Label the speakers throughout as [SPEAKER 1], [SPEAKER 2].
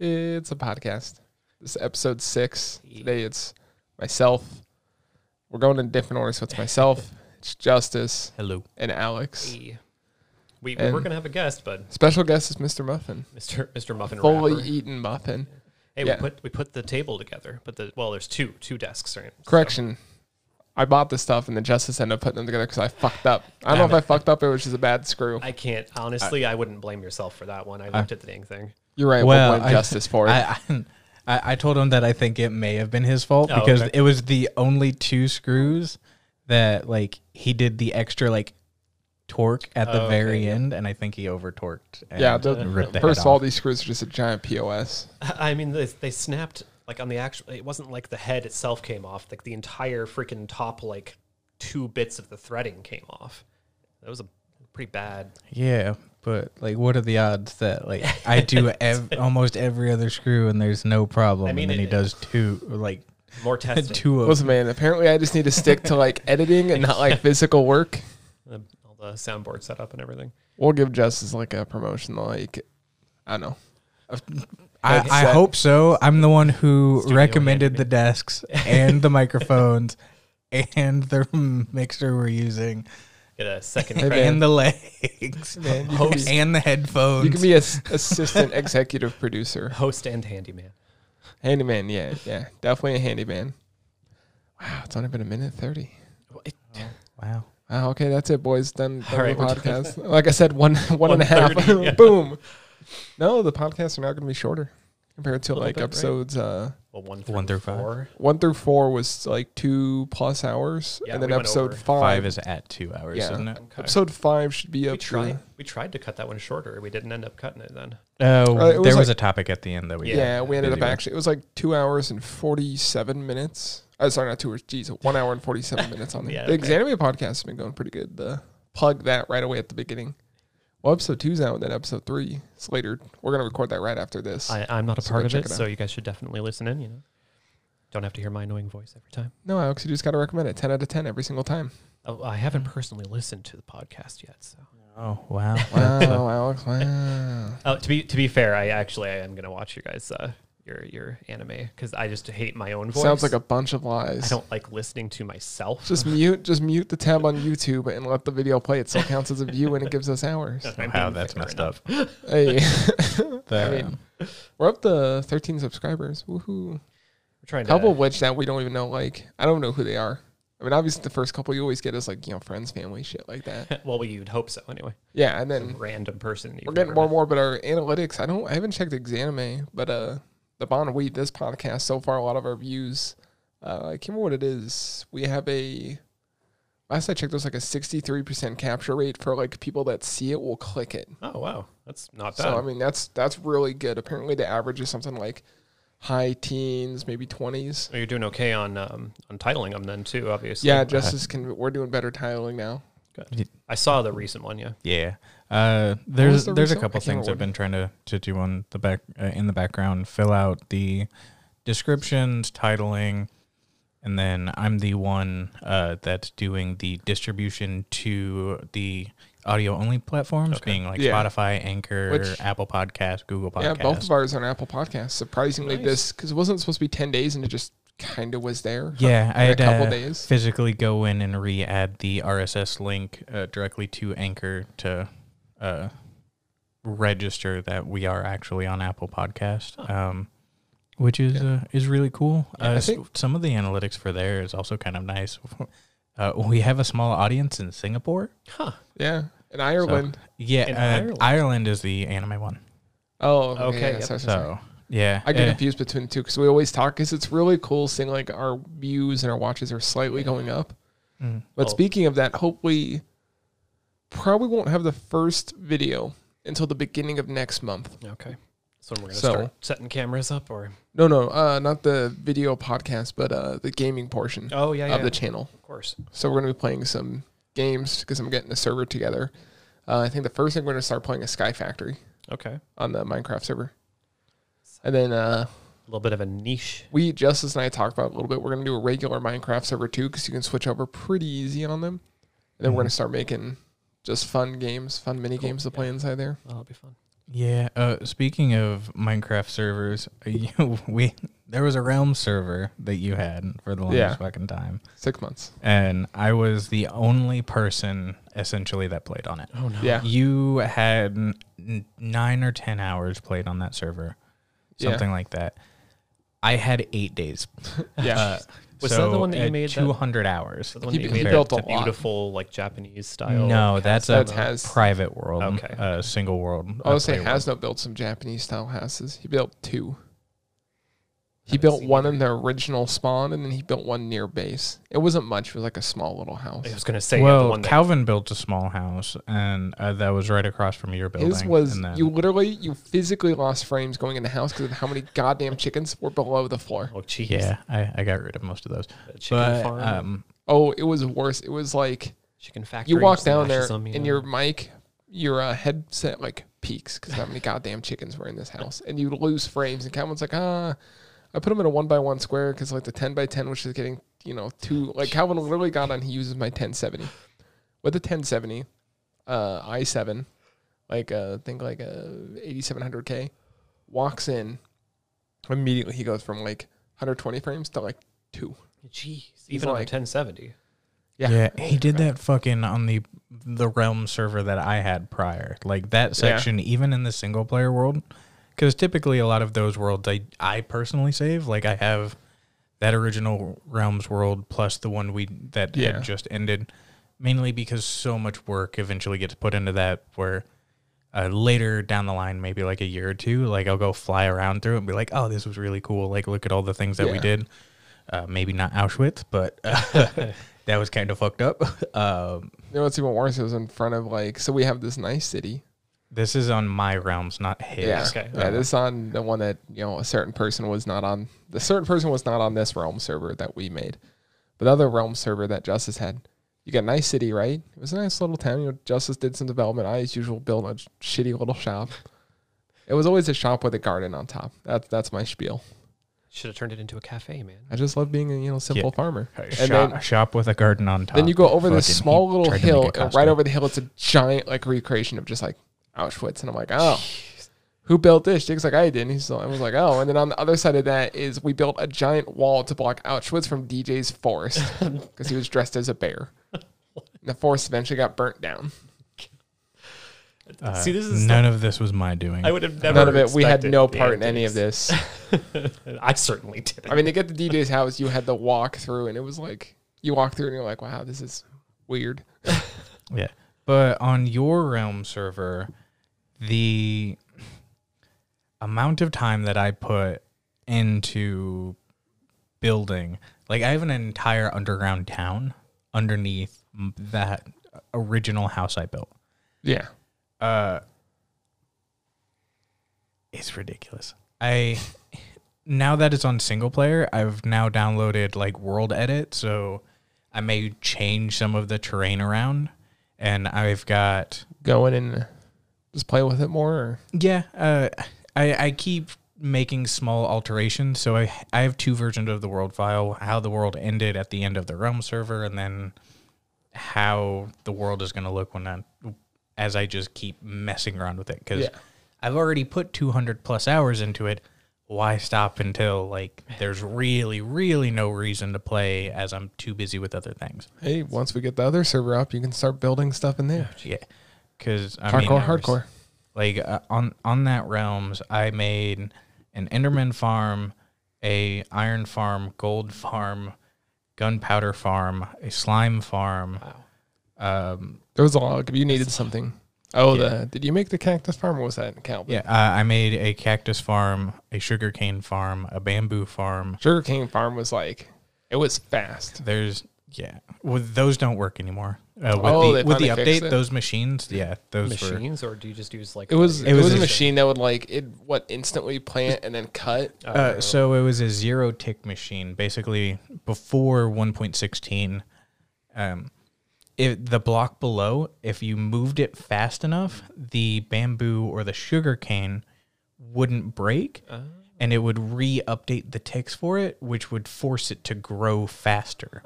[SPEAKER 1] It's a podcast. This is episode six. Today it's myself. We're going in different order, so it's myself, it's Justice,
[SPEAKER 2] Hello.
[SPEAKER 1] and Alex.
[SPEAKER 2] We, we
[SPEAKER 1] And-
[SPEAKER 2] were gonna have a guest, but
[SPEAKER 1] Special guest is Mr. Muffin,
[SPEAKER 2] Mr. Mr. Muffin
[SPEAKER 1] fully
[SPEAKER 2] Wrapper.
[SPEAKER 1] eaten Muffin.
[SPEAKER 2] Hey,
[SPEAKER 1] yeah.
[SPEAKER 2] we put we put the table together, but the well, there's two two desks, right? So-
[SPEAKER 1] Correction. I bought this stuff and the Justice ended up putting them together because I fucked up. I don't know
[SPEAKER 2] Damn
[SPEAKER 1] if I fucked up. It was just a bad screw.
[SPEAKER 2] I can't honestly. I, wouldn't blame yourself for that one. I
[SPEAKER 1] Ah.
[SPEAKER 2] looked at the dang thing.
[SPEAKER 1] You're right.
[SPEAKER 3] well,
[SPEAKER 1] we'll blame
[SPEAKER 3] I-
[SPEAKER 1] Justice for it.
[SPEAKER 3] I, I I told him that I think it may have been his fault
[SPEAKER 2] Oh,
[SPEAKER 3] because
[SPEAKER 2] okay.
[SPEAKER 3] it was the only two screws that like he did the extra like torque at the
[SPEAKER 2] Oh, okay,
[SPEAKER 3] very
[SPEAKER 2] yeah.
[SPEAKER 3] end, and I think he over torqued.
[SPEAKER 1] yeah.
[SPEAKER 3] and ripped
[SPEAKER 1] The,
[SPEAKER 3] the
[SPEAKER 1] first
[SPEAKER 3] head
[SPEAKER 1] of all,
[SPEAKER 3] off.
[SPEAKER 1] these screws are just a giant POS.
[SPEAKER 2] I mean, they, they snapped like on the actual. It wasn't like the head itself came off. Like the entire freaking top, like two bits of the threading came off. That was a pretty bad.
[SPEAKER 3] yeah. But like, what are the odds that like I do ev- almost every other screw and there's no problem,
[SPEAKER 2] I mean,
[SPEAKER 3] and then
[SPEAKER 2] it-
[SPEAKER 3] he does two like
[SPEAKER 2] More testing.
[SPEAKER 3] two of
[SPEAKER 1] Listen, man, apparently I just need to stick to like editing and not like physical work.
[SPEAKER 2] the- all the soundboard setup and everything.
[SPEAKER 1] We'll give Justice like a promotion, like I don't know.
[SPEAKER 3] I, I
[SPEAKER 1] headset.
[SPEAKER 3] hope so. I'm the one who
[SPEAKER 2] Studio
[SPEAKER 3] recommended the desks and the microphones and the mixer we're using
[SPEAKER 2] Get a second.
[SPEAKER 1] Hey,
[SPEAKER 2] credit.
[SPEAKER 1] man.
[SPEAKER 3] and the legs
[SPEAKER 1] Man, you could be-
[SPEAKER 3] and the headphones.
[SPEAKER 1] You can be an assistant executive producer,
[SPEAKER 2] Host and handyman.
[SPEAKER 1] handyman. Yeah, yeah, definitely a handyman. Wow, it's only been a minute thirty.
[SPEAKER 3] wow.
[SPEAKER 1] Wow, okay, that's it, boys. Done, done
[SPEAKER 2] All right,
[SPEAKER 1] the
[SPEAKER 2] we're
[SPEAKER 1] podcast. Like I said, one one and a half.
[SPEAKER 2] 1:30, yeah.
[SPEAKER 1] Boom. No, the podcasts are now going to be shorter compared to
[SPEAKER 2] Little
[SPEAKER 1] like
[SPEAKER 2] bit, right?
[SPEAKER 1] episodes. Uh,
[SPEAKER 2] Well, one
[SPEAKER 3] One through five.
[SPEAKER 2] four.
[SPEAKER 1] one through four was like two plus hours,
[SPEAKER 2] Yeah,
[SPEAKER 1] and then
[SPEAKER 2] we went
[SPEAKER 1] episode
[SPEAKER 2] over.
[SPEAKER 1] five.
[SPEAKER 3] Five is at two hours,
[SPEAKER 1] yeah.
[SPEAKER 3] isn't it?
[SPEAKER 2] Okay.
[SPEAKER 1] Episode five should be up.
[SPEAKER 2] we tried.
[SPEAKER 1] to-
[SPEAKER 2] We tried to cut that one shorter. We didn't end up cutting it then.
[SPEAKER 3] Oh,
[SPEAKER 1] Uh, it was
[SPEAKER 3] there was
[SPEAKER 1] like-
[SPEAKER 3] a topic at the end that we
[SPEAKER 1] Yeah, we ended up actually. It was like two hours and forty-seven minutes. Uh, sorry, not two hours. Geez, one hour and forty-seven minutes on there.
[SPEAKER 2] Yeah,
[SPEAKER 1] the
[SPEAKER 2] okay.
[SPEAKER 1] Xanamia podcast has been going pretty good. The plug that right away at the beginning. Well, episode two's out, and then episode three is later. We're gonna record that right after this.
[SPEAKER 2] I, I'm not a
[SPEAKER 1] So go
[SPEAKER 2] part of
[SPEAKER 1] check
[SPEAKER 2] it,
[SPEAKER 1] it out.
[SPEAKER 2] so you guys should definitely listen in. You know, don't have to hear my annoying voice every time.
[SPEAKER 1] no, Alex, you just gotta recommend it. Ten out of ten every single time.
[SPEAKER 2] Oh, I haven't personally listened to the podcast yet. So,
[SPEAKER 3] Oh, wow.
[SPEAKER 1] Wow, Alex. Wow.
[SPEAKER 2] oh, to be to be fair, I actually I am gonna watch you guys uh, your your anime because I just hate my own voice.
[SPEAKER 1] Sounds like a bunch of
[SPEAKER 2] I
[SPEAKER 1] lies.
[SPEAKER 2] don't like listening to myself.
[SPEAKER 1] Just mute. Just mute the tab on YouTube and let the video play. It still counts as a view, and it gives us hours.
[SPEAKER 2] I'm
[SPEAKER 3] wow,
[SPEAKER 2] being
[SPEAKER 3] that's
[SPEAKER 2] fair
[SPEAKER 3] messed
[SPEAKER 2] enough.
[SPEAKER 3] up.
[SPEAKER 1] Hey,
[SPEAKER 3] The-
[SPEAKER 1] mean, we're up to 13 subscribers. Woohoo!
[SPEAKER 2] We're trying to
[SPEAKER 1] couple of which that we don't even know like i don't know who they are i mean obviously the first couple you always get is like you know friends family shit like that
[SPEAKER 2] well, you'd hope so anyway.
[SPEAKER 1] yeah and
[SPEAKER 2] Some
[SPEAKER 1] then
[SPEAKER 2] Random person. you've
[SPEAKER 1] we're getting more
[SPEAKER 2] never met.
[SPEAKER 1] and more but our analytics i don't i haven't checked exanime but uh the bond we this podcast so far a lot of our views uh i can't remember what it is we have a last i checked there's like a 63% capture rate for like people that see it will click it
[SPEAKER 2] Oh wow, that's not bad.
[SPEAKER 1] so i mean that's that's really good apparently the average is something like high teens maybe 20s
[SPEAKER 2] Well, You're doing okay on um, on titling them then too, obviously.
[SPEAKER 3] uh,
[SPEAKER 1] Yeah, Justice can. We're doing better titling now.
[SPEAKER 2] I saw the recent one. Yeah,
[SPEAKER 3] Yeah. Uh, there's
[SPEAKER 1] the
[SPEAKER 3] there's a
[SPEAKER 1] result? I
[SPEAKER 3] couple
[SPEAKER 1] can't
[SPEAKER 3] things I've
[SPEAKER 1] remember.
[SPEAKER 3] been trying to, to do on the back uh, in the background. Fill out the descriptions, titling, and then I'm the one uh, that's doing the distribution to the audio only platforms,
[SPEAKER 2] Okay.
[SPEAKER 3] being like
[SPEAKER 1] Yeah.
[SPEAKER 3] Spotify, Anchor,
[SPEAKER 1] Which-
[SPEAKER 3] Apple Podcast, Google Podcast.
[SPEAKER 1] Yeah, both of ours on Apple Podcasts. Surprisingly,
[SPEAKER 2] Nice.
[SPEAKER 1] this because it wasn't supposed to be ten days, and it just kind of was there.
[SPEAKER 3] Yeah,
[SPEAKER 1] in
[SPEAKER 3] I
[SPEAKER 1] a
[SPEAKER 3] had uh,
[SPEAKER 1] couple
[SPEAKER 3] to
[SPEAKER 1] days.
[SPEAKER 3] physically go in and re-add the RSS link uh, directly to Anchor to uh, register that we are actually on Apple Podcast, um, which is uh, is really cool.
[SPEAKER 1] Yeah, I
[SPEAKER 3] uh, s-
[SPEAKER 1] think-
[SPEAKER 3] some of the analytics for there is also kind of nice. Uh, we have a small audience in Singapore.
[SPEAKER 2] huh?
[SPEAKER 1] Yeah, in Ireland.
[SPEAKER 3] Yeah,
[SPEAKER 2] In
[SPEAKER 3] uh,
[SPEAKER 2] Ireland.
[SPEAKER 3] Ireland. is the anime one.
[SPEAKER 1] Oh,
[SPEAKER 2] Okay,
[SPEAKER 1] okay.
[SPEAKER 2] yep.
[SPEAKER 3] So yeah,
[SPEAKER 1] I get
[SPEAKER 3] uh,
[SPEAKER 1] confused between the two because we always talk. Because it's really cool seeing like our views and our watches are slightly going up.
[SPEAKER 3] Mm.
[SPEAKER 1] But
[SPEAKER 2] Oh.
[SPEAKER 1] speaking of that, hopefully, probably won't have the first video until the beginning of next month.
[SPEAKER 2] Okay. So we're gonna
[SPEAKER 1] So-
[SPEAKER 2] start setting cameras up, or
[SPEAKER 1] No, no, uh, not the video podcast, but uh, the gaming portion
[SPEAKER 2] oh yeah,
[SPEAKER 1] of the channel.
[SPEAKER 2] of course.
[SPEAKER 1] So we're gonna be playing some games because I'm getting a server together. Uh, I think the first thing we're gonna start playing is Sky Factory
[SPEAKER 2] Okay,
[SPEAKER 1] on the Minecraft server, and then uh,
[SPEAKER 2] a little bit of a niche.
[SPEAKER 1] we Justice and I talked about it a little bit. We're gonna do a regular Minecraft server too because you can switch over pretty easy on them. And then we're gonna start making just fun games, fun mini games to play inside there.
[SPEAKER 2] That'll be fun.
[SPEAKER 3] Yeah. Uh, speaking of Minecraft servers, you, we there was a Realm server that you had for the longest
[SPEAKER 1] Yeah.
[SPEAKER 3] fucking time,
[SPEAKER 1] Six months.
[SPEAKER 3] and I was the only person essentially that played on it.
[SPEAKER 2] Oh no.
[SPEAKER 1] Yeah.
[SPEAKER 3] You had n- nine or ten hours played on that server,
[SPEAKER 1] Yeah.
[SPEAKER 3] something like that. I had eight days.
[SPEAKER 1] Yeah.
[SPEAKER 3] Uh,
[SPEAKER 2] Was that the one that you made that-
[SPEAKER 3] Two hundred hours.
[SPEAKER 2] The one
[SPEAKER 1] He
[SPEAKER 2] that you
[SPEAKER 1] b-
[SPEAKER 2] made
[SPEAKER 1] built
[SPEAKER 2] the
[SPEAKER 1] a lot.
[SPEAKER 2] beautiful like Japanese style.
[SPEAKER 3] No, that's um, a
[SPEAKER 1] That has-
[SPEAKER 3] private world.
[SPEAKER 2] Okay.
[SPEAKER 3] A single world.
[SPEAKER 1] I
[SPEAKER 3] uh,
[SPEAKER 1] would say
[SPEAKER 3] play world.
[SPEAKER 1] Hasno built some Japanese style houses. He built two. He
[SPEAKER 2] Haven't
[SPEAKER 1] built
[SPEAKER 2] seen
[SPEAKER 1] one in the original spawn, and then he built one near base. It wasn't much; it was like a small little house.
[SPEAKER 2] I was gonna say yeah, the
[SPEAKER 3] well,
[SPEAKER 2] one that
[SPEAKER 3] Calvin built a small house, and uh, that was right across from your building.
[SPEAKER 1] His was
[SPEAKER 3] and then-
[SPEAKER 1] you literally you physically lost frames going in the house because of how many goddamn chickens were below the floor.
[SPEAKER 2] oh jeez,
[SPEAKER 3] Yeah, I, I got rid of most of those.
[SPEAKER 2] the chicken
[SPEAKER 3] But
[SPEAKER 2] farm,
[SPEAKER 3] um,
[SPEAKER 1] Oh, it was worse. It was like
[SPEAKER 2] chicken factory.
[SPEAKER 1] you walk
[SPEAKER 2] just
[SPEAKER 1] down there
[SPEAKER 2] lashes on me uh,
[SPEAKER 1] and
[SPEAKER 2] now.
[SPEAKER 1] your mic, your uh, headset like peaks because how many goddamn chickens were in this house, and you lose frames. And Calvin's like, ah, I put them in a one by one square because like the ten by ten, which is getting you know two. Like Calvin literally got on. He uses my ten seventy with a ten seventy, uh, i seven, like uh, I think like a eighty seven hundred K, walks in. Immediately he goes from like 120 frames to like two.
[SPEAKER 2] jeez, even on a
[SPEAKER 1] like-
[SPEAKER 2] 1070.
[SPEAKER 3] yeah, he did that fucking on the the realm server that I had prior. Like that section, even in the single player world, because typically a lot of those worlds I I personally save. Like I have that original realms world plus the one we that
[SPEAKER 1] Yeah.
[SPEAKER 3] had just ended, mainly because so much work eventually gets put into that where. uh, later down the line, maybe like a year or two, like I'll go fly around through it and be like, "Oh, this was really cool! Like, look at all the things that we
[SPEAKER 1] Yeah.
[SPEAKER 3] did." Uh, maybe not Auschwitz, but uh, that was kind of fucked up. Um,
[SPEAKER 1] You know what's even worse? It was in front of like so we have this nice city.
[SPEAKER 3] this is on my realms, not his.
[SPEAKER 1] Yeah.
[SPEAKER 2] Okay.
[SPEAKER 1] Yeah, this on the one that you know a certain person was not on. The certain person was not on this realm server that we made, but the other realm server that Justice had. You got a nice city, right? It was a nice little town. You know, Justice did some development. I, as usual, built a shitty little shop. It was always a shop with a garden on top. That's that's my spiel.
[SPEAKER 2] Should have turned it into a cafe, man.
[SPEAKER 1] I just love being a you know simple farmer.
[SPEAKER 3] A
[SPEAKER 1] And
[SPEAKER 3] shop,
[SPEAKER 1] then-
[SPEAKER 3] a shop with a garden on top.
[SPEAKER 1] then you go over
[SPEAKER 3] Fucking-
[SPEAKER 1] this small
[SPEAKER 3] he
[SPEAKER 1] little
[SPEAKER 3] tried to make
[SPEAKER 1] hill,
[SPEAKER 3] a
[SPEAKER 1] and
[SPEAKER 3] costume.
[SPEAKER 1] right over the hill, it's a giant like recreation of just like Auschwitz. And I'm like, oh, who built this? Jake's like, I did. And he's like, I was like, oh. And then on the other side of that is we built a giant wall to block Auschwitz from DJ's forest because he was dressed as a bear. And the forest eventually got burnt down.
[SPEAKER 3] Uh,
[SPEAKER 2] See, this is
[SPEAKER 3] none of this was my doing.
[SPEAKER 2] I would have never.
[SPEAKER 1] None of it. We had
[SPEAKER 2] expected
[SPEAKER 1] no
[SPEAKER 2] the
[SPEAKER 1] part in any of
[SPEAKER 2] antics.
[SPEAKER 1] this.
[SPEAKER 2] I certainly didn't.
[SPEAKER 1] I mean, to get to DJ's house, you had to walk through, and it was like you walk through, and you're like, wow, this is weird.
[SPEAKER 3] Yeah. But on your realm server, the amount of time that I put into building, like I have an entire underground town underneath m- that original house I built.
[SPEAKER 1] Yeah.
[SPEAKER 3] Uh, it's ridiculous. I now that it's on single player, I've now downloaded like world edit, so I may change some of the terrain around, and I've got
[SPEAKER 1] Go in and just play with it more. Or?
[SPEAKER 3] yeah. Uh, I I keep making small alterations, so I I have two versions of the world file: how the world ended at the end of the realm server, and then how the world is going to look when I as I just keep messing around with it because
[SPEAKER 1] Yeah.
[SPEAKER 3] I've already put 200 plus hours into it. Why stop until like there's really really no reason to play as I'm too busy with other things.
[SPEAKER 1] Hey, once we get the other server up, you can start building stuff in there.
[SPEAKER 3] Yeah, because I mean,
[SPEAKER 1] hardcore,
[SPEAKER 3] I was-
[SPEAKER 1] hardcore.
[SPEAKER 3] like uh, on on that realms i made an enderman farm a iron farm gold farm gunpowder farm a slime farm um
[SPEAKER 1] There was a lot. Like, if you needed something. Oh, the did you make the cactus farm? Or was that in Calvin?
[SPEAKER 3] yeah uh, i made a cactus farm a sugarcane farm a bamboo farm
[SPEAKER 1] Sugar cane farm was like, it was fast.
[SPEAKER 3] there's yeah well, those don't work anymore uh, with
[SPEAKER 1] Oh, they
[SPEAKER 3] the, with the
[SPEAKER 1] finally fixed
[SPEAKER 3] update
[SPEAKER 1] it?
[SPEAKER 3] those machines yeah those were
[SPEAKER 2] machines, or do you just use like
[SPEAKER 1] It was
[SPEAKER 2] the-
[SPEAKER 1] it, was,
[SPEAKER 3] was
[SPEAKER 1] a
[SPEAKER 3] a-
[SPEAKER 1] machine that would like it what instantly plant and then cut.
[SPEAKER 3] Uh, so it was a zero tick machine, basically before 1.16. Um, if the block below, if you moved it fast enough, the bamboo or the sugar cane wouldn't break,
[SPEAKER 2] Oh.
[SPEAKER 3] and it would re-update the ticks for it, which would force it to grow faster.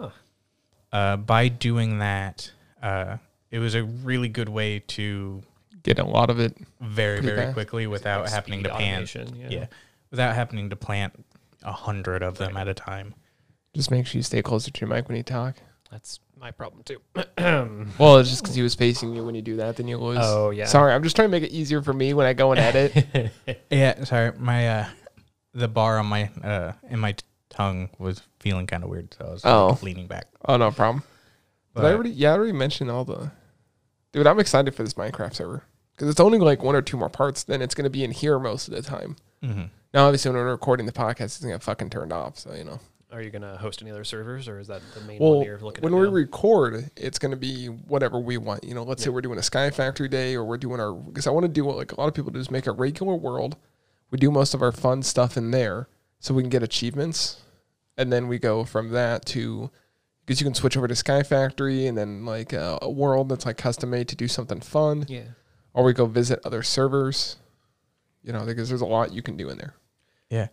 [SPEAKER 3] Uh, by doing that, uh, it was a really good way to
[SPEAKER 1] get a lot of it.
[SPEAKER 3] very
[SPEAKER 1] Pretty
[SPEAKER 3] very
[SPEAKER 1] fast.
[SPEAKER 3] quickly without
[SPEAKER 2] Like
[SPEAKER 3] happening to
[SPEAKER 2] speed
[SPEAKER 3] plant.
[SPEAKER 2] automation,
[SPEAKER 3] Yeah.
[SPEAKER 2] yeah.
[SPEAKER 3] without happening to plant a hundred of them at a time.
[SPEAKER 1] Just make sure you stay closer to your mic when you talk.
[SPEAKER 2] That's my problem too.
[SPEAKER 1] Well, it's just because he was facing you when you do that, then you lose.
[SPEAKER 2] Oh, yeah.
[SPEAKER 1] Sorry, I'm just trying to make it easier for me when I go and edit.
[SPEAKER 3] Yeah, sorry, my uh, the bar on my uh in my t- tongue was feeling kind of weird, so I was like,
[SPEAKER 1] Oh.
[SPEAKER 3] leaning back.
[SPEAKER 1] oh no problem. Did I
[SPEAKER 3] But-
[SPEAKER 1] already? Yeah, I already mentioned all the. Dude, I'm excited for this Minecraft server because it's only like one or two more parts. Then it's gonna be in here most of the time.
[SPEAKER 3] Mhm.
[SPEAKER 1] Now, obviously, when we're recording the podcast, it's gonna get fucking turned off. So you know.
[SPEAKER 2] Are you gonna host any other servers, or is that the main
[SPEAKER 1] Well,
[SPEAKER 2] one you're looking
[SPEAKER 1] when
[SPEAKER 2] at?
[SPEAKER 1] we
[SPEAKER 2] now?
[SPEAKER 1] record, it's going to be whatever we want. You know, let's say we're doing a Sky Factory day or we're doing our, because I want to do what like a lot of people do is make a regular world. We do most of our fun stuff in there so we can get achievements. And then we go from that to, because you can switch over to Sky Factory and then like uh, a, a world that's like custom made to do something fun.
[SPEAKER 2] yeah,
[SPEAKER 1] Or we go visit other servers, you know, because there's a lot you can do in there.
[SPEAKER 3] Yeah.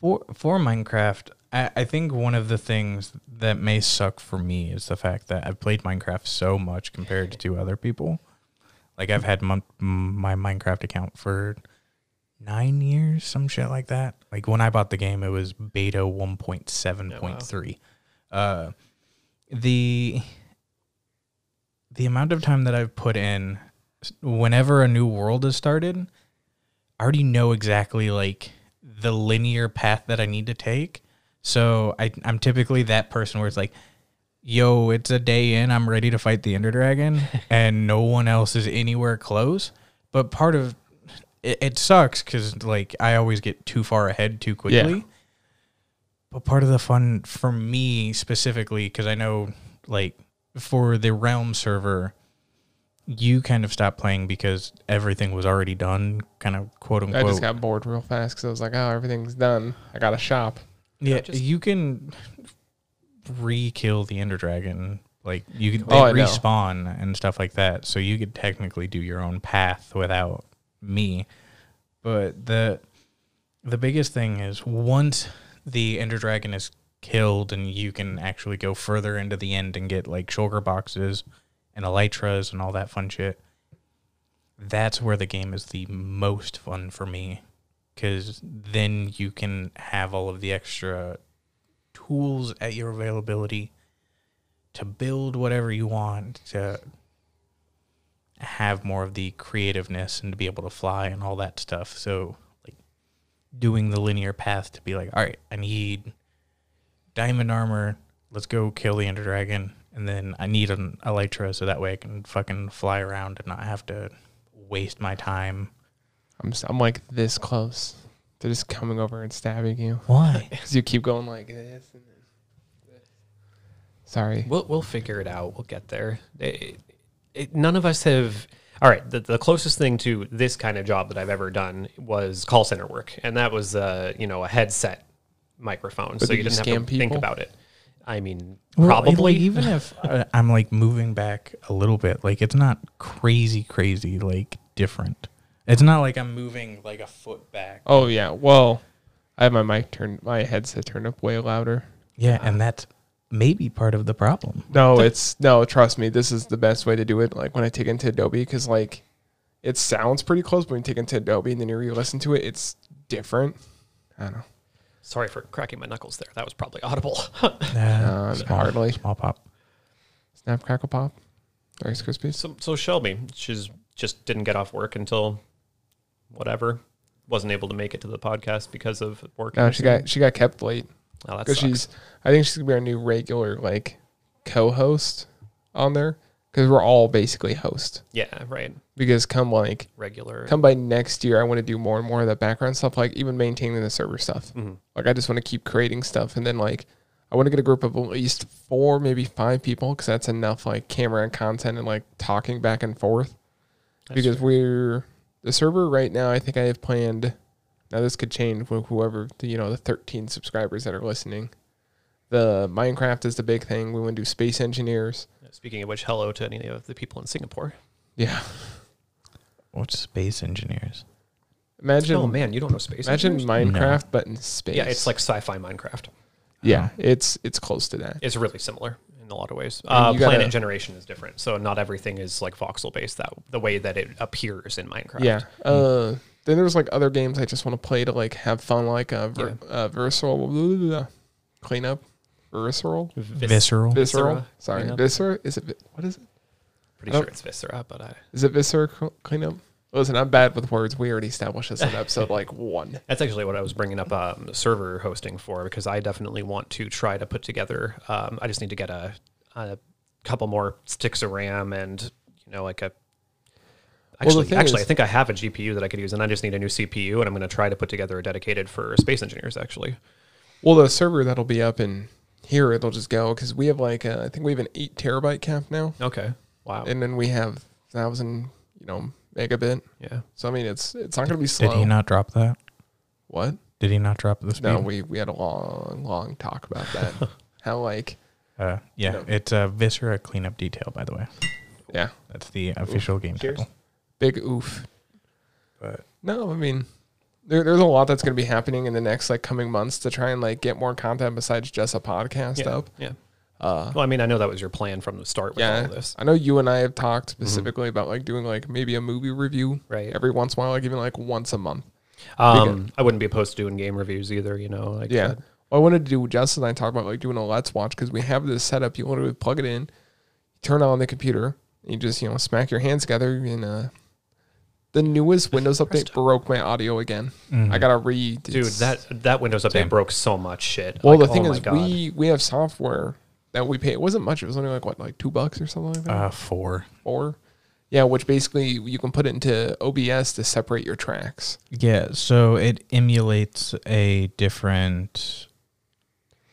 [SPEAKER 3] For for Minecraft, I, I think one of the things that may suck for me is the fact that I've played Minecraft so much compared to other people. Like I've had mon- m- my Minecraft account for nine years, some shit like that. Like when I bought the game, it was beta one point seven point three. Uh, the the amount of time that I've put in, s- whenever a new world is started, I already know exactly like the linear path that I need to take. So I, I'm typically that person where it's like, yo, it's a day in, I'm ready to fight the Ender Dragon, and no one else is anywhere close. But part of it, it sucks because like I always get too far ahead too quickly. But part of the fun for me specifically, because I know like for the Realm server, you kind of stopped playing because everything was already done, kind of quote unquote.
[SPEAKER 1] I just got bored real fast because I was like, oh, everything's done. I got a shop.
[SPEAKER 3] Yeah,
[SPEAKER 2] just-
[SPEAKER 3] you can re-kill the Ender Dragon. Like you can they
[SPEAKER 1] Oh, I know.
[SPEAKER 3] respawn and stuff like that. So you could technically do your own path without me. But the the biggest thing is once the Ender Dragon is killed and you can actually go further into the end and get like shulker boxes and elytras and all that fun shit. That's where the game is the most fun for me because then you can have all of the extra tools at your availability to build whatever you want to have more of the creativeness and to be able to fly and all that stuff so like doing the linear path to be like all right i need diamond armor let's go kill the ender dragon and then i need an elytra so that way i can fucking fly around and not have to waste my time
[SPEAKER 1] I'm, s am like this close to just coming over and stabbing you
[SPEAKER 3] why
[SPEAKER 1] because you keep going like this. And this. Sorry.
[SPEAKER 2] we'll we'll figure it out. We'll get there. It- it- none of us have. All right, the, the closest thing to this kind of job that I've ever done was call center work, and that was uh, you know a headset microphone, so
[SPEAKER 1] did
[SPEAKER 2] you
[SPEAKER 1] you
[SPEAKER 2] didn't have to
[SPEAKER 1] scam
[SPEAKER 2] think
[SPEAKER 1] people?
[SPEAKER 2] about it. I mean,
[SPEAKER 3] Well,
[SPEAKER 2] probably
[SPEAKER 3] like, even if uh, I'm like moving back a little bit, like it's not crazy, crazy, like different. It's not like I'm moving like a foot back.
[SPEAKER 1] Oh yeah. Well, I have my mic turned, my headset turned up way louder.
[SPEAKER 3] Yeah, and that's maybe part of the problem.
[SPEAKER 1] No, it's no. Trust me, this is the best way to do it. Like when I take it into Adobe, because like it sounds pretty close, but when you take it into Adobe and then you re-listen to it, it's different. I don't know.
[SPEAKER 2] Sorry for cracking my knuckles there. That was probably audible.
[SPEAKER 1] Uh, hardly.
[SPEAKER 3] small pop.
[SPEAKER 1] Snap, crackle, pop, Rice Krispies.
[SPEAKER 2] so, so Shelby, she's just didn't get off work until whatever. Wasn't able to make it to the podcast because of work.
[SPEAKER 1] No, Oh, she got she got kept late.
[SPEAKER 2] Oh, that
[SPEAKER 1] because
[SPEAKER 2] sucks.
[SPEAKER 1] she's I think she's gonna be our new regular like co-host on there because we're all basically host
[SPEAKER 2] Yeah, right.
[SPEAKER 1] because come like
[SPEAKER 2] Regular.
[SPEAKER 1] come by next year I want to do more and more of that background stuff like even maintaining the server stuff like I just want to keep creating stuff and then like I want to get a group of at least four maybe five people because that's enough like camera and content and like talking back and forth because we're the server right now. I think I have planned. Now this could change with whoever the, you know the 13 subscribers that are listening. The Minecraft is the big thing. We want to do space engineers.
[SPEAKER 2] Uh, Speaking of which, hello to any of the people in Singapore.
[SPEAKER 1] Yeah,
[SPEAKER 3] What's space engineers?
[SPEAKER 1] imagine
[SPEAKER 2] oh man, you don't know space.
[SPEAKER 1] imagine
[SPEAKER 2] engineers?
[SPEAKER 1] Minecraft but in space.
[SPEAKER 2] Yeah, it's like sci-fi Minecraft.
[SPEAKER 1] yeah, it's it's close to that.
[SPEAKER 2] It's really similar. in a lot of ways.
[SPEAKER 1] I mean,
[SPEAKER 2] Uh,
[SPEAKER 1] you
[SPEAKER 2] planet
[SPEAKER 1] gotta-
[SPEAKER 2] generation is different, so not everything is like voxel based that the way that it appears in Minecraft.
[SPEAKER 1] Yeah. Uh, then there's like other games I just want to play to like have fun, like uh, ver- uh, Visceral blah, blah, blah, blah. Cleanup, Visceral,
[SPEAKER 2] Vis-
[SPEAKER 1] Visceral.
[SPEAKER 3] Visceral.
[SPEAKER 2] Viscera
[SPEAKER 1] Sorry,
[SPEAKER 2] Cleanup.
[SPEAKER 1] Viscera. Is it vi- what is it?
[SPEAKER 2] Pretty
[SPEAKER 1] I don't-
[SPEAKER 2] sure it's Viscera, but I,
[SPEAKER 1] Is it Viscera cl- Cleanup? Listen, I'm bad with words. We already established this in episode like one.
[SPEAKER 2] that's actually what I was bringing up um, server hosting for because I definitely want to try to put together. Um, I just need to get a, a couple more sticks of RAM and you know like a.
[SPEAKER 1] Well, the
[SPEAKER 2] Actually,
[SPEAKER 1] thing
[SPEAKER 2] actually,
[SPEAKER 1] is-
[SPEAKER 2] I think I have a GPU that I could use, and I just need a new CPU, and I'm going to try to put together a dedicated for space engineers. Actually,
[SPEAKER 1] Well, the server that'll be up in here, it'll just go because we have like uh, I think we have an eight terabyte cap now,
[SPEAKER 2] okay, wow,
[SPEAKER 1] and then we have thousand, you know, megabit.
[SPEAKER 2] yeah.
[SPEAKER 1] So I mean, it's it's not gonna be slow.
[SPEAKER 3] Did he not drop that?
[SPEAKER 1] What?
[SPEAKER 3] Did he not drop the speed?
[SPEAKER 1] No, we we had a long long talk about that. How like
[SPEAKER 3] Uh, yeah,
[SPEAKER 1] No.
[SPEAKER 3] it's uh, Viscera cleanup detail, by the way.
[SPEAKER 1] yeah,
[SPEAKER 3] That's the official game
[SPEAKER 2] Cheers.
[SPEAKER 3] title.
[SPEAKER 1] big oof.
[SPEAKER 3] But
[SPEAKER 1] No, I mean, there, there's a lot that's going to be happening in the next like coming months to try and like get more content besides just a podcast
[SPEAKER 2] yeah,
[SPEAKER 1] up.
[SPEAKER 2] Yeah.
[SPEAKER 1] Uh,
[SPEAKER 2] Well, I mean, I know that was your plan from the start with all
[SPEAKER 1] yeah,
[SPEAKER 2] of this,
[SPEAKER 1] I know you and I have talked specifically about like doing like maybe a movie review
[SPEAKER 2] right?
[SPEAKER 1] every once in a while, like even like once a month.
[SPEAKER 2] Um, I wouldn't be opposed to doing game reviews either. You know, like uh,
[SPEAKER 1] Yeah.
[SPEAKER 2] that.
[SPEAKER 1] Well, I wanted to do Justin and I talk about like doing a let's watch because we have this setup. You literally plug it in, turn on the computer, and you just you know smack your hands together and uh. The newest Windows update broke my audio again. I gotta read,
[SPEAKER 2] dude, that that Windows update broke so much shit.
[SPEAKER 1] Well,
[SPEAKER 2] Like,
[SPEAKER 1] the thing
[SPEAKER 2] oh my
[SPEAKER 1] is,
[SPEAKER 2] God.
[SPEAKER 1] we we have software that we pay. It wasn't much. It was only like what, like two bucks or something like that,
[SPEAKER 3] uh, four.
[SPEAKER 1] or yeah, which basically you can put it into OBS to separate your tracks.
[SPEAKER 3] Yeah, so it emulates a different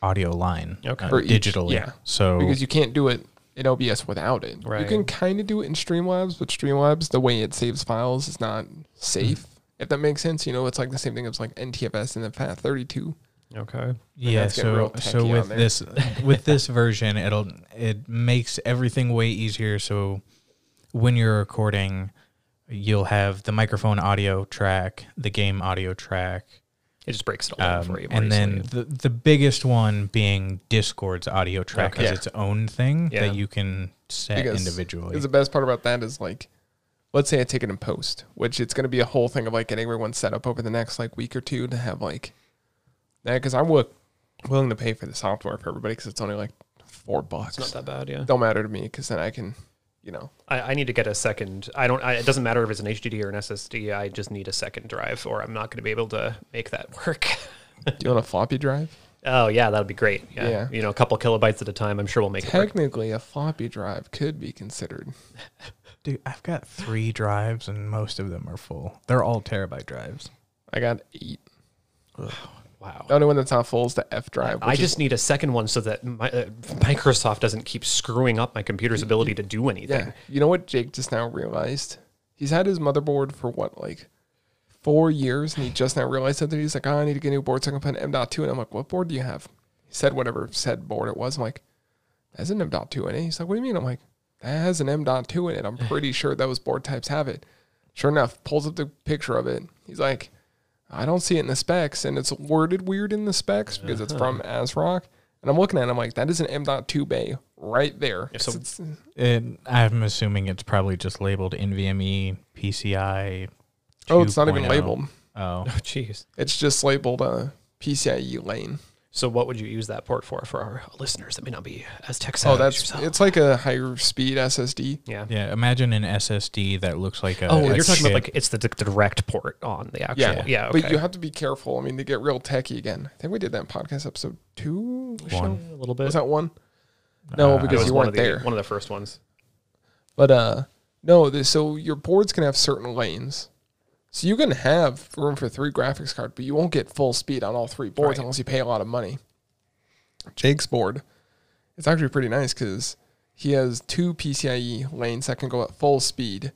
[SPEAKER 3] audio line
[SPEAKER 2] Okay.
[SPEAKER 3] uh,
[SPEAKER 1] For each,
[SPEAKER 3] digitally.
[SPEAKER 1] yeah.
[SPEAKER 3] So
[SPEAKER 1] because you can't do it in OBS without it. You
[SPEAKER 2] Right.
[SPEAKER 1] can kind of do it in Streamlabs, but Streamlabs, the way it saves files is not safe.
[SPEAKER 2] Mm-hmm.
[SPEAKER 1] If that makes sense, you know, it's like the same thing as like NTFS and the FAT32.
[SPEAKER 2] okay,
[SPEAKER 3] yeah,
[SPEAKER 1] that's getting real
[SPEAKER 3] so so
[SPEAKER 1] techy
[SPEAKER 3] with
[SPEAKER 1] on there.
[SPEAKER 3] this with this version, it'll it makes everything way easier. So when you're recording, you'll have the microphone audio track, the game audio track,
[SPEAKER 2] it just breaks it all down
[SPEAKER 3] um,
[SPEAKER 2] for you. more
[SPEAKER 3] and then
[SPEAKER 2] easily.
[SPEAKER 3] the the biggest one being Discord's audio track
[SPEAKER 2] Okay.
[SPEAKER 3] as its own thing
[SPEAKER 2] Yeah.
[SPEAKER 3] that you can set
[SPEAKER 1] Because
[SPEAKER 3] individually.
[SPEAKER 1] Is the best part about that is like, let's say I take it in post, which it's going to be a whole thing of like getting everyone set up over the next like week or two to have like, because I'm wi- willing to pay for the software for everybody because it's only like four bucks.
[SPEAKER 2] it's not that bad. Yeah,
[SPEAKER 1] Don't matter to me because then I can, you know,
[SPEAKER 2] I, I need to get a second. I don't. I, it doesn't matter if it's an HDD or an SSD. I just need a second drive, or I'm not going to be able to make that work.
[SPEAKER 1] do you want a floppy drive?
[SPEAKER 2] oh yeah, that'd be great. Yeah.
[SPEAKER 1] Yeah.
[SPEAKER 2] you know, a couple kilobytes at a time. I'm sure we'll make it work.
[SPEAKER 1] Technically, a floppy drive could be considered.
[SPEAKER 3] Dude, I've got three drives and most of them are full. They're all terabyte drives.
[SPEAKER 1] I got eight.
[SPEAKER 2] Wow.
[SPEAKER 1] The only one that's not full is the F drive.
[SPEAKER 2] I
[SPEAKER 1] which is-
[SPEAKER 2] just need a second one so that my, uh, Microsoft doesn't keep screwing up my computer's ability to do anything.
[SPEAKER 1] yeah. You know what Jake just now realized? He's had his motherboard for what, like four years, and he just now realized something. He's like, oh, I need to get a new board so I can put an M.2. And I'm like, what board do you have? He said whatever said board it was. I'm like, that's an M.2 in it. He's like, what do you mean? I'm like, that has an M.2 in it. I'm pretty sure those board types have it. Sure enough, pulls up the picture of it. He's like, I don't see it in the specs, and it's worded weird in the specs because it's from ASRock. And I'm looking at it, I'm like, that is an M.2 bay right there.
[SPEAKER 2] Yeah, so-
[SPEAKER 1] It's- it's-
[SPEAKER 3] And I'm assuming it's probably just labeled NVMe, PCI.
[SPEAKER 1] Oh, it's not even
[SPEAKER 3] 2.0.
[SPEAKER 1] labeled.
[SPEAKER 3] Oh,
[SPEAKER 2] Oh, jeez.
[SPEAKER 1] It's just labeled uh, PCIe lane.
[SPEAKER 2] So, what would you use that port for for our listeners that may not be as tech savvy
[SPEAKER 1] Oh,
[SPEAKER 2] as
[SPEAKER 1] that's
[SPEAKER 2] yourself?
[SPEAKER 1] it's like a higher speed SSD.
[SPEAKER 2] yeah.
[SPEAKER 3] yeah. Imagine an SSD that looks like a.
[SPEAKER 2] Oh,
[SPEAKER 3] a
[SPEAKER 2] you're talking about
[SPEAKER 3] chip.
[SPEAKER 2] like it's the d- direct port on the actual. Yeah, okay.
[SPEAKER 1] But you have to be careful. I mean, to get real techie again. I think we did that in podcast episode two. or so.
[SPEAKER 3] One.
[SPEAKER 2] a little bit.
[SPEAKER 1] Was that one? No,
[SPEAKER 3] Uh,
[SPEAKER 2] It
[SPEAKER 1] because
[SPEAKER 2] was
[SPEAKER 1] you
[SPEAKER 2] one
[SPEAKER 1] weren't
[SPEAKER 2] of the,
[SPEAKER 1] there.
[SPEAKER 2] One of the first ones.
[SPEAKER 1] But uh, no. The, so your boards can have certain lanes. So you can have room for three graphics card, but you won't get full speed on all three boards
[SPEAKER 2] Right.
[SPEAKER 1] unless you pay a lot of money. Jake's board, it's actually pretty nice because he has two PCIe E lanes that can go at full speed,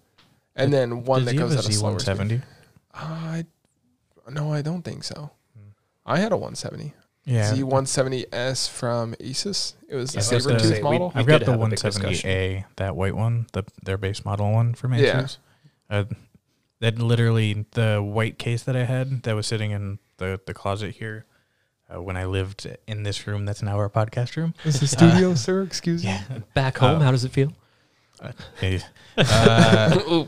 [SPEAKER 1] and then one
[SPEAKER 3] Does
[SPEAKER 1] that
[SPEAKER 3] he have
[SPEAKER 1] goes
[SPEAKER 3] a
[SPEAKER 1] at a slower speed.
[SPEAKER 3] Z170?
[SPEAKER 1] I no, I don't think so. I had a 170
[SPEAKER 3] Yeah,
[SPEAKER 1] Z170S from Asus. It was the
[SPEAKER 3] Yeah, I
[SPEAKER 1] saber
[SPEAKER 3] was gonna
[SPEAKER 1] tooth
[SPEAKER 2] say, we-
[SPEAKER 1] model.
[SPEAKER 3] I've
[SPEAKER 2] We
[SPEAKER 3] got
[SPEAKER 2] did
[SPEAKER 3] the
[SPEAKER 2] have a big
[SPEAKER 3] 170A, that white one, the their base model one from
[SPEAKER 1] Yeah.
[SPEAKER 3] Asus. Uh, that literally the white case that I had that was sitting in the the closet here. uh, when I lived in this room that's now our podcast room.
[SPEAKER 1] Is the studio, sir? Excuse me.
[SPEAKER 3] Yeah.
[SPEAKER 2] Back home,
[SPEAKER 3] Oh.
[SPEAKER 2] how does it feel?
[SPEAKER 3] Hey. Uh,
[SPEAKER 1] Ooh.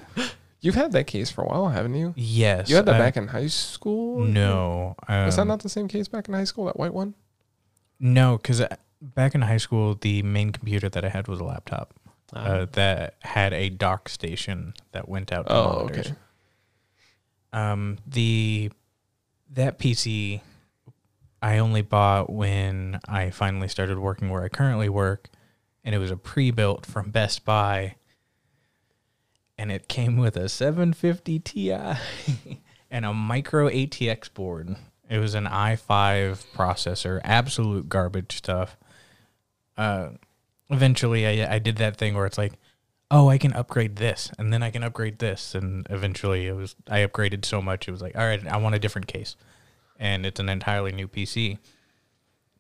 [SPEAKER 1] You've had that case for a while, haven't you?
[SPEAKER 3] yes.
[SPEAKER 1] You had that
[SPEAKER 3] I-
[SPEAKER 1] back in high school. I think?
[SPEAKER 3] No. Um,
[SPEAKER 1] Was that not the same case back in high school? That white one.
[SPEAKER 3] No, because back in high school, the main computer that I had was a laptop uh, that had a dock station that went out. to
[SPEAKER 1] Ah. Oh,
[SPEAKER 3] monitors.
[SPEAKER 1] okay.
[SPEAKER 3] Um, the that PC I only bought when I finally started working where I currently work, and it was a pre-built from Best Buy, and it came with a 750 Ti and a micro ATX board. It was an i5 processor, absolute garbage stuff. Uh, eventually, I I did that thing where it's like, oh, I can upgrade this, and then I can upgrade this, and eventually it was I upgraded so much it was like, all right, I want a different case, and it's an entirely new PC.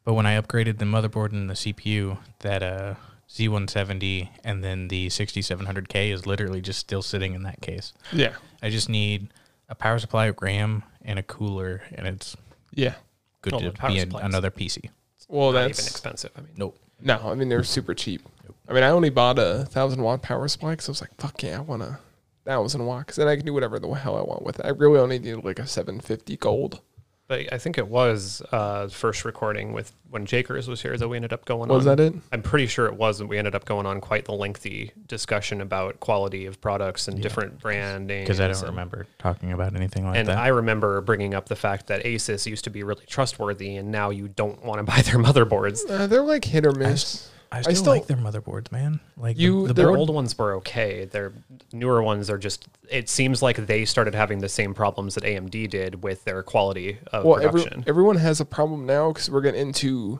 [SPEAKER 3] But when I upgraded the motherboard and the CPU, that uh, Z170 and then the 6700K is literally just still sitting in that case.
[SPEAKER 1] Yeah.
[SPEAKER 3] I just need a power supply, a RAM, and a cooler, and it's
[SPEAKER 1] Yeah.
[SPEAKER 3] good
[SPEAKER 2] Oh,
[SPEAKER 3] to
[SPEAKER 2] the power
[SPEAKER 3] be an,
[SPEAKER 2] supplies.
[SPEAKER 3] another PC.
[SPEAKER 1] Well,
[SPEAKER 2] Not even
[SPEAKER 1] that's
[SPEAKER 2] expensive. I mean,
[SPEAKER 3] Nope.
[SPEAKER 1] no. I mean, they're super cheap. I mean, I only bought a thousand watt power supply because I was like, "Fuck yeah, I want a thousand watt," because then I can do whatever the hell I want with it. I really only need like a seven fifty gold.
[SPEAKER 2] But I think it was uh, the first recording with when Jakers was here that we ended up going
[SPEAKER 1] Was
[SPEAKER 2] on.
[SPEAKER 1] that it?
[SPEAKER 2] I'm pretty sure it was that we ended up going on quite the lengthy discussion about quality of products and different brand names.
[SPEAKER 3] Because I don't
[SPEAKER 2] and-
[SPEAKER 3] remember talking about anything like
[SPEAKER 2] And
[SPEAKER 3] that.
[SPEAKER 2] I remember bringing up the fact that Asus used to be really trustworthy, and now you don't want to buy their motherboards.
[SPEAKER 1] Uh, they're like hit or miss.
[SPEAKER 3] I still,
[SPEAKER 1] still-
[SPEAKER 3] like their motherboards, man. Like the-
[SPEAKER 1] You-
[SPEAKER 3] the,
[SPEAKER 1] they're
[SPEAKER 2] Their
[SPEAKER 1] Or-
[SPEAKER 2] old ones were okay. Their newer ones are just. It seems like they started having the same problems that AMD did with their quality of
[SPEAKER 1] well, every,
[SPEAKER 2] production.
[SPEAKER 1] everyone has a problem now because we're getting into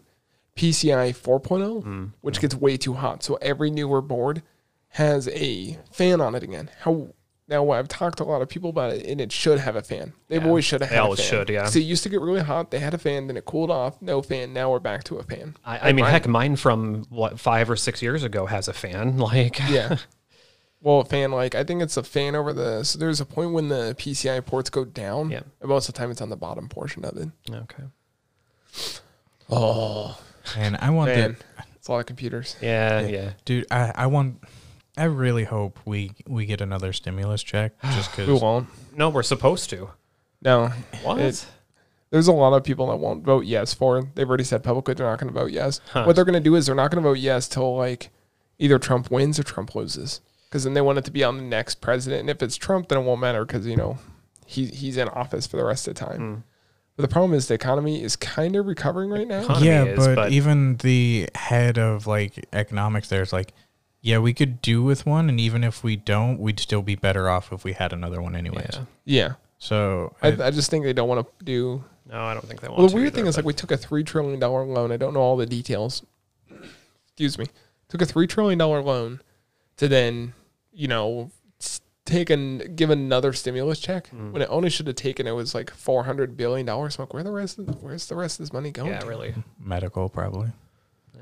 [SPEAKER 1] PCI 4.0, oh,
[SPEAKER 2] Hmm.
[SPEAKER 1] which gets way too hot. So every newer board has a fan on it again. How now? I've talked to a lot of people about it, and it should have a fan. They always should have.
[SPEAKER 2] They
[SPEAKER 1] had a
[SPEAKER 2] always
[SPEAKER 1] fan.
[SPEAKER 2] should, yeah.
[SPEAKER 1] So it used to get really hot. They had a fan, then it cooled off. No fan. Now we're back to a fan.
[SPEAKER 2] I, I mean,
[SPEAKER 1] mine-
[SPEAKER 2] heck, mine from what five or six years ago has a fan. Like,
[SPEAKER 1] Yeah. Well, a fan like I think it's a fan over the. So there's a point when the PCI ports go down.
[SPEAKER 2] Yeah.
[SPEAKER 1] And most of the time, it's on the bottom portion of it.
[SPEAKER 2] okay,
[SPEAKER 1] Oh
[SPEAKER 3] and I want
[SPEAKER 1] man,
[SPEAKER 3] the
[SPEAKER 1] it's a lot of computers.
[SPEAKER 2] yeah, yeah.
[SPEAKER 3] dude. I, I want. I really hope we we get another stimulus check just
[SPEAKER 1] Who
[SPEAKER 3] because.
[SPEAKER 1] won't?
[SPEAKER 2] No, we're supposed to.
[SPEAKER 1] No,
[SPEAKER 2] What?
[SPEAKER 1] It- there's a lot of people that won't vote yes for. it. They've already said publicly they're not going to vote yes. What they're going to do is they're not going to vote yes till like either Trump wins or Trump loses, because then they want it to be on the next president. And if it's Trump, then it won't matter because you know he he's in office for the rest of the time. But the problem is the economy is kind of recovering right now.
[SPEAKER 2] Economy
[SPEAKER 3] Yeah,
[SPEAKER 2] is,
[SPEAKER 3] but,
[SPEAKER 2] but-
[SPEAKER 3] even the head of like economics there is like, yeah, we could do with one, and even if we don't, we'd still be better off if we had another one anyways.
[SPEAKER 2] Yeah.
[SPEAKER 1] Yeah,
[SPEAKER 3] So uh,
[SPEAKER 1] I,
[SPEAKER 3] I,
[SPEAKER 1] I just think they don't want to do.
[SPEAKER 2] No, I don't think they want.
[SPEAKER 1] Well,
[SPEAKER 2] to
[SPEAKER 1] the weird
[SPEAKER 2] either,
[SPEAKER 1] thing is like
[SPEAKER 2] but-
[SPEAKER 1] we took a three trillion dollar loan. I don't know all the details. Excuse me. Took a three trillion dollar loan to then, you know, s- take and give another stimulus check
[SPEAKER 2] Mm.
[SPEAKER 1] when it only should have taken it was like four hundred billion dollars. Like where the rest? Of, where's the rest of this money going?
[SPEAKER 2] yeah,
[SPEAKER 1] to?
[SPEAKER 2] really.
[SPEAKER 3] medical probably
[SPEAKER 2] Yeah,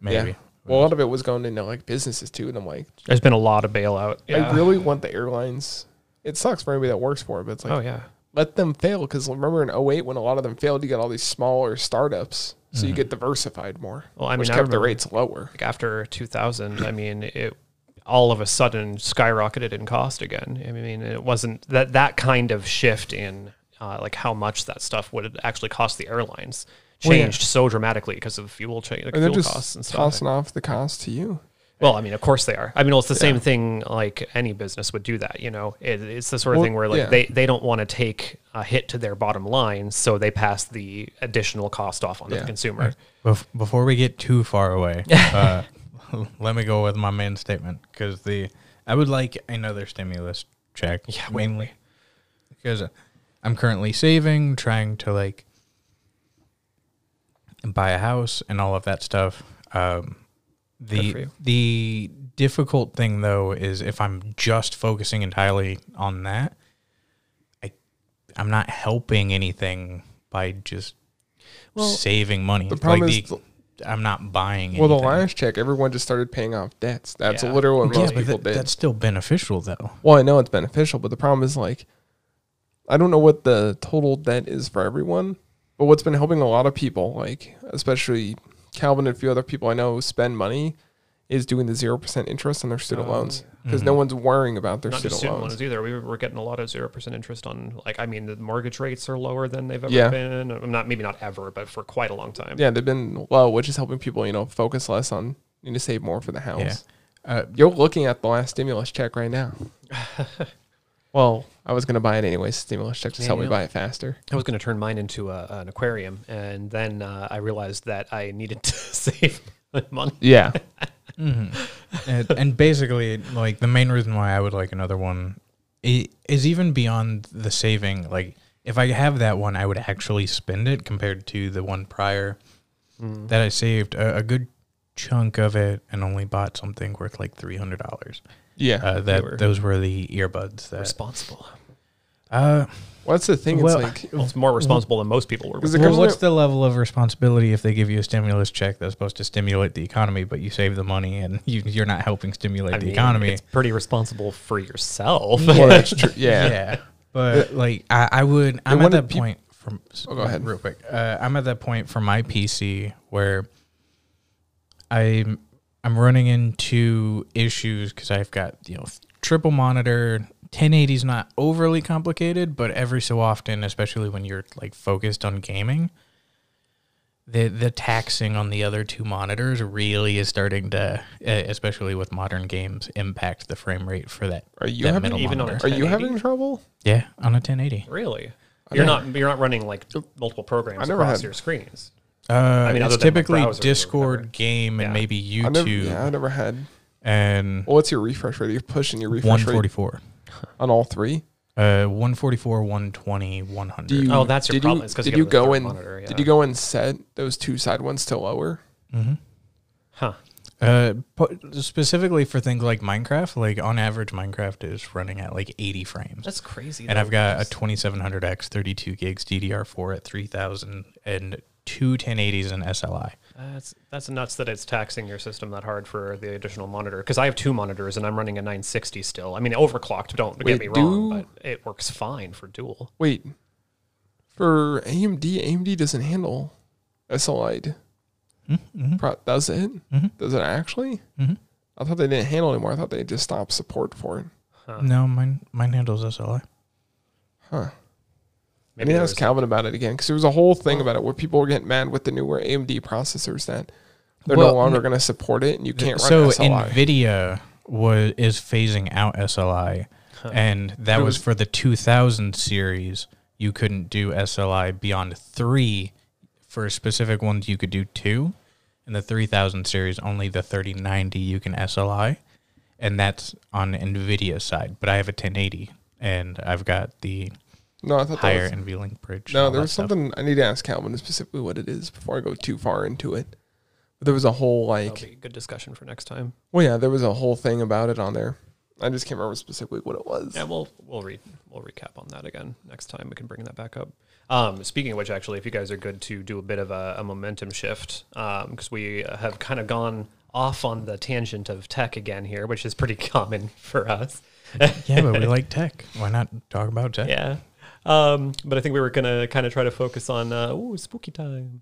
[SPEAKER 2] maybe.
[SPEAKER 3] maybe.
[SPEAKER 1] Yeah. Well, a lot of it was going into like businesses too, and I'm like,
[SPEAKER 2] There's been a lot of bailout. Yeah.
[SPEAKER 1] I really want the airlines. It sucks for anybody that works for it, but it's like
[SPEAKER 2] oh yeah.
[SPEAKER 1] let them fail because remember in 08 when a lot of them failed you got all these smaller startups so you get diversified more
[SPEAKER 2] Mm-hmm. Well, I
[SPEAKER 1] which
[SPEAKER 2] mean, I
[SPEAKER 1] kept the
[SPEAKER 2] remember-
[SPEAKER 1] rates lower
[SPEAKER 2] Like after 2000, I mean, it all of a sudden skyrocketed in cost again. I mean, it wasn't that that kind of shift in uh, like how much that stuff would actually cost the airlines
[SPEAKER 1] Well, yeah.
[SPEAKER 2] changed so dramatically because of fuel cha- like
[SPEAKER 1] and they're
[SPEAKER 2] fuel
[SPEAKER 1] just
[SPEAKER 2] costs and stuff.
[SPEAKER 1] tossing off the cost to you
[SPEAKER 2] Well, I mean, of course they are. I mean, well, it's the same thing like any business would do that, you know. It, it's the sort of
[SPEAKER 1] Well,
[SPEAKER 2] thing where like
[SPEAKER 1] yeah.
[SPEAKER 2] they, they don't want to take a hit to their bottom line, so they pass the additional cost off onto
[SPEAKER 1] Yeah.
[SPEAKER 2] the consumer.
[SPEAKER 3] Bef- before we get too far away, uh, let me go with my main statement because the I would like another stimulus check mainly because I'm currently saving, trying to like buy a house and all of that stuff. Um,
[SPEAKER 2] Good for
[SPEAKER 3] the
[SPEAKER 2] you.
[SPEAKER 3] the difficult thing though is if I'm just focusing entirely on that, I I'm not helping anything by just
[SPEAKER 2] Well,
[SPEAKER 3] saving money.
[SPEAKER 1] the problem
[SPEAKER 3] like
[SPEAKER 1] is
[SPEAKER 3] the, I'm not buying.
[SPEAKER 1] well the
[SPEAKER 3] anything.
[SPEAKER 1] last check everyone just started paying off debts that's
[SPEAKER 2] Yeah.
[SPEAKER 1] literally what
[SPEAKER 3] yeah,
[SPEAKER 1] most
[SPEAKER 3] but
[SPEAKER 1] people
[SPEAKER 3] that,
[SPEAKER 1] did
[SPEAKER 3] that's still beneficial though.
[SPEAKER 1] well i know it's beneficial but the problem is like i don't know what the total debt is for everyone But what's been helping a lot of people, like especially Calvin and a few other people I know spend money, is doing the zero percent interest on their student
[SPEAKER 2] Oh,
[SPEAKER 1] loans because no one's worrying about their
[SPEAKER 2] Not
[SPEAKER 1] student,
[SPEAKER 2] just student
[SPEAKER 1] loans.
[SPEAKER 2] loans either. We were getting a lot of zero percent interest on, like, I mean, the mortgage rates are lower than they've ever
[SPEAKER 1] Yeah.
[SPEAKER 2] been. I'm not maybe not ever, but for quite a long time.
[SPEAKER 1] Yeah, they've been low, which is helping people, you know, focus less on need to save more for the house.
[SPEAKER 3] Yeah. Uh,
[SPEAKER 1] You're looking at the last stimulus check right now. well, I was gonna buy it anyways. Stimulus check just helped me
[SPEAKER 2] Daniel.
[SPEAKER 1] buy it faster.
[SPEAKER 2] I was going to turn mine into a, an aquarium, and then uh, I realized that I needed to save money.
[SPEAKER 1] Yeah,
[SPEAKER 3] and, and basically, like the main reason why I would like another one i- is even beyond the saving. Like, if I have that one, I would actually spend it compared to the one prior
[SPEAKER 1] Hmm.
[SPEAKER 3] that I saved a, a good chunk of it and only bought something worth like three hundred dollars.
[SPEAKER 1] yeah.
[SPEAKER 3] Uh,
[SPEAKER 2] They
[SPEAKER 3] that
[SPEAKER 2] were-
[SPEAKER 3] those were the earbuds that.
[SPEAKER 2] Responsible.
[SPEAKER 3] Uh,
[SPEAKER 1] well, that's the thing.
[SPEAKER 3] well,
[SPEAKER 1] it's like
[SPEAKER 2] Well, it's more responsible than most people were.
[SPEAKER 1] Because
[SPEAKER 2] With.
[SPEAKER 1] The
[SPEAKER 3] well,
[SPEAKER 1] government-
[SPEAKER 3] what's the level of responsibility if they give you a stimulus check that's supposed to stimulate the economy, but you save the money and you, you're not helping stimulate
[SPEAKER 2] I
[SPEAKER 3] the
[SPEAKER 2] mean,
[SPEAKER 3] economy?
[SPEAKER 2] It's pretty responsible for yourself.
[SPEAKER 1] well, that's true. Yeah.
[SPEAKER 3] But like, I, I would. I'm
[SPEAKER 1] one
[SPEAKER 3] at
[SPEAKER 1] of
[SPEAKER 3] that
[SPEAKER 1] peop-
[SPEAKER 3] point from.
[SPEAKER 1] Oh, go ahead.
[SPEAKER 3] real quick. Uh, I'm at that point for my PC where I'm I'm running into issues because I've got you know triple monitor. 1080 is not overly complicated, but every so often, especially when you're like focused on gaming, the the taxing on the other two monitors really is starting to, uh, especially with modern games, impact the frame rate for that.
[SPEAKER 1] Are you
[SPEAKER 3] that
[SPEAKER 1] having-
[SPEAKER 3] middle
[SPEAKER 2] Even on a
[SPEAKER 3] monitor.
[SPEAKER 1] Are you
[SPEAKER 2] 1080?
[SPEAKER 1] having trouble?
[SPEAKER 3] Yeah, on a 1080.
[SPEAKER 2] Really? You're not you're not running like multiple programs
[SPEAKER 1] I never
[SPEAKER 2] across
[SPEAKER 1] had-
[SPEAKER 2] your screens.
[SPEAKER 3] Uh,
[SPEAKER 2] mean, other
[SPEAKER 3] it's
[SPEAKER 2] than the
[SPEAKER 3] typically
[SPEAKER 2] browser or whatever.
[SPEAKER 3] Discord, game, and
[SPEAKER 2] Yeah.
[SPEAKER 3] maybe
[SPEAKER 1] I never,
[SPEAKER 3] YouTube,
[SPEAKER 1] yeah, I never had.
[SPEAKER 3] and
[SPEAKER 1] Well, what's your refresh rate? You're pushing your refresh rate
[SPEAKER 3] 144.
[SPEAKER 1] on all three.
[SPEAKER 3] Uh, 144, 120, 100.
[SPEAKER 1] Do you?
[SPEAKER 2] Oh, that's your
[SPEAKER 1] did
[SPEAKER 2] problem.
[SPEAKER 1] You,
[SPEAKER 2] It's 'cause you
[SPEAKER 1] did
[SPEAKER 2] got
[SPEAKER 1] you
[SPEAKER 2] the
[SPEAKER 1] go
[SPEAKER 2] third
[SPEAKER 1] and
[SPEAKER 2] monitor, yeah.
[SPEAKER 1] did you go and set those two side ones to lower?
[SPEAKER 2] Huh.
[SPEAKER 3] uh, pu- specifically for things like Minecraft, like on average, Minecraft is running at like 80 frames.
[SPEAKER 2] That's crazy.
[SPEAKER 3] and
[SPEAKER 2] though.
[SPEAKER 3] I've got a 2700X, 32 gigs DDR4 at 3000, and two 1080s and SLI.
[SPEAKER 2] that's that's nuts that it's taxing your system that hard for the additional monitor. Because I have two monitors and I'm running a 960 still. I mean, overclocked. Don't
[SPEAKER 1] Wait,
[SPEAKER 2] get me wrong,
[SPEAKER 1] do-
[SPEAKER 2] but it works fine for dual.
[SPEAKER 1] Wait, for AMD, AMD doesn't handle SLI.
[SPEAKER 3] Mm-hmm,
[SPEAKER 1] Pro- does it? Does it actually? I thought they didn't handle it anymore. I thought they just stopped support for it.
[SPEAKER 3] No, mine mine handles SLI.
[SPEAKER 1] I need to
[SPEAKER 2] there
[SPEAKER 1] ask
[SPEAKER 2] was-
[SPEAKER 1] Calvin about it again because there was a whole thing about it where people were getting mad with the newer AMD processors that they're
[SPEAKER 3] Well,
[SPEAKER 1] no longer going to support it and you can't
[SPEAKER 3] so
[SPEAKER 1] run SLI.
[SPEAKER 3] Nvidia was is phasing out SLI, and that was for the 2000 series. You couldn't do SLI beyond three. For specific ones, you could do two. In the 3000 series, only the 3090 you can SLI, and that's on Nvidia side. But I have a 1080, and I've got the
[SPEAKER 1] no, I thought that
[SPEAKER 3] higher
[SPEAKER 1] was-
[SPEAKER 3] NVLink bridge. and
[SPEAKER 1] No,
[SPEAKER 3] all
[SPEAKER 1] there
[SPEAKER 3] that
[SPEAKER 1] was
[SPEAKER 3] stuff.
[SPEAKER 1] something I need to ask Calvin specifically what it is before I go too far into it. But there was a whole like,
[SPEAKER 2] That'll be a good discussion for next time.
[SPEAKER 1] well, yeah, there was a whole thing about it on there. I just can't remember specifically what it was.
[SPEAKER 2] Yeah, we'll we'll re we'll recap on that again next time. We can bring that back up. Um, speaking of which, actually, if you guys are good to do a bit of a, a momentum shift, because we have kind of gone off on the tangent of tech again here, which is pretty common for us.
[SPEAKER 3] yeah, but we like tech. Why not talk about tech?
[SPEAKER 2] yeah, um, but I think we were gonna kind of try to focus on uh, ooh spooky time.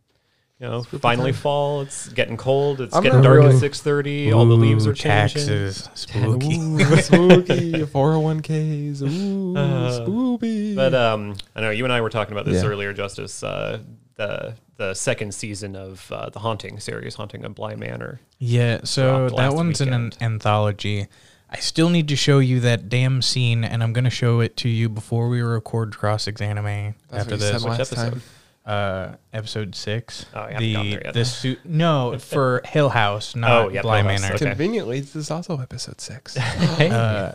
[SPEAKER 2] You know, finally fall. It's getting cold. It's
[SPEAKER 1] I'm
[SPEAKER 2] getting
[SPEAKER 1] not
[SPEAKER 2] dark
[SPEAKER 1] really-
[SPEAKER 2] at six thirty. All the leaves
[SPEAKER 3] Ooh,
[SPEAKER 2] are changing.
[SPEAKER 3] taxes. Spooky.
[SPEAKER 1] Ooh, spooky 401ks. Ooh,
[SPEAKER 2] Uh,
[SPEAKER 1] spooky.
[SPEAKER 2] But um, I know you and I were talking about this
[SPEAKER 1] Yeah.
[SPEAKER 2] earlier, Justice. Uh, the the second season of uh, the Haunting series, Haunting of Bly Manor.
[SPEAKER 3] Yeah, so
[SPEAKER 2] dropped
[SPEAKER 3] that
[SPEAKER 2] last
[SPEAKER 3] one's in an
[SPEAKER 2] weekend.
[SPEAKER 3] anthology. I still need to show you that damn scene, and I'm going to show it to you before we record Cross Examine
[SPEAKER 1] That's
[SPEAKER 3] after
[SPEAKER 1] what you said
[SPEAKER 3] this.
[SPEAKER 1] last
[SPEAKER 2] episode?
[SPEAKER 1] time.
[SPEAKER 3] Uh, episode six.
[SPEAKER 2] Oh, I haven't
[SPEAKER 3] the
[SPEAKER 2] gotten there yet.
[SPEAKER 3] the suit. No, for Hill House, not
[SPEAKER 2] Oh, yeah,
[SPEAKER 3] Bly
[SPEAKER 2] Hill House,
[SPEAKER 3] Manor.
[SPEAKER 2] okay.
[SPEAKER 1] Conveniently, this is also episode six.
[SPEAKER 2] Hey,
[SPEAKER 3] Uh,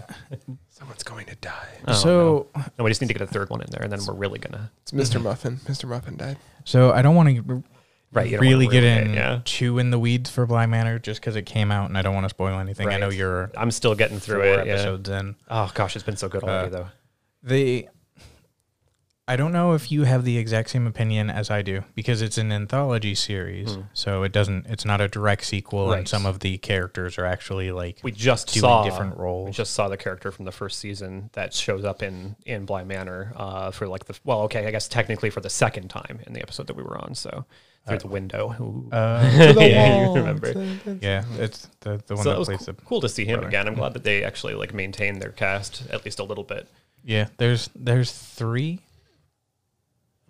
[SPEAKER 1] Someone's going to die.
[SPEAKER 3] so,
[SPEAKER 2] Oh, no, we just need to get a third one in there, and then we're really gonna.
[SPEAKER 1] It's mister
[SPEAKER 2] Mm-hmm.
[SPEAKER 1] Muffin. Mr. Muffin died.
[SPEAKER 3] so I don't want to
[SPEAKER 2] Right, you don't wanna
[SPEAKER 3] really get
[SPEAKER 2] ruin it,
[SPEAKER 3] in
[SPEAKER 2] yeah.
[SPEAKER 3] too in the weeds for Bly Manor just because it came out, and I don't want to spoil anything. I
[SPEAKER 2] Right.
[SPEAKER 3] know you're
[SPEAKER 2] I'm still getting through
[SPEAKER 3] four Uh,
[SPEAKER 2] it. yeah.
[SPEAKER 3] episodes in.
[SPEAKER 2] Oh gosh, it's been so good already, though.
[SPEAKER 3] the I don't know if you have the exact same opinion as I do because it's an anthology series, so it doesn't. It's not a direct sequel,
[SPEAKER 2] Hmm. Right.
[SPEAKER 3] and some of the characters are actually like
[SPEAKER 2] We just
[SPEAKER 3] doing
[SPEAKER 2] saw
[SPEAKER 3] different roles.
[SPEAKER 2] We just saw the character from the first season that shows up in in Blind Manor uh, for like the well, okay, I guess technically for the second time in the episode that we were on. So through the window, Ooh.
[SPEAKER 3] Uh,
[SPEAKER 2] yeah, you remember.
[SPEAKER 3] yeah, it's the the one
[SPEAKER 2] So
[SPEAKER 3] that
[SPEAKER 2] that was
[SPEAKER 3] plays
[SPEAKER 2] cool,
[SPEAKER 3] the
[SPEAKER 2] cool to see him
[SPEAKER 3] brother.
[SPEAKER 2] again. I'm glad that they actually like maintained their cast at least a little bit.
[SPEAKER 3] Yeah, there's there's three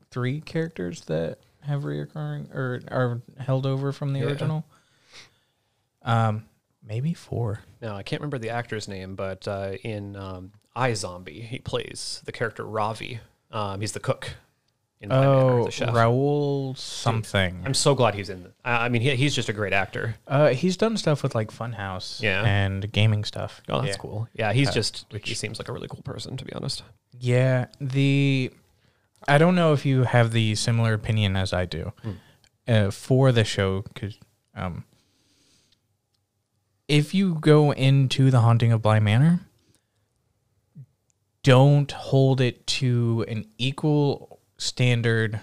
[SPEAKER 3] three characters that have reoccurring or are held over from the
[SPEAKER 2] Yeah.
[SPEAKER 3] original. Um, maybe four.
[SPEAKER 2] Now I can't remember the actor's name, but uh, in um, I Zombie, he plays the character Ravi. Um, he's the cook. In Blind Manor,
[SPEAKER 3] Oh,
[SPEAKER 2] the chef.
[SPEAKER 3] Raoul something.
[SPEAKER 2] I'm so glad he's in. I I mean, he, he's just a great actor.
[SPEAKER 3] Uh, he's done stuff with like Funhouse,
[SPEAKER 2] Yeah.
[SPEAKER 3] and gaming stuff.
[SPEAKER 2] Oh, that's
[SPEAKER 3] yeah.
[SPEAKER 2] cool. Yeah, he's just he seems like a really cool person to be honest.
[SPEAKER 3] Yeah, the I don't know if you have the similar opinion as I do
[SPEAKER 2] Hmm.
[SPEAKER 3] uh, for the show because um, if you go into the haunting of Bly Manor, don't hold it to an equal standard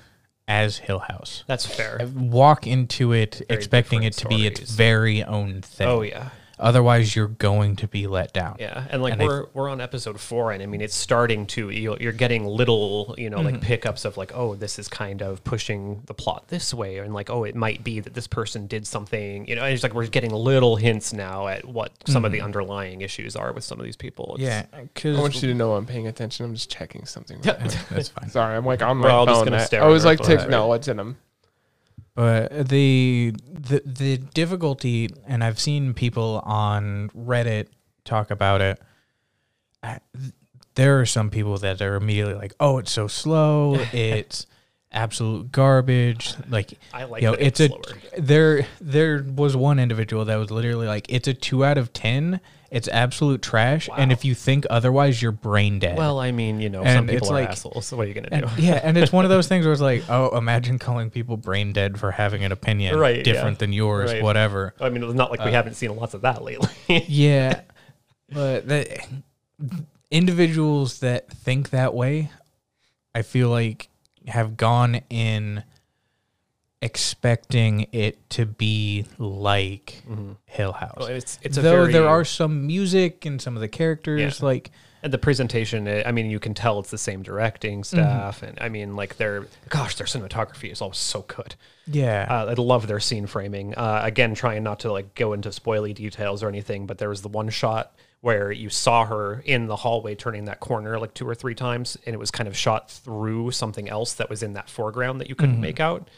[SPEAKER 3] as Hill House.
[SPEAKER 2] That's fair.
[SPEAKER 3] Walk into it
[SPEAKER 2] Very
[SPEAKER 3] expecting it
[SPEAKER 2] different
[SPEAKER 3] to be its
[SPEAKER 2] stories.
[SPEAKER 3] very own thing.
[SPEAKER 2] Oh yeah,
[SPEAKER 3] Otherwise, you're going to be let down.
[SPEAKER 2] yeah. And like
[SPEAKER 3] And I-
[SPEAKER 2] we're we're on episode four, and I mean it's starting to you- you're getting little you know like pickups of like oh this is kind of pushing the plot this way, and like oh it might be that this person did something you know. And it's like we're getting little hints now at what some of the underlying issues are with some of these people. It's-
[SPEAKER 3] Yeah,
[SPEAKER 1] I want
[SPEAKER 3] because
[SPEAKER 1] you to know I'm paying attention. I'm just checking something. right now.
[SPEAKER 3] that's fine.
[SPEAKER 1] Sorry, I'm like on
[SPEAKER 2] We're all
[SPEAKER 1] my
[SPEAKER 2] just
[SPEAKER 1] phone.
[SPEAKER 2] gonna
[SPEAKER 1] I
[SPEAKER 2] stare
[SPEAKER 1] I
[SPEAKER 2] at
[SPEAKER 1] was
[SPEAKER 2] our
[SPEAKER 1] like to
[SPEAKER 2] phones, right?
[SPEAKER 1] acknowledge in them.
[SPEAKER 3] But the the the difficulty, and I've seen people on Reddit talk about it. I, there are some people that are immediately like, "Oh, it's so slow. It's absolute garbage." Like,
[SPEAKER 2] I like
[SPEAKER 3] you know,
[SPEAKER 2] that it
[SPEAKER 3] it's
[SPEAKER 2] was
[SPEAKER 3] a
[SPEAKER 2] slower.
[SPEAKER 3] there. There was one individual that was literally like, "It's a two out of ten. It's absolute trash." And
[SPEAKER 2] Wow.
[SPEAKER 3] if you think otherwise, you're brain dead.
[SPEAKER 2] Well, I mean, you know, some
[SPEAKER 3] And
[SPEAKER 2] people
[SPEAKER 3] it's
[SPEAKER 2] are
[SPEAKER 3] like-
[SPEAKER 2] assholes. So what are you gonna
[SPEAKER 3] And-
[SPEAKER 2] do?
[SPEAKER 3] yeah, and it's one of those things where it's like, oh, imagine calling people brain dead for having an opinion
[SPEAKER 2] Right, yeah.
[SPEAKER 3] different than yours,
[SPEAKER 2] Right.
[SPEAKER 3] whatever.
[SPEAKER 2] I mean, it's not like
[SPEAKER 3] Uh,
[SPEAKER 2] we haven't seen lots of that lately.
[SPEAKER 3] Yeah, but the individuals that think that way, I feel like have gone in expecting it to be like Hill House.
[SPEAKER 2] Mm-hmm. Well, it's it's a
[SPEAKER 3] Though
[SPEAKER 2] very,
[SPEAKER 3] there are some music and some of the characters,
[SPEAKER 2] Yeah.
[SPEAKER 3] like
[SPEAKER 2] and the presentation. I I mean, you can tell it's the same directing staff, and I mean, like their gosh, their cinematography is always so good.
[SPEAKER 3] yeah,
[SPEAKER 2] Uh, I love their scene framing. Uh, again, trying not to like go into spoily details or anything, but there was the one shot where you saw her in the hallway turning that corner like two or three times, and it was kind of shot through something else that was in that foreground that you couldn't make out.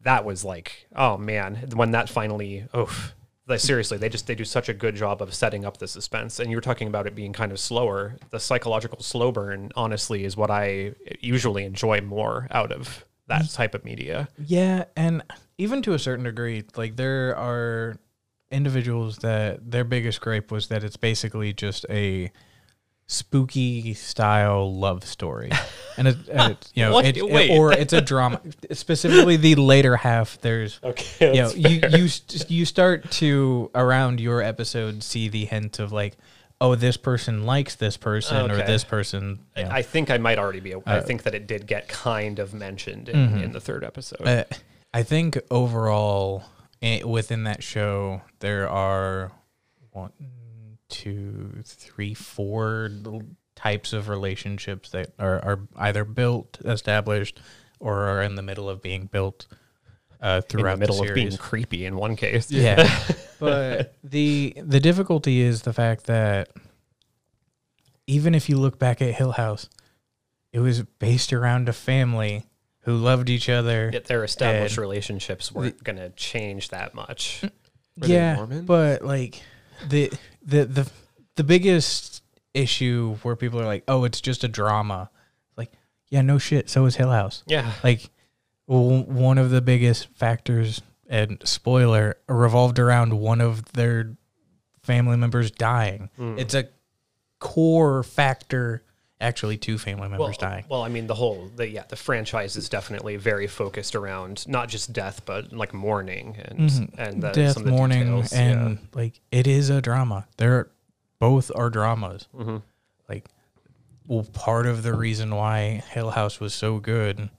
[SPEAKER 2] That was like, oh man, when that finally, oof. Like, seriously, they just they do such a good job of setting up the suspense. And you were talking about it being kind of slower. The psychological slow burn, honestly, is what I usually enjoy more out of that type of media.
[SPEAKER 3] Yeah, and even to a certain degree, like there are individuals that their biggest gripe was that it's basically just a spooky style love story, and it, and it you know,
[SPEAKER 2] What?
[SPEAKER 3] it, it-
[SPEAKER 2] Wait.
[SPEAKER 3] or it's a drama. Specifically, the later half, there's
[SPEAKER 2] Okay.
[SPEAKER 3] you know, you you st- you start to around your episode see the hint of like, oh, this person likes this person or
[SPEAKER 2] Okay.
[SPEAKER 3] this person. you know.
[SPEAKER 2] I think I might already be.
[SPEAKER 3] Uh,
[SPEAKER 2] I think that it did get kind of mentioned in, in the third episode.
[SPEAKER 3] Mm-hmm. Uh, I think overall, eh, within that show, there are one, two, three, four little types of relationships that are, are either built, established, or are in the middle of being built uh,
[SPEAKER 2] in the
[SPEAKER 3] throughout the,
[SPEAKER 2] middle of being
[SPEAKER 3] series.
[SPEAKER 2] creepy in one case.
[SPEAKER 3] yeah, but the the difficulty is the fact that even if you look back at Hill House, it was based around a family who loved each other.
[SPEAKER 2] That their established
[SPEAKER 3] And
[SPEAKER 2] relationships weren't going to change that much.
[SPEAKER 1] Were they
[SPEAKER 3] yeah,
[SPEAKER 1] Mormon?
[SPEAKER 3] but like the the the the biggest issue where people are like, "Oh, it's just a drama." Like, yeah, no shit. So is Hill House.
[SPEAKER 2] Yeah.
[SPEAKER 3] Like, w- one of the biggest factors and spoiler revolved around one of their family members dying. It's a core factor. Actually, two family members
[SPEAKER 2] Well,
[SPEAKER 3] dying.
[SPEAKER 2] well, I mean, the whole, the, yeah, the franchise is definitely very focused around not just death, but like mourning and and the,
[SPEAKER 3] Mm-hmm. death
[SPEAKER 2] some of the
[SPEAKER 3] mourning
[SPEAKER 2] details.
[SPEAKER 3] and
[SPEAKER 2] Mm-hmm.
[SPEAKER 3] like it is a drama they're both are dramas like well, part of the reason why Hill House was so good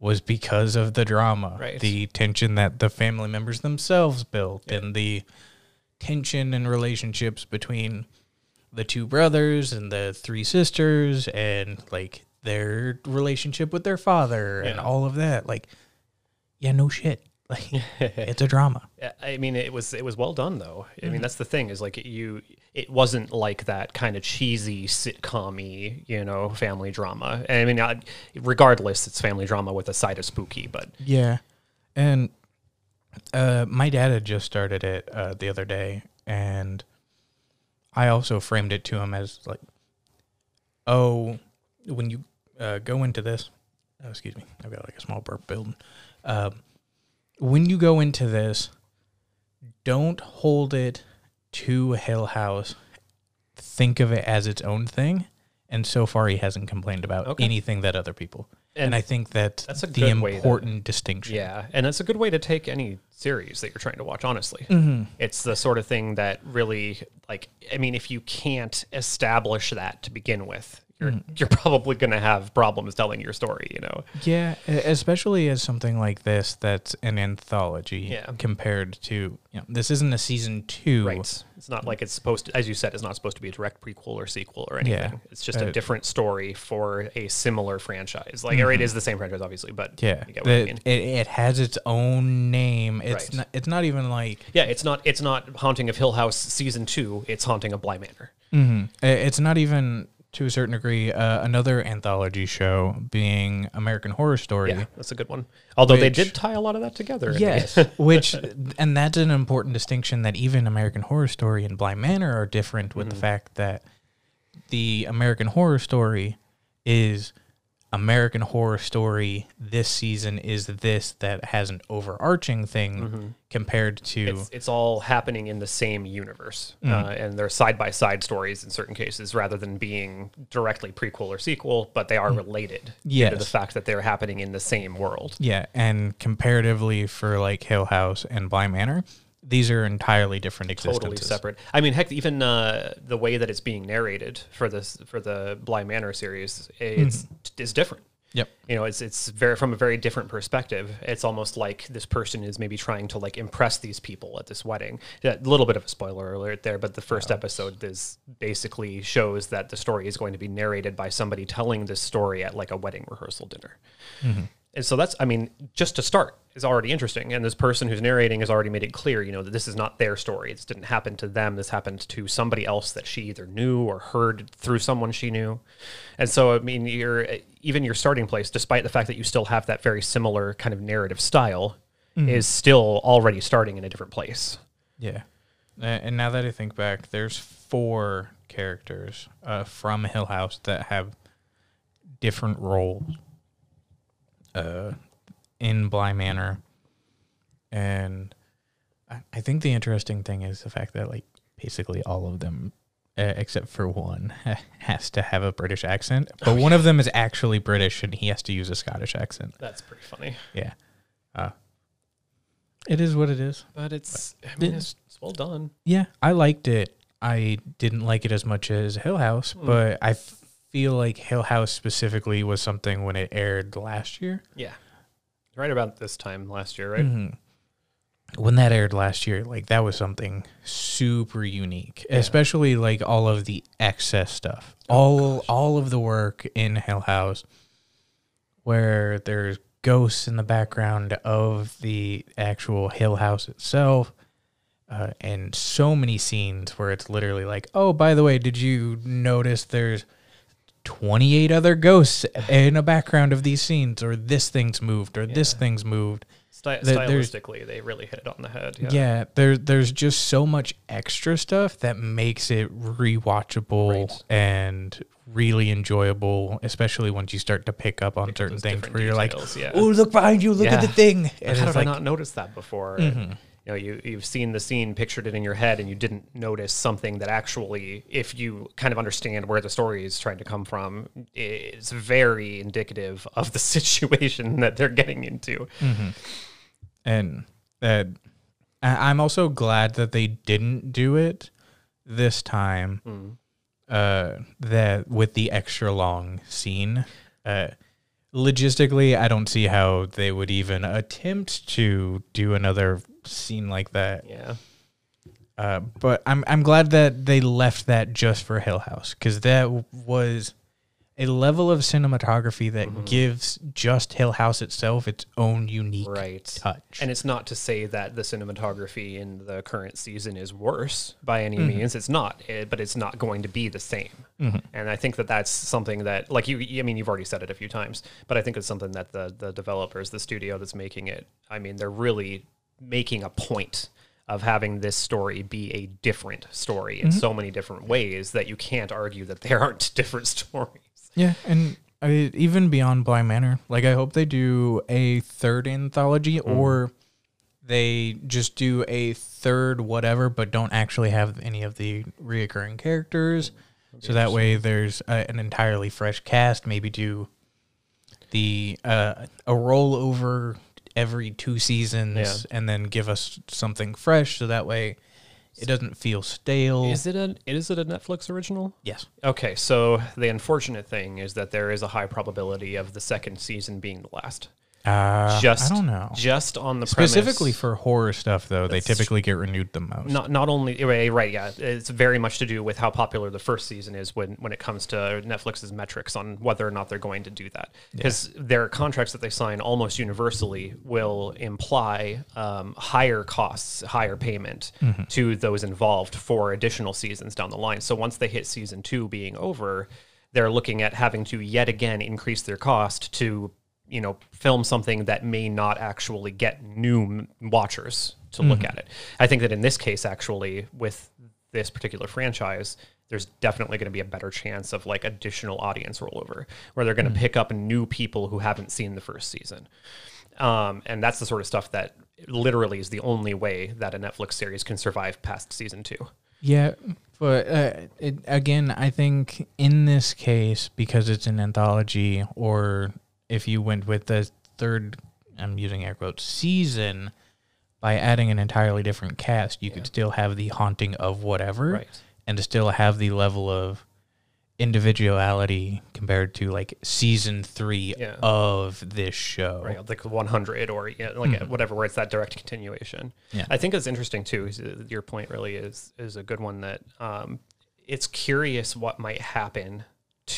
[SPEAKER 3] was because of the drama,
[SPEAKER 2] Right.
[SPEAKER 3] the tension that the family members themselves built, and the tension and relationships between the two brothers and the three sisters, and like their relationship with their father, and
[SPEAKER 2] Yeah.
[SPEAKER 3] all of that. Like, yeah, no shit. Like, it's a drama.
[SPEAKER 2] Yeah, I mean, it was it was well done though. I mean, that's the thing is like you, it wasn't like that kind of cheesy sitcom-y, you know, family drama. And I mean, I, regardless, it's family drama with a side of spooky. But
[SPEAKER 3] Yeah. And uh, my dad had just started it uh, the other day, and I also framed it to him as like, oh, when you uh, go into this, oh, excuse me, I've got like a small burp building. Um, when you go into this, don't hold it to Hill House. Think of it as its own thing. And so far, he hasn't complained about
[SPEAKER 2] Okay.
[SPEAKER 3] anything that other people. And,
[SPEAKER 2] And
[SPEAKER 3] I think that
[SPEAKER 2] that's a
[SPEAKER 3] the
[SPEAKER 2] good way to-
[SPEAKER 3] important distinction.
[SPEAKER 2] yeah, and that's a good way to take any series that you're trying to watch. Honestly, it's the sort of thing that really, like, I mean, if you can't establish that to begin with, you're you're probably going to have problems telling your story. You know,
[SPEAKER 3] Yeah, e- especially as something like this that's an anthology
[SPEAKER 2] Yeah.
[SPEAKER 3] compared to, you know, this isn't a season two.
[SPEAKER 2] Right. It's not like it's supposed to, as you said, it's not supposed to be a direct prequel or sequel or anything.
[SPEAKER 3] Yeah.
[SPEAKER 2] It's just
[SPEAKER 3] Uh,
[SPEAKER 2] a different story for a similar franchise. Like, or it is the same franchise, obviously, but
[SPEAKER 3] Mm-hmm. Yeah.
[SPEAKER 2] you get what I
[SPEAKER 3] The-
[SPEAKER 2] mean.
[SPEAKER 3] it, it has its own name. It's
[SPEAKER 2] Right.
[SPEAKER 3] not it's not even like
[SPEAKER 2] yeah, it's not it's not Haunting of Hill House season two. It's Haunting of Bly Manor.
[SPEAKER 3] i- e, it's not even to a certain degree uh, another anthology show being American Horror Story.
[SPEAKER 2] Yeah, that's a good one. Although they
[SPEAKER 3] Which-
[SPEAKER 2] did tie a lot of that together. in the-
[SPEAKER 3] Yes, which and that's an important distinction that even American Horror Story and Blind Manor are different with
[SPEAKER 2] Mm-hmm.
[SPEAKER 3] the fact that the American Horror Story is American Horror Story. This season is this that has an overarching thing compared to
[SPEAKER 2] Mm-hmm. It's, it's all happening in the same universe,
[SPEAKER 3] Mm.
[SPEAKER 2] uh, and they're side by side stories in certain cases, rather than being directly prequel or sequel. But they are related due to the
[SPEAKER 3] Mm. Yes.
[SPEAKER 2] fact that they're happening in the same world.
[SPEAKER 3] yeah, and comparatively for like Hill House and Blind Manor, these are entirely different existences.
[SPEAKER 2] totally separate. I mean, heck, even uh, the way that it's being narrated for this for the Bly Manor series, it's is different.
[SPEAKER 3] Yep.
[SPEAKER 2] You know, it's it's very from a very different perspective. It's almost like this person is maybe trying to like impress these people at this wedding. Yeah, A little bit of a spoiler alert there, but the first episode is basically shows that the story is going to be narrated by somebody telling this story at like a wedding rehearsal dinner. And so that's, I mean, just to start is already interesting. And this person who's narrating has already made it clear, you know, that this is not their story. This didn't happen to them. This happened to somebody else that she either knew or heard through someone she knew. And so, I mean, you're, even your starting place, despite the fact that you still have that very similar kind of narrative style, is still already starting in a different place.
[SPEAKER 3] Yeah. A- And now that I think back, there's four characters uh, from Hill House that have different roles uh, in Bly Manor. And I I think the interesting thing is the fact that, like, basically all of them, uh, except for one, has to have a British accent. But one of them is actually British and he has to use a Scottish accent.
[SPEAKER 2] That's pretty funny.
[SPEAKER 3] Yeah. Uh, it is what it is.
[SPEAKER 2] But it's, I
[SPEAKER 3] mean,
[SPEAKER 2] mean,
[SPEAKER 3] it's-
[SPEAKER 2] it's, well done.
[SPEAKER 3] Yeah, I liked it. I didn't like it as much as Hill House, but I f- feel like Hill House specifically was something when it aired last year.
[SPEAKER 2] Yeah. Right about this time last year, right?
[SPEAKER 3] Mm-hmm. When that aired last year, like that was something super unique, especially like all of the excess stuff.
[SPEAKER 2] Oh,
[SPEAKER 3] all all of the work in Hill House where there's ghosts in the background of the actual Hill House itself. Uh, and so many scenes where it's literally like, oh, by the way, did you notice there's 28 other ghosts in a background of these scenes, or this thing's moved, or this thing's moved?
[SPEAKER 2] Sty-
[SPEAKER 3] There- there's-
[SPEAKER 2] stylistically, they really hit it on the head.
[SPEAKER 3] Yeah. there there's just so much extra stuff that makes it rewatchable
[SPEAKER 2] Right.
[SPEAKER 3] and really enjoyable, especially once you start to pick up on certain
[SPEAKER 2] those
[SPEAKER 3] things
[SPEAKER 2] different
[SPEAKER 3] where you're like,
[SPEAKER 2] details, yeah.
[SPEAKER 3] "Oh, look behind you! Look at the
[SPEAKER 2] Yeah.
[SPEAKER 3] thing!" And
[SPEAKER 2] How
[SPEAKER 3] it's
[SPEAKER 2] did I
[SPEAKER 3] like,
[SPEAKER 2] not notice that before? You know, you you've seen the scene, pictured it in your head, and you didn't notice something that actually, if you kind of understand where the story is trying to come from, is very indicative of the situation that they're getting into.
[SPEAKER 3] and uh,
[SPEAKER 2] Hmm.
[SPEAKER 3] I- I'm also glad that they didn't do it this time. uh, that with the extra long scene. Uh, logistically, I don't see how they would even attempt to do another scene like that.
[SPEAKER 2] Yeah.
[SPEAKER 3] Uh, but I'm I'm glad that they left that just for Hill House because that was a level of cinematography that
[SPEAKER 2] Mm-hmm.
[SPEAKER 3] gives just Hill House itself its own unique
[SPEAKER 2] Right.
[SPEAKER 3] touch.
[SPEAKER 2] And it's not to say that the cinematography in the current season is worse by any means. It's not, eh, but it's not going to be the same. And I think that that's something that, like you, I mean, you've already said it a few times, but I think it's something that the the developers, the studio that's making it, I mean, they're really making a point of having this story be a different story in so many different ways that you can't argue that there aren't different stories.
[SPEAKER 3] yeah, and I mean, even beyond Blind Manor, like I hope they do a third anthology
[SPEAKER 2] Hmm.
[SPEAKER 3] or they just do a third whatever, but don't actually have any of the reoccurring characters. So that way, there's uh an entirely fresh cast. Maybe do the uh, a rollover every two seasons, and then give us something fresh. So that way, it doesn't feel stale.
[SPEAKER 2] Is it a is it a Netflix original?
[SPEAKER 3] yes.
[SPEAKER 2] Okay, so the unfortunate thing is that there is a high probability of the second season being the last.
[SPEAKER 3] Uh,
[SPEAKER 2] Just
[SPEAKER 3] I don't know.
[SPEAKER 2] Just on the
[SPEAKER 3] Specifically
[SPEAKER 2] premise,
[SPEAKER 3] for horror stuff, though, they typically get renewed the most.
[SPEAKER 2] not not only eh, right, yeah, it's very much to do with how popular the first season is when when it comes to Netflix's metrics on whether or not they're going to do that because their contracts that they sign almost universally will imply um, higher costs, higher payment to those involved for additional seasons down the line. So once they hit season two being over, they're looking at having to yet again increase their cost to you know film something that may not actually get new m- watchers to look at it i think that in this case actually with this particular franchise there's definitely going to be a better chance of like additional audience rollover where they're going to pick up new people who haven't seen the first season um, and that's the sort of stuff that literally is the only way that a netflix series can survive past season two
[SPEAKER 3] Yeah, but uh, it, again, I think in this case, because it's an anthology, or if you went with the third, I'm using air quotes, season, by adding an entirely different cast, you could still have the haunting of whatever,
[SPEAKER 2] Right.
[SPEAKER 3] and to still have the level of individuality compared to like season three
[SPEAKER 2] Yeah.
[SPEAKER 3] of this show.
[SPEAKER 2] right, like 100 or yeah, like whatever, where it's that direct continuation.
[SPEAKER 3] Mm-hmm. Yeah.
[SPEAKER 2] I think it's interesting too. is, uh, Your point really is is a good one that um, it's curious what might happen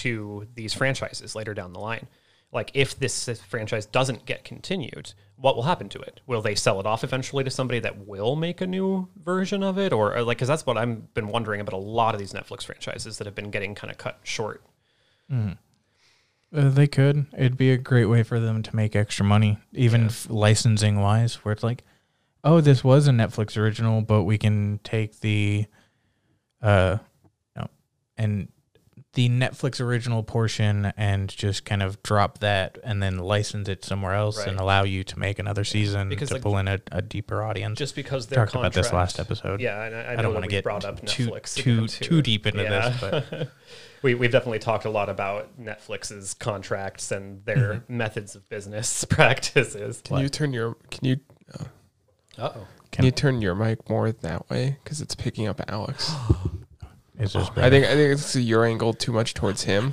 [SPEAKER 2] to these franchises later down the line. Like if this franchise doesn't get continued, what will happen to it? Will they sell it off eventually to somebody that will make a new version of it, or, or like because that's what I've been wondering about a lot of these Netflix franchises that have been getting kind of cut short.
[SPEAKER 3] Uh, they could. It'd be a great way for them to make extra money, even f- licensing wise, where it's like, oh, this was a Netflix original, but we can take the, uh, no, and the Netflix original portion and just kind of drop that and then license it somewhere else and
[SPEAKER 2] Right.
[SPEAKER 3] allow you to make another season
[SPEAKER 2] Because,
[SPEAKER 3] to
[SPEAKER 2] like,
[SPEAKER 3] pull in a, a deeper audience.
[SPEAKER 2] Just because their
[SPEAKER 3] Talked about this
[SPEAKER 2] contract-
[SPEAKER 3] last episode.
[SPEAKER 2] Yeah, and I, I,
[SPEAKER 3] I
[SPEAKER 2] know
[SPEAKER 3] don't
[SPEAKER 2] that
[SPEAKER 3] want to
[SPEAKER 2] we've
[SPEAKER 3] get
[SPEAKER 2] brought up
[SPEAKER 3] too
[SPEAKER 2] Netflix
[SPEAKER 3] too
[SPEAKER 2] now,
[SPEAKER 3] too deep into this, but
[SPEAKER 2] we we've definitely talked a lot about Netflix's contracts and their methods of business practices.
[SPEAKER 1] Can you turn your can you
[SPEAKER 2] Uh oh.
[SPEAKER 1] can you turn your mic more that way because it's picking up Alex?
[SPEAKER 3] it's just
[SPEAKER 1] I think I think it's your angle too much towards him.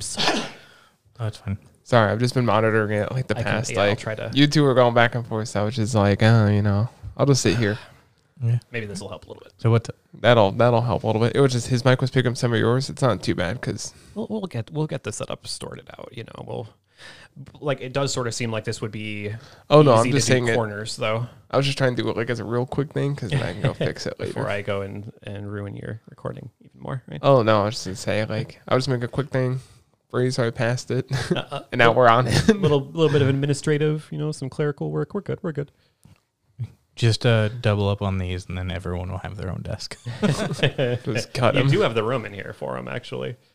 [SPEAKER 3] that's fine.
[SPEAKER 1] Sorry, I've just been monitoring it like the
[SPEAKER 2] I can-
[SPEAKER 1] past.
[SPEAKER 2] yeah, I'll
[SPEAKER 1] like
[SPEAKER 2] try to-
[SPEAKER 1] you two are going back and forth. So I was just like, oh, you know, I'll just sit here.
[SPEAKER 2] Maybe this will help a little bit.
[SPEAKER 3] So what's
[SPEAKER 1] That'll that'll help a little bit. It was just his mic was picking up some of yours. It's not too bad because
[SPEAKER 2] We'll, we'll get we'll get the setup sorted out. You know, we'll like it does sort of seem like this would be.
[SPEAKER 1] Oh, no,
[SPEAKER 2] easy
[SPEAKER 1] I'm
[SPEAKER 2] to
[SPEAKER 1] just
[SPEAKER 2] do
[SPEAKER 1] saying it-
[SPEAKER 2] corners though.
[SPEAKER 1] I was just trying to do it like as a real quick thing because then I can go fix it later.
[SPEAKER 2] Before I go and and ruin your recording even more. Right?
[SPEAKER 1] Oh no, I was just gonna say like I'll just make a quick thing. Breeze already passed it,
[SPEAKER 2] Uh-uh.
[SPEAKER 1] and now we're on it.
[SPEAKER 2] A little little bit of administrative, you know, some clerical work. We're good. We're good.
[SPEAKER 3] Just uh, double up on these, and then everyone will have their own desk.
[SPEAKER 1] Just cut
[SPEAKER 2] You
[SPEAKER 1] him.
[SPEAKER 2] do have the room in here for him, actually.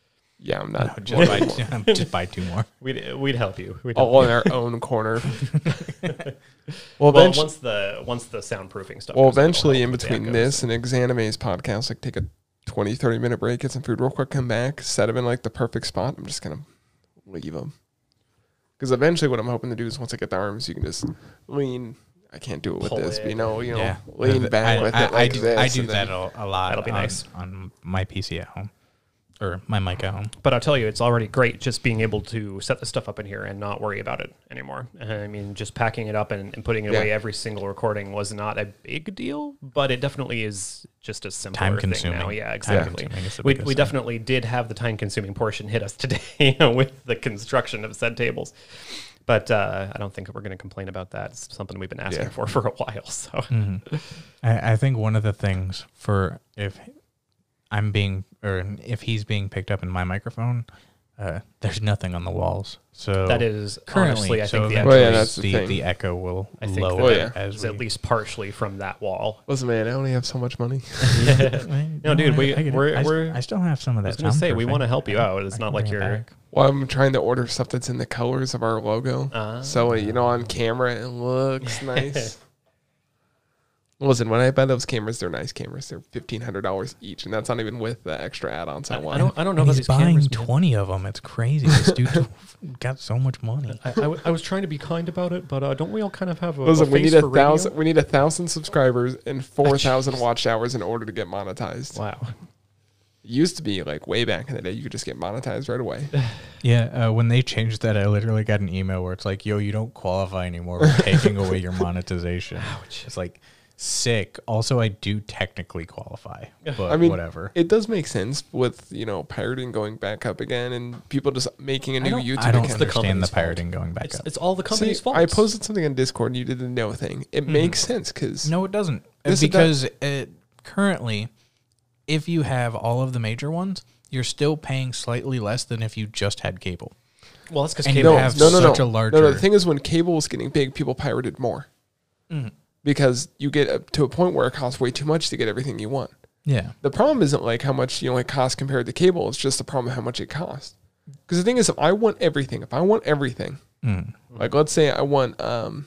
[SPEAKER 1] Yeah, I'm not.
[SPEAKER 3] just, buy, just buy two more.
[SPEAKER 2] We'd we'd help you. We'd help
[SPEAKER 1] all in our own corner. well,
[SPEAKER 2] Well,
[SPEAKER 1] eventu-
[SPEAKER 2] once the once the soundproofing stuff.
[SPEAKER 1] well,
[SPEAKER 2] goes, that'll
[SPEAKER 1] eventually,
[SPEAKER 2] help
[SPEAKER 1] in
[SPEAKER 2] with the
[SPEAKER 1] between
[SPEAKER 2] echoes.
[SPEAKER 1] this and Exanime's podcast, like take a 20, 30 minute break, get some food real quick, come back, set them in like the perfect spot. I'm just gonna leave them because eventually, what I'm hoping to do is once I get the arms, you can just lean. I can't do it with
[SPEAKER 2] Pull
[SPEAKER 1] this, but
[SPEAKER 2] it.
[SPEAKER 1] you know, you know,
[SPEAKER 3] Yeah,
[SPEAKER 1] lean
[SPEAKER 3] I-
[SPEAKER 1] back
[SPEAKER 3] I,
[SPEAKER 1] with
[SPEAKER 3] I-
[SPEAKER 1] it
[SPEAKER 3] I
[SPEAKER 1] like
[SPEAKER 3] do,
[SPEAKER 1] this.
[SPEAKER 3] I do
[SPEAKER 1] and
[SPEAKER 3] that
[SPEAKER 1] then-
[SPEAKER 3] a, a lot.
[SPEAKER 2] That'll be
[SPEAKER 3] on-
[SPEAKER 2] nice.
[SPEAKER 3] on my PC at home. or my mic at home.
[SPEAKER 2] But I'll tell you, it's already great just being able to set the stuff up in here and not worry about it anymore. I mean, just packing it up and, and putting it
[SPEAKER 1] Yeah.
[SPEAKER 2] away every single recording was not a big deal, but it definitely is just a simpler
[SPEAKER 3] Time-consuming.
[SPEAKER 2] thing now. Yeah, exactly.
[SPEAKER 3] Time-consuming is the
[SPEAKER 2] we
[SPEAKER 3] biggest
[SPEAKER 2] we
[SPEAKER 3] thing.
[SPEAKER 2] definitely did have the time-consuming portion hit us today with the construction of said tables. But uh, I don't think we're going to complain about that. It's something we've been asking
[SPEAKER 1] Yeah.
[SPEAKER 2] for for a while. So
[SPEAKER 3] Mm. Mm-hmm. I, I think one of the things for if I'm being or if he's being picked up in my microphone, uh, there's nothing on the walls. So
[SPEAKER 2] that is honestly,
[SPEAKER 3] currently,
[SPEAKER 2] I
[SPEAKER 3] so
[SPEAKER 2] think the
[SPEAKER 3] eventually
[SPEAKER 1] Well, yeah, that's the
[SPEAKER 3] the,
[SPEAKER 1] thing. Oh,
[SPEAKER 3] the echo will
[SPEAKER 2] I think
[SPEAKER 3] lower
[SPEAKER 1] that
[SPEAKER 3] Oh, yeah. as
[SPEAKER 2] is
[SPEAKER 3] we,
[SPEAKER 2] at least partially from that wall.
[SPEAKER 1] Listen, man, I only have so much money.
[SPEAKER 2] No, dude, we-
[SPEAKER 3] get it.
[SPEAKER 2] we're-
[SPEAKER 3] I, s-
[SPEAKER 2] we're-
[SPEAKER 3] I still have some of that.
[SPEAKER 2] I was going to
[SPEAKER 3] sound
[SPEAKER 2] say we
[SPEAKER 3] proofing.
[SPEAKER 2] want to help you
[SPEAKER 3] I-
[SPEAKER 2] out. It's
[SPEAKER 3] I
[SPEAKER 2] not
[SPEAKER 3] can
[SPEAKER 2] like
[SPEAKER 3] bring it
[SPEAKER 2] you're.
[SPEAKER 3] back.
[SPEAKER 1] Well, I'm trying to order stuff that's in the colors of our logo.
[SPEAKER 2] Uh,
[SPEAKER 1] So, uh, you know, on camera, it looks nice. Listen, when I buy those cameras, they're nice cameras. They're fifteen hundred dollars each, and that's not even with the extra add-ons I,
[SPEAKER 2] I, I
[SPEAKER 1] want.
[SPEAKER 2] don't. I don't know
[SPEAKER 3] And
[SPEAKER 2] about
[SPEAKER 3] he's
[SPEAKER 2] these
[SPEAKER 3] buying
[SPEAKER 2] cameras. man.
[SPEAKER 3] twenty of them. It's crazy. This dude got so much money.
[SPEAKER 2] I, I w- I was trying to be kind about it, but uh, don't we all kind of have a,
[SPEAKER 1] Listen,
[SPEAKER 2] a
[SPEAKER 1] we
[SPEAKER 2] face
[SPEAKER 1] need a
[SPEAKER 2] for radio?
[SPEAKER 1] thousand. We need a thousand subscribers and four thousand
[SPEAKER 2] jeez.
[SPEAKER 1] watch hours in order to get monetized.
[SPEAKER 2] Wow.
[SPEAKER 1] It used to be like way back in the day, you could just get monetized right away.
[SPEAKER 3] Yeah, uh, when they changed that, I literally got an email where it's like, "Yo, you don't qualify anymore. We're taking away your monetization." It's like sick. Also, I do technically qualify, but
[SPEAKER 1] I mean,
[SPEAKER 3] whatever.
[SPEAKER 1] It does make sense with you know pirating going back up again and people just making a new
[SPEAKER 3] don't-
[SPEAKER 1] YouTube
[SPEAKER 3] I don't
[SPEAKER 1] account.
[SPEAKER 2] the
[SPEAKER 3] understand the,
[SPEAKER 2] company's fault.
[SPEAKER 3] pirating going back
[SPEAKER 2] It's,
[SPEAKER 3] up.
[SPEAKER 2] it's all the
[SPEAKER 1] See,
[SPEAKER 2] company's fault.
[SPEAKER 1] I posted something on Discord and you did the no thing. It makes sense because
[SPEAKER 3] Hmm. no, it doesn't
[SPEAKER 1] Yes, it
[SPEAKER 3] because
[SPEAKER 1] does.
[SPEAKER 3] it, currently, if you have all of the major ones, you're still paying slightly less than if you just had cable.
[SPEAKER 2] Well, that's because
[SPEAKER 3] And
[SPEAKER 2] cable.
[SPEAKER 3] you
[SPEAKER 1] no,
[SPEAKER 3] have
[SPEAKER 1] no, no,
[SPEAKER 3] such
[SPEAKER 1] no.
[SPEAKER 3] a larger.
[SPEAKER 1] No, no, the thing is, when cable was getting big, people pirated more
[SPEAKER 3] Hmm.
[SPEAKER 1] because you get up to a point where it costs way too much to get everything you want.
[SPEAKER 3] yeah,
[SPEAKER 1] The problem isn't like how much you know it costs compared to cable. It's just the problem of how much it costs. Because the thing is, if I want everything, if I want everything,
[SPEAKER 3] Hmm.
[SPEAKER 1] like let's say I want, um,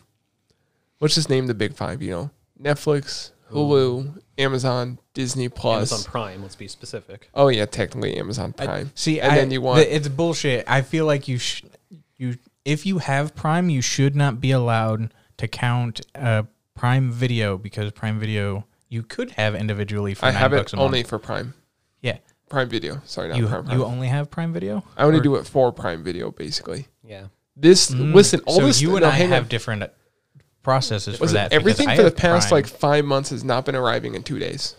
[SPEAKER 1] let's just name the big five. You know, Netflix, Hulu, Amazon, Disney Plus.
[SPEAKER 2] Amazon Prime. Let's be specific.
[SPEAKER 1] Oh yeah, technically Amazon Prime.
[SPEAKER 3] See,
[SPEAKER 1] and
[SPEAKER 3] I,
[SPEAKER 1] then you want
[SPEAKER 3] th- it's bullshit. I feel like you sh- you if you have Prime, you should not be allowed to count uh, Prime Video because Prime Video you could have individually for
[SPEAKER 1] I
[SPEAKER 3] nine
[SPEAKER 1] have
[SPEAKER 3] bucks
[SPEAKER 1] it
[SPEAKER 3] a
[SPEAKER 1] only Oh,
[SPEAKER 3] month.
[SPEAKER 1] for Prime.
[SPEAKER 3] Yeah,
[SPEAKER 1] Prime Video. Sorry, not
[SPEAKER 3] you
[SPEAKER 1] Prime. Prime.
[SPEAKER 3] you only have Prime Video.
[SPEAKER 1] I only do it for Prime Video, basically.
[SPEAKER 2] Yeah.
[SPEAKER 1] This listen, all
[SPEAKER 3] Mm. so
[SPEAKER 1] this
[SPEAKER 3] you and
[SPEAKER 1] no,
[SPEAKER 3] I
[SPEAKER 1] hang on.
[SPEAKER 3] have different processes for
[SPEAKER 1] Listen,
[SPEAKER 3] that. because
[SPEAKER 1] everything
[SPEAKER 3] I
[SPEAKER 1] for the
[SPEAKER 3] have
[SPEAKER 1] past
[SPEAKER 3] Prime.
[SPEAKER 1] like five months has not been arriving in two days.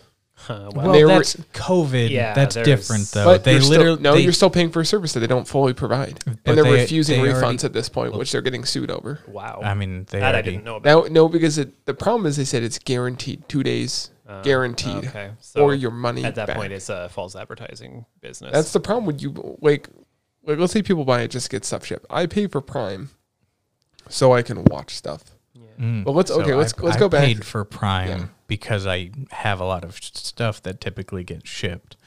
[SPEAKER 2] Uh, well,
[SPEAKER 3] well,
[SPEAKER 1] they were-
[SPEAKER 3] that's COVID.
[SPEAKER 2] Yeah,
[SPEAKER 3] that's
[SPEAKER 2] there's-
[SPEAKER 3] different though.
[SPEAKER 1] but
[SPEAKER 3] they
[SPEAKER 1] you're
[SPEAKER 3] literally
[SPEAKER 1] still, no,
[SPEAKER 3] they-
[SPEAKER 1] you're still paying for a service that they don't fully provide,
[SPEAKER 3] But
[SPEAKER 1] and they're
[SPEAKER 3] they-
[SPEAKER 1] refusing
[SPEAKER 3] they
[SPEAKER 1] refunds
[SPEAKER 3] already-
[SPEAKER 1] at this point, which they're getting sued over.
[SPEAKER 2] wow.
[SPEAKER 3] I mean, they
[SPEAKER 2] that I
[SPEAKER 3] already-
[SPEAKER 2] didn't know about.
[SPEAKER 1] Now, no, because it, the problem is they said it's guaranteed two days, guaranteed,
[SPEAKER 2] okay.
[SPEAKER 1] or
[SPEAKER 2] So,
[SPEAKER 1] your money
[SPEAKER 2] At that
[SPEAKER 1] back.
[SPEAKER 2] point, it's a false advertising business.
[SPEAKER 1] That's the problem when you like, like let's say people buy it just to get stuff shipped. I pay for Prime, so I can watch stuff. But let's
[SPEAKER 3] Mm. So
[SPEAKER 1] okay, let's
[SPEAKER 3] I've-
[SPEAKER 1] let's
[SPEAKER 3] I've
[SPEAKER 1] go back.
[SPEAKER 3] Paid for Prime
[SPEAKER 1] Yeah.
[SPEAKER 3] because I have a lot of s- stuff that typically gets shipped.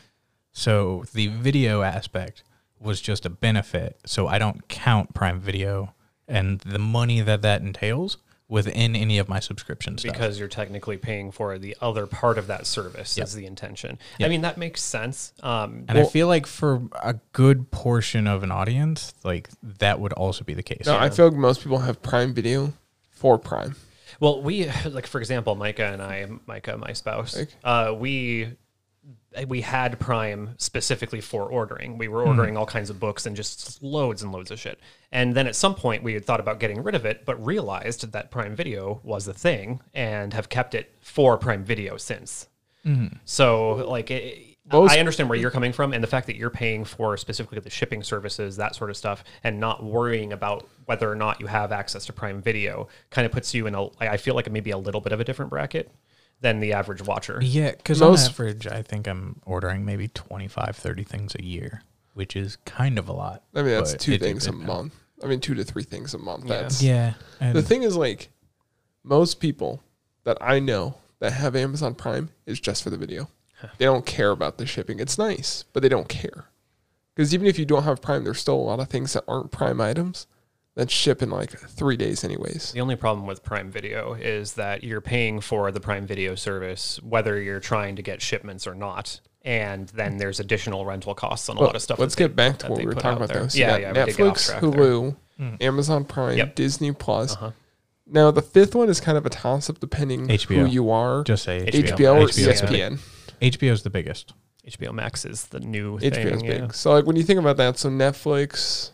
[SPEAKER 3] So the video aspect was just a benefit. So I don't count Prime Video and the money that that entails within any of my subscription stuff.
[SPEAKER 2] because you're technically paying for the other part of that service is the intention. I mean, that makes sense. Um,
[SPEAKER 3] and I feel like for a good portion of an audience, like that would also be the case.
[SPEAKER 1] No, I feel like most people have Prime Video for Prime.
[SPEAKER 2] Well, we like for example, Micah and I, Micah, my spouse, uh, we uh, we had Prime specifically for ordering. We were ordering all kinds of books and just loads and loads of shit. And then at some point, we had thought about getting rid of it, but realized that Prime Video was a thing and have kept it for Prime Video since. So, like, it,
[SPEAKER 1] Most-
[SPEAKER 2] I understand where you're coming from, and the fact that you're paying for specifically the shipping services, that sort of stuff, and not worrying about whether or not you have access to Prime Video, kind of puts you in a. I I feel like maybe a little bit of a different bracket than the average watcher.
[SPEAKER 3] Yeah, because on
[SPEAKER 1] Most-
[SPEAKER 3] average, I think I'm ordering maybe 25, 30 things a year, which is kind of a lot.
[SPEAKER 1] I mean, that's
[SPEAKER 3] but
[SPEAKER 1] two
[SPEAKER 3] it-
[SPEAKER 1] things
[SPEAKER 3] it-
[SPEAKER 1] a month. I mean, two to three things a month. That's
[SPEAKER 3] Yeah.
[SPEAKER 1] the
[SPEAKER 3] and-
[SPEAKER 1] thing is like most people that I know that have Amazon Prime is just for the video. They don't care about the shipping. It's nice, but they don't care because even if you don't have Prime, there's still a lot of things that aren't Prime items that ship in like three days, anyways.
[SPEAKER 2] The only problem with Prime Video is that you're paying for the Prime Video service, whether you're trying to get shipments or not. And then there's additional rental costs on a lot of stuff.
[SPEAKER 1] Let's
[SPEAKER 2] that
[SPEAKER 1] get back
[SPEAKER 2] that
[SPEAKER 1] to what
[SPEAKER 2] they
[SPEAKER 1] we were
[SPEAKER 2] put
[SPEAKER 1] talking
[SPEAKER 2] out
[SPEAKER 1] about
[SPEAKER 2] there.
[SPEAKER 1] though. So
[SPEAKER 2] Yeah,
[SPEAKER 1] you
[SPEAKER 2] yeah,
[SPEAKER 1] got
[SPEAKER 2] we did get off
[SPEAKER 1] Netflix,
[SPEAKER 2] track there. Mm.
[SPEAKER 1] Hulu, Amazon Prime,
[SPEAKER 2] Yep. Uh-huh.
[SPEAKER 1] Disney Plus. Now the fifth one is kind of a toss up depending
[SPEAKER 3] HBO.
[SPEAKER 1] who you are.
[SPEAKER 3] Just say
[SPEAKER 1] HBO,
[SPEAKER 3] HBO.
[SPEAKER 1] or E
[SPEAKER 3] HBO.
[SPEAKER 1] ESPN.
[SPEAKER 3] HBO is the biggest.
[SPEAKER 2] they- HBO Max is the new
[SPEAKER 1] HBO's
[SPEAKER 2] thing.
[SPEAKER 1] big.
[SPEAKER 2] yeah.
[SPEAKER 1] So like when you think about that, so Netflix,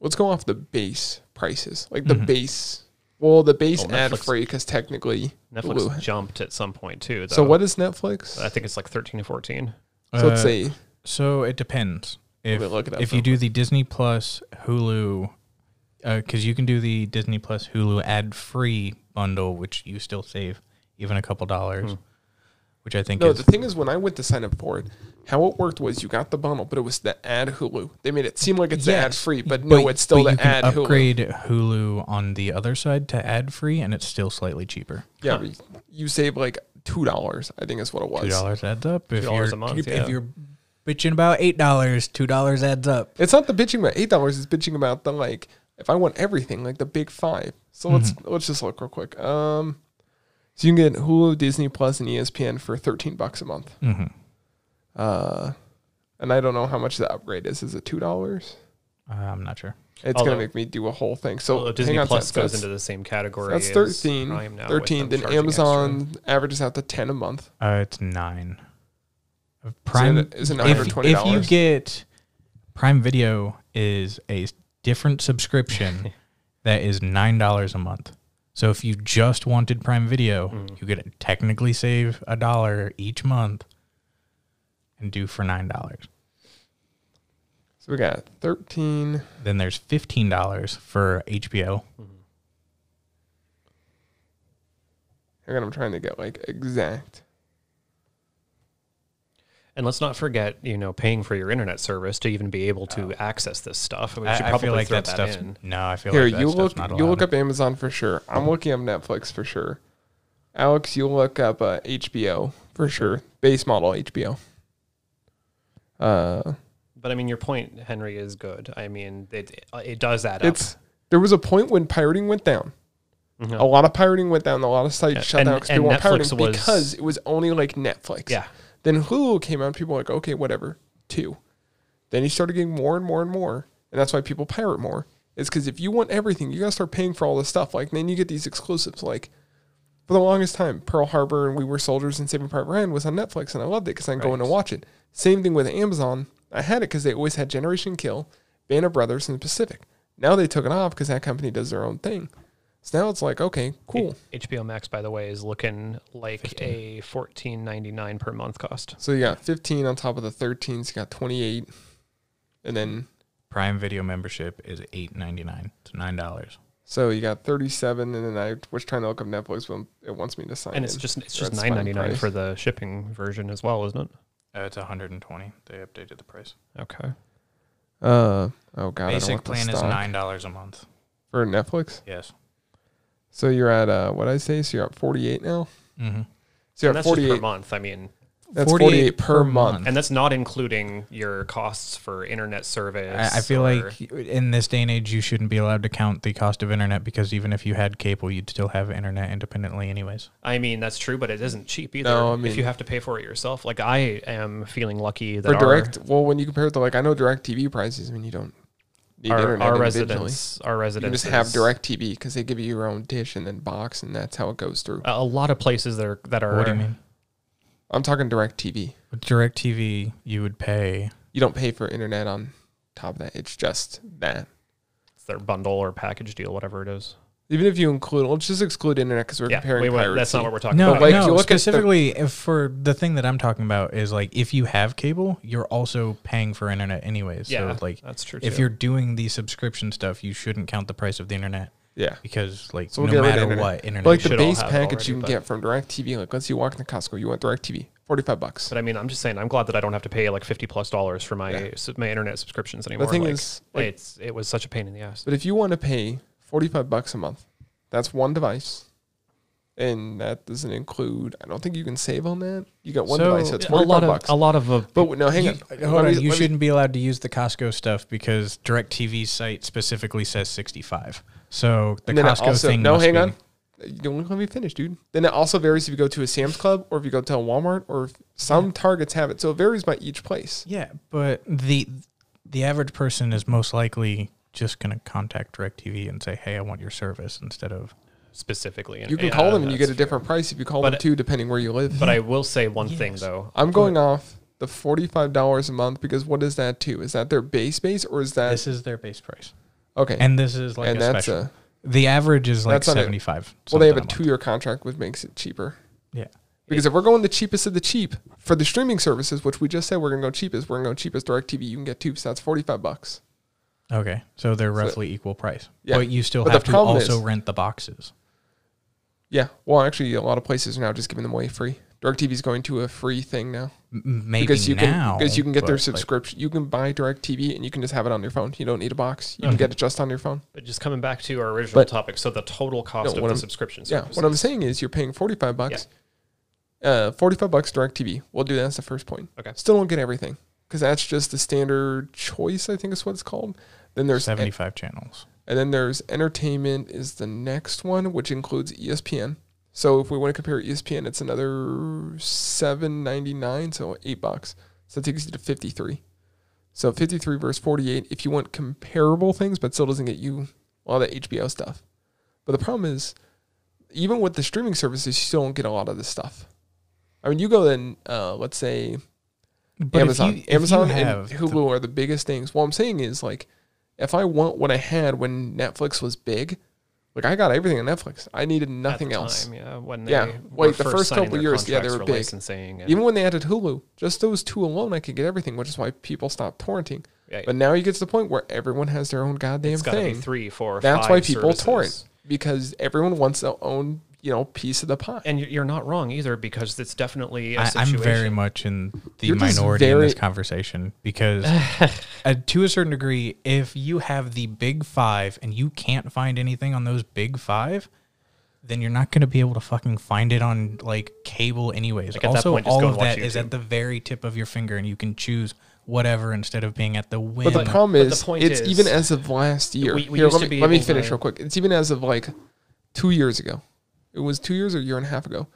[SPEAKER 1] let's go off the base prices, like the
[SPEAKER 3] Mhm.
[SPEAKER 1] base. Well, the base
[SPEAKER 2] Mm-hmm. Oh,
[SPEAKER 1] ad
[SPEAKER 2] Netflix-
[SPEAKER 1] free because technically.
[SPEAKER 2] Netflix Oh.
[SPEAKER 1] Blue.
[SPEAKER 2] jumped at some point too. Though.
[SPEAKER 1] So what is Netflix?
[SPEAKER 2] I think it's like thirteen to fourteen.
[SPEAKER 1] so let's
[SPEAKER 3] Uh,
[SPEAKER 1] say
[SPEAKER 3] So it depends. If
[SPEAKER 1] me look it up
[SPEAKER 3] if
[SPEAKER 1] real
[SPEAKER 3] you do the Disney Plus Hulu, because you can do the Disney Plus Hulu ad free bundle, which you still save even a couple dollars, which I think
[SPEAKER 1] Hmm. no.
[SPEAKER 3] is
[SPEAKER 1] The thing is, when I went to sign up for it, how it worked was you got the bundle, but it was the ad Hulu. They made it seem like it's
[SPEAKER 3] Yes,
[SPEAKER 1] ad free, but no, it's still
[SPEAKER 3] but
[SPEAKER 1] the
[SPEAKER 3] you can
[SPEAKER 1] ad Hulu.
[SPEAKER 3] upgrade Hulu. on the other side to ad free, and it's still slightly cheaper.
[SPEAKER 1] Yeah, but you- you save like two dollars. I think is what it was.
[SPEAKER 3] Two dollars adds up.
[SPEAKER 2] $2
[SPEAKER 3] If you're,
[SPEAKER 2] a month,
[SPEAKER 3] if
[SPEAKER 2] yeah.
[SPEAKER 3] you're bitching about eight dollars, two dollars adds up.
[SPEAKER 1] It's not the bitching about eight dollars. It's bitching about the like. If I want everything, like the big five. So let's
[SPEAKER 2] Mm-hmm.
[SPEAKER 1] let's just look real quick. Um, so you can get Hulu, Disney Plus, and E ESPN for thirteen bucks a month.
[SPEAKER 2] Mm-hmm.
[SPEAKER 3] hmm
[SPEAKER 1] Uh, and I don't know how much the upgrade is. Is it two dollars?
[SPEAKER 3] Uh, I'm not sure.
[SPEAKER 1] It's
[SPEAKER 2] Although-
[SPEAKER 1] gonna make me do a whole thing. So
[SPEAKER 2] Although
[SPEAKER 1] Oh, hang
[SPEAKER 2] Disney
[SPEAKER 1] on, so
[SPEAKER 2] Plus
[SPEAKER 1] that's-
[SPEAKER 2] goes
[SPEAKER 1] that's-
[SPEAKER 2] into the same category.
[SPEAKER 1] that's
[SPEAKER 2] as
[SPEAKER 1] 13
[SPEAKER 2] Prime now with
[SPEAKER 1] 13
[SPEAKER 2] them
[SPEAKER 1] then
[SPEAKER 2] charging extra.
[SPEAKER 1] amazon averages out to 10 a month
[SPEAKER 3] Uh, it's nine.
[SPEAKER 1] Prime
[SPEAKER 3] Prime
[SPEAKER 1] is it
[SPEAKER 3] if,
[SPEAKER 1] $120
[SPEAKER 3] if you get Prime Video is a s- different subscription that is nine dollars a month. So if you just wanted Prime Video,
[SPEAKER 1] Mm.
[SPEAKER 3] you could technically save a dollar each month and do for nine dollars.
[SPEAKER 1] so we got 13
[SPEAKER 3] Then there's fifteen dollars for HBO.
[SPEAKER 1] and i'm trying to get like exact
[SPEAKER 2] And let's not forget, you know, paying for your internet service to even be able to access this stuff. We should
[SPEAKER 3] I, I
[SPEAKER 2] probably
[SPEAKER 3] feel like
[SPEAKER 2] throw
[SPEAKER 3] that, stuff's
[SPEAKER 2] in.
[SPEAKER 3] no. I feel
[SPEAKER 1] here
[SPEAKER 3] like that
[SPEAKER 1] you look
[SPEAKER 3] stuff's not
[SPEAKER 1] you look
[SPEAKER 3] allowed. Mm-hmm.
[SPEAKER 1] up amazon for sure i'm looking up netflix for sure alex you look up uh, hbo for sure base model hbo uh
[SPEAKER 2] But I mean, your point, Henry, is good. I mean, it uh, it does add
[SPEAKER 1] it's there was a point when pirating went down
[SPEAKER 3] Mm-hmm.
[SPEAKER 2] up. Mhm.
[SPEAKER 1] a lot of pirating went down a lot of sites shut
[SPEAKER 2] And-
[SPEAKER 1] down 'cause
[SPEAKER 2] and
[SPEAKER 1] people weren't
[SPEAKER 2] Netflix
[SPEAKER 1] pirating
[SPEAKER 2] was-
[SPEAKER 1] because it was only like netflix
[SPEAKER 2] yeah,
[SPEAKER 1] Then Hulu came out, and people were like, okay, whatever, two. Then you started getting more and more and more, and that's why people pirate more. It's because if you want everything, you gotta start paying for all this stuff. Like then you get these exclusives. Like for the longest time, Pearl Harbor and We Were Soldiers and Saving Private Ryan was on Netflix, and I loved it because I could go in
[SPEAKER 2] Right.
[SPEAKER 1] and watch it. Same thing with Amazon. I had it because they always had Generation Kill, Band of Brothers, and Pacific. Now they took it off because that company does their own thing. So now it's like, okay, cool.
[SPEAKER 2] HBO Max, by the way, is looking like a fourteen ninety nine per month cost.
[SPEAKER 1] So you got 15 on top of the 13, so you got 28, and then
[SPEAKER 3] Prime Video membership is eight ninety nine. It's nine dollars.
[SPEAKER 1] So you got 37, and then I was trying to look up Netflix, but it wants me to sign
[SPEAKER 2] And it's
[SPEAKER 1] in.
[SPEAKER 2] just it's
[SPEAKER 1] Or
[SPEAKER 2] just
[SPEAKER 1] it's
[SPEAKER 2] nine
[SPEAKER 1] fine
[SPEAKER 2] ninety nine
[SPEAKER 1] price.
[SPEAKER 2] for the shipping version as well, isn't it?
[SPEAKER 3] Uh, it's one hundred and twenty. They updated the price.
[SPEAKER 2] Okay.
[SPEAKER 1] uh oh god, I don't
[SPEAKER 3] Basic
[SPEAKER 1] want the
[SPEAKER 3] plan is
[SPEAKER 1] stock.
[SPEAKER 3] nine dollars a month.
[SPEAKER 1] for Netflix.
[SPEAKER 3] Yes.
[SPEAKER 1] So you're at uh what I say? So you're at 48 now.
[SPEAKER 3] Mm-hmm.
[SPEAKER 1] So you're
[SPEAKER 2] and
[SPEAKER 1] at
[SPEAKER 2] that's just
[SPEAKER 1] 48.
[SPEAKER 2] per month. I mean,
[SPEAKER 1] That's 48, per month.
[SPEAKER 2] and that's not including your costs for internet service.
[SPEAKER 3] I, I feel
[SPEAKER 2] or-
[SPEAKER 3] like in this day and age, you shouldn't be allowed to count the cost of internet because even if you had cable, you'd still have internet independently, anyways.
[SPEAKER 2] I mean that's true, but it isn't cheap either.
[SPEAKER 1] No, I
[SPEAKER 2] if
[SPEAKER 1] mean-
[SPEAKER 2] you have to pay for it yourself, like I am feeling lucky that
[SPEAKER 1] For
[SPEAKER 2] our-
[SPEAKER 1] direct, well, when you compare it to like I know direct TV prices. I mean, you don't need
[SPEAKER 2] our,
[SPEAKER 1] internet
[SPEAKER 2] our,
[SPEAKER 1] individually.
[SPEAKER 2] residents, our
[SPEAKER 1] You can
[SPEAKER 2] residents
[SPEAKER 1] just have direct TV because they give you your own dish and then box, and that's how it goes through.
[SPEAKER 2] A a lot of places that are that are.
[SPEAKER 3] What do you mean?
[SPEAKER 1] I'm talking direct TV.
[SPEAKER 3] With DirecTV, you would pay.
[SPEAKER 1] You don't pay for internet on top of that. It's just that.
[SPEAKER 2] It's their bundle or package deal, whatever it is.
[SPEAKER 1] Even if you include, let's just exclude internet because we're
[SPEAKER 2] Yeah,
[SPEAKER 1] comparing.
[SPEAKER 2] we won't-
[SPEAKER 1] piracy.
[SPEAKER 2] that's not what we're talking
[SPEAKER 3] No,
[SPEAKER 2] about.
[SPEAKER 1] like,
[SPEAKER 3] no.
[SPEAKER 1] you look at the-
[SPEAKER 3] specifically, if for the thing that I'm talking about is like if you have cable, you're also paying for internet, anyways.
[SPEAKER 2] yeah,
[SPEAKER 3] So like,
[SPEAKER 2] that's true.
[SPEAKER 3] if
[SPEAKER 2] too.
[SPEAKER 3] you're doing the subscription stuff, you shouldn't count the price of the internet
[SPEAKER 1] Yeah.
[SPEAKER 3] because like
[SPEAKER 1] So we'll
[SPEAKER 3] no
[SPEAKER 1] get rid of
[SPEAKER 3] matter
[SPEAKER 1] internet.
[SPEAKER 3] what, internet.
[SPEAKER 1] But like the
[SPEAKER 2] should all
[SPEAKER 1] base
[SPEAKER 2] have it
[SPEAKER 1] package you
[SPEAKER 2] already,
[SPEAKER 1] can
[SPEAKER 2] but-
[SPEAKER 1] get from DirecTV, like let's say you walk into Costco, you want DirecTV, forty five bucks.
[SPEAKER 2] But I mean, I'm just saying, I'm glad that I don't have to pay like fifty plus dollars for my
[SPEAKER 1] Yeah.
[SPEAKER 2] s- my internet subscriptions anymore.
[SPEAKER 1] The thing
[SPEAKER 2] like,
[SPEAKER 1] is, like,
[SPEAKER 2] it's it was such a pain in the ass.
[SPEAKER 1] but if you want to pay forty five bucks a month, that's one device, and that doesn't include. I don't think you can save on that. You got one
[SPEAKER 3] So,
[SPEAKER 1] device, so it's
[SPEAKER 2] a
[SPEAKER 1] forty
[SPEAKER 2] lot
[SPEAKER 1] five
[SPEAKER 2] of
[SPEAKER 1] bucks.
[SPEAKER 2] a lot of uh,
[SPEAKER 1] but no, hang
[SPEAKER 3] You-
[SPEAKER 1] on. Let
[SPEAKER 3] Hold
[SPEAKER 1] me-
[SPEAKER 3] on, you
[SPEAKER 1] let me-
[SPEAKER 3] shouldn't be allowed to use the Costco stuff because DirecTV's site specifically says 65. So the
[SPEAKER 1] and then it
[SPEAKER 3] Costco
[SPEAKER 1] also,
[SPEAKER 3] thing.
[SPEAKER 1] No,
[SPEAKER 3] must
[SPEAKER 1] hang
[SPEAKER 3] be-
[SPEAKER 1] on. You don't let me finish, dude. Then it also varies if you go to a Sam's Club or if you go to a Walmart or if some Targets have it. So it varies by each place.
[SPEAKER 3] Yeah, but the the average person is most likely just going to contact DirecTV and say, "Hey, I want your service," instead of
[SPEAKER 2] specifically.
[SPEAKER 1] You can
[SPEAKER 2] yeah,
[SPEAKER 1] call them and you
[SPEAKER 2] that's
[SPEAKER 1] get a different price if you call
[SPEAKER 2] But
[SPEAKER 1] them
[SPEAKER 2] it-
[SPEAKER 1] too, depending where you live.
[SPEAKER 2] But I will say one thing though.
[SPEAKER 1] I'm going off the $45 a month because what is that too? Is that their base base or is that
[SPEAKER 3] This is their base price,
[SPEAKER 1] okay?
[SPEAKER 3] and this is like
[SPEAKER 1] and
[SPEAKER 3] a
[SPEAKER 1] that's
[SPEAKER 3] special.
[SPEAKER 1] a
[SPEAKER 3] the average is like
[SPEAKER 1] That's on a-
[SPEAKER 3] seventy five.
[SPEAKER 1] well, they have a two-year contract, which makes it cheaper.
[SPEAKER 3] Yeah,
[SPEAKER 1] Because if we're going the cheapest of the cheap for the streaming services, which we just said we're gonna go cheapest, we're gonna go cheapest DirecTV. You can get two, so that's forty-five bucks.
[SPEAKER 3] okay, so they're roughly equal price,
[SPEAKER 1] Yeah.
[SPEAKER 3] but you still
[SPEAKER 1] But the
[SPEAKER 3] have to
[SPEAKER 1] problem
[SPEAKER 3] also
[SPEAKER 1] is-
[SPEAKER 3] rent the boxes.
[SPEAKER 1] Yeah. Well, actually, a lot of places are now just giving them away free. DirecTV is going to a free thing now
[SPEAKER 3] M- m- Maybe
[SPEAKER 1] because you
[SPEAKER 3] now
[SPEAKER 1] can because you can get their
[SPEAKER 3] but, like,
[SPEAKER 1] subscription. you can buy DirecTV and you can just have it on your phone. You don't need a box. You can get it just on your phone.
[SPEAKER 2] But just coming back to our original
[SPEAKER 1] But-
[SPEAKER 2] topic, so the total cost
[SPEAKER 1] No,
[SPEAKER 2] of
[SPEAKER 1] what
[SPEAKER 2] the
[SPEAKER 1] I'm-
[SPEAKER 2] subscription
[SPEAKER 1] Yeah.
[SPEAKER 2] service.
[SPEAKER 1] What I'm saying is you're paying 45 bucks. Uh 45 bucks DirecTV. We'll do that. That's the first point.
[SPEAKER 2] Okay.
[SPEAKER 1] Still don't get everything cuz that's just the standard choice, I think is what it's called. Then there's
[SPEAKER 3] seventy five channels.
[SPEAKER 1] and then there's entertainment is the next one which includes E ESPN. So if we want to compare E ESPN, it's another 7.99, so 8 bucks. So that takes you to 53. So 53 versus 48 if you want comparable things but still doesn't get you all that HBO stuff. But the problem is even with the streaming services, you still don't get a lot of this stuff. I mean, you go then, uh, let's say
[SPEAKER 3] But if
[SPEAKER 1] Amazon,
[SPEAKER 3] you- if you
[SPEAKER 1] Amazon and
[SPEAKER 3] have
[SPEAKER 1] Hulu
[SPEAKER 3] the-
[SPEAKER 1] are the biggest things. What I'm saying is like, if I want what I had when Netflix was big, like I got everything on Netflix. I needed
[SPEAKER 2] at
[SPEAKER 1] nothing
[SPEAKER 2] the
[SPEAKER 1] else.
[SPEAKER 2] time, yeah, when they
[SPEAKER 1] Yeah,
[SPEAKER 2] were
[SPEAKER 1] like, the first
[SPEAKER 2] signing
[SPEAKER 1] couple
[SPEAKER 2] their
[SPEAKER 1] years, yeah, they
[SPEAKER 2] contracts
[SPEAKER 1] were
[SPEAKER 2] for
[SPEAKER 1] big.
[SPEAKER 2] licensing and-
[SPEAKER 1] Even when they added Hulu, just those two alone, I could get everything, which is why people stopped torrenting.
[SPEAKER 2] Yeah.
[SPEAKER 1] But now you get to the point where everyone has their own goddamn
[SPEAKER 2] it's got to be
[SPEAKER 1] thing.
[SPEAKER 2] three, four,
[SPEAKER 1] That's
[SPEAKER 2] five
[SPEAKER 1] why people
[SPEAKER 2] services.
[SPEAKER 1] torrent because everyone wants their own, you know, piece of the pie.
[SPEAKER 2] And you're- you're not wrong either because it's definitely a
[SPEAKER 3] I, I'm
[SPEAKER 2] situation.
[SPEAKER 3] very much in the
[SPEAKER 1] You're just
[SPEAKER 3] minority in this
[SPEAKER 1] very-
[SPEAKER 3] conversation because, uh, to a certain degree, if you have the big five and you can't find anything on those big five, then you're not going to be able to fucking find it on like cable, anyways.
[SPEAKER 2] at that
[SPEAKER 3] also,
[SPEAKER 2] point, just
[SPEAKER 3] all
[SPEAKER 2] go
[SPEAKER 3] of
[SPEAKER 2] and watch
[SPEAKER 3] that is
[SPEAKER 2] YouTube.
[SPEAKER 3] at the very tip of your finger, and you can choose whatever instead of being at the whim.
[SPEAKER 1] But the problem
[SPEAKER 2] But the
[SPEAKER 1] is,
[SPEAKER 2] point
[SPEAKER 1] it's
[SPEAKER 2] is-
[SPEAKER 1] even as of last year.
[SPEAKER 2] We- we
[SPEAKER 1] Here,
[SPEAKER 2] used
[SPEAKER 1] let
[SPEAKER 2] to
[SPEAKER 1] me,
[SPEAKER 2] be
[SPEAKER 1] let me
[SPEAKER 2] able
[SPEAKER 1] finish
[SPEAKER 2] to-
[SPEAKER 1] real quick. It's even as of like two years ago. It was two years or a year and a half ago.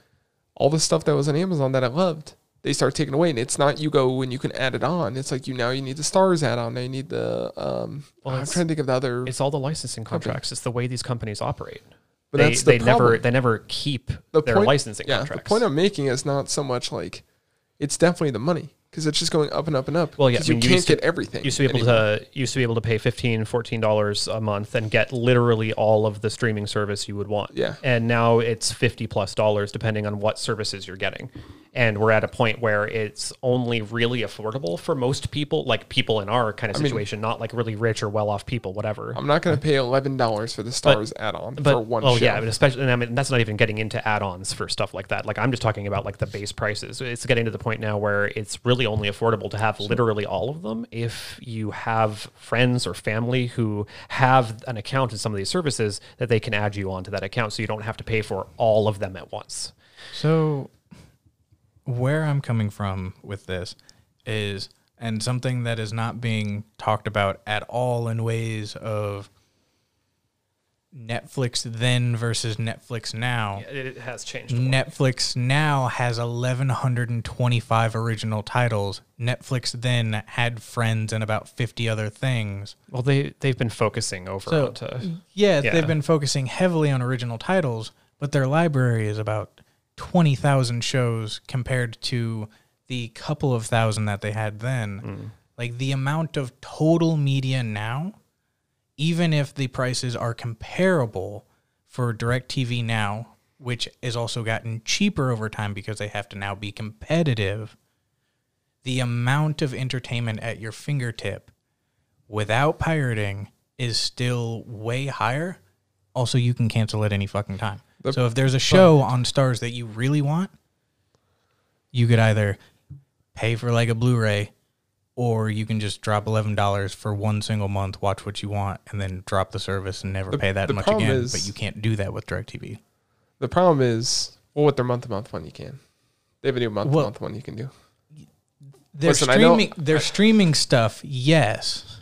[SPEAKER 1] All the stuff that was on Amazon that I loved, they start taking away. And it's not you go and you can add it on. It's like you now you need the stars add on. Now you need the um.
[SPEAKER 2] Well,
[SPEAKER 1] I'm
[SPEAKER 2] it's-
[SPEAKER 1] trying to think of the other.
[SPEAKER 2] It's all the licensing contracts. It's the way these companies operate.
[SPEAKER 1] But
[SPEAKER 2] they
[SPEAKER 1] that's the
[SPEAKER 2] they never
[SPEAKER 1] problem.
[SPEAKER 2] they never keep their licensing
[SPEAKER 1] yeah,
[SPEAKER 2] contracts.
[SPEAKER 1] The point I'm making is not so much like, it's definitely the money because it's just going up and up and up.
[SPEAKER 2] Well, yeah,
[SPEAKER 1] 'cause
[SPEAKER 2] I
[SPEAKER 1] you
[SPEAKER 2] mean, you
[SPEAKER 1] can't
[SPEAKER 2] used to-
[SPEAKER 1] get everything.
[SPEAKER 2] used to be able
[SPEAKER 1] anymore.
[SPEAKER 2] to used to be able to pay 15 14 dollars a month and get literally all of the streaming service you would want
[SPEAKER 1] Yeah.
[SPEAKER 2] and now it's 50 plus dollars depending on what services you're getting and we're at a point where it's only really affordable for most people like people in our kind of situation not like really rich or well-off people whatever
[SPEAKER 1] I'm not going to pay eleven dollars for the stars add on
[SPEAKER 2] but
[SPEAKER 1] for one.
[SPEAKER 2] oh
[SPEAKER 1] show.
[SPEAKER 2] yeah, but especially and I mean that's not even getting into add-ons for stuff like that. Like I'm just talking about like the base prices. It's getting to the point now where it's really only affordable to have literally all of them if you have friends or family who have an account in some of these services that they can add you onto that account, so you don't have to pay for all of them at once.
[SPEAKER 3] So, where I'm coming from with this is, and something that is not being talked about at all in ways of Netflix then versus Netflix now.
[SPEAKER 2] It, it has changed.
[SPEAKER 3] Netflix now has 1,125 original titles. Netflix then had Friends and about 50 other things.
[SPEAKER 2] Well, they they've been focusing over
[SPEAKER 3] So,
[SPEAKER 2] onto
[SPEAKER 3] yeah,
[SPEAKER 2] Yeah.
[SPEAKER 3] they've been focusing heavily on original titles, but their library is about 20,000 shows compared to the couple of thousand that they had then. Like the amount of total media now, even if the prices are comparable for DirecTV now, which has also gotten cheaper over time because they have to now be competitive, the amount of entertainment at your fingertip without pirating is still way higher. Also, you can cancel at any fucking time.
[SPEAKER 1] The-
[SPEAKER 3] so if there's a show on Stars that you really want, you could either pay for like a Blu-ray or you can just drop $11 for one single month, watch what you want and then drop the service and never
[SPEAKER 1] The-
[SPEAKER 3] pay that
[SPEAKER 1] the
[SPEAKER 3] much
[SPEAKER 1] problem
[SPEAKER 3] again,
[SPEAKER 1] is-
[SPEAKER 3] but you can't do that with DirecTV.
[SPEAKER 1] The problem is, well, with their month to month one, you can. They have a new month to
[SPEAKER 3] Well-
[SPEAKER 1] month one you can do.
[SPEAKER 3] They're
[SPEAKER 1] Listen, I don't-
[SPEAKER 3] streaming they're streaming stuff, yes,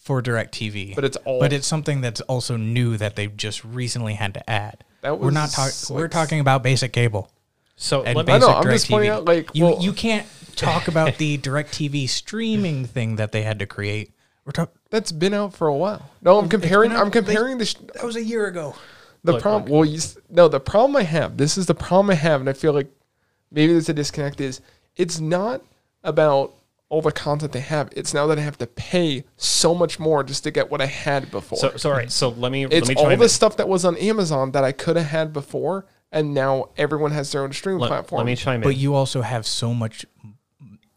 [SPEAKER 3] for DirecTV.
[SPEAKER 1] But it's all.
[SPEAKER 3] but it's something that's also new that they've just recently had to add.
[SPEAKER 1] That
[SPEAKER 3] we're not
[SPEAKER 1] was
[SPEAKER 3] talking.
[SPEAKER 1] like-
[SPEAKER 3] We're talking about basic cable
[SPEAKER 2] so
[SPEAKER 3] and
[SPEAKER 2] let me,
[SPEAKER 1] I
[SPEAKER 3] basic
[SPEAKER 1] know, I'm just pointing
[SPEAKER 3] DirecTV.
[SPEAKER 1] out, like,
[SPEAKER 3] you
[SPEAKER 1] well-
[SPEAKER 3] you can't talk about the DirecTV streaming thing that they had to create. We're talking.
[SPEAKER 1] that's been out for a while. No, I'm comparing.
[SPEAKER 3] been out-
[SPEAKER 1] I'm comparing the sh-
[SPEAKER 3] That was a year ago.
[SPEAKER 1] the problem. Well, you, s- no, the problem I have. This is the problem I have, and I feel like maybe there's a disconnect. Is it's not about all the content they have. It's now that I have to pay so much more just to get what I had before.
[SPEAKER 2] So, so all right. So let me let
[SPEAKER 1] it's
[SPEAKER 2] me
[SPEAKER 1] all
[SPEAKER 2] chime
[SPEAKER 1] the
[SPEAKER 2] in.
[SPEAKER 1] stuff that was on Amazon that I could have had before, and now everyone has their own streaming
[SPEAKER 2] Let,
[SPEAKER 1] platform.
[SPEAKER 2] let me chime in.
[SPEAKER 3] But you also have so much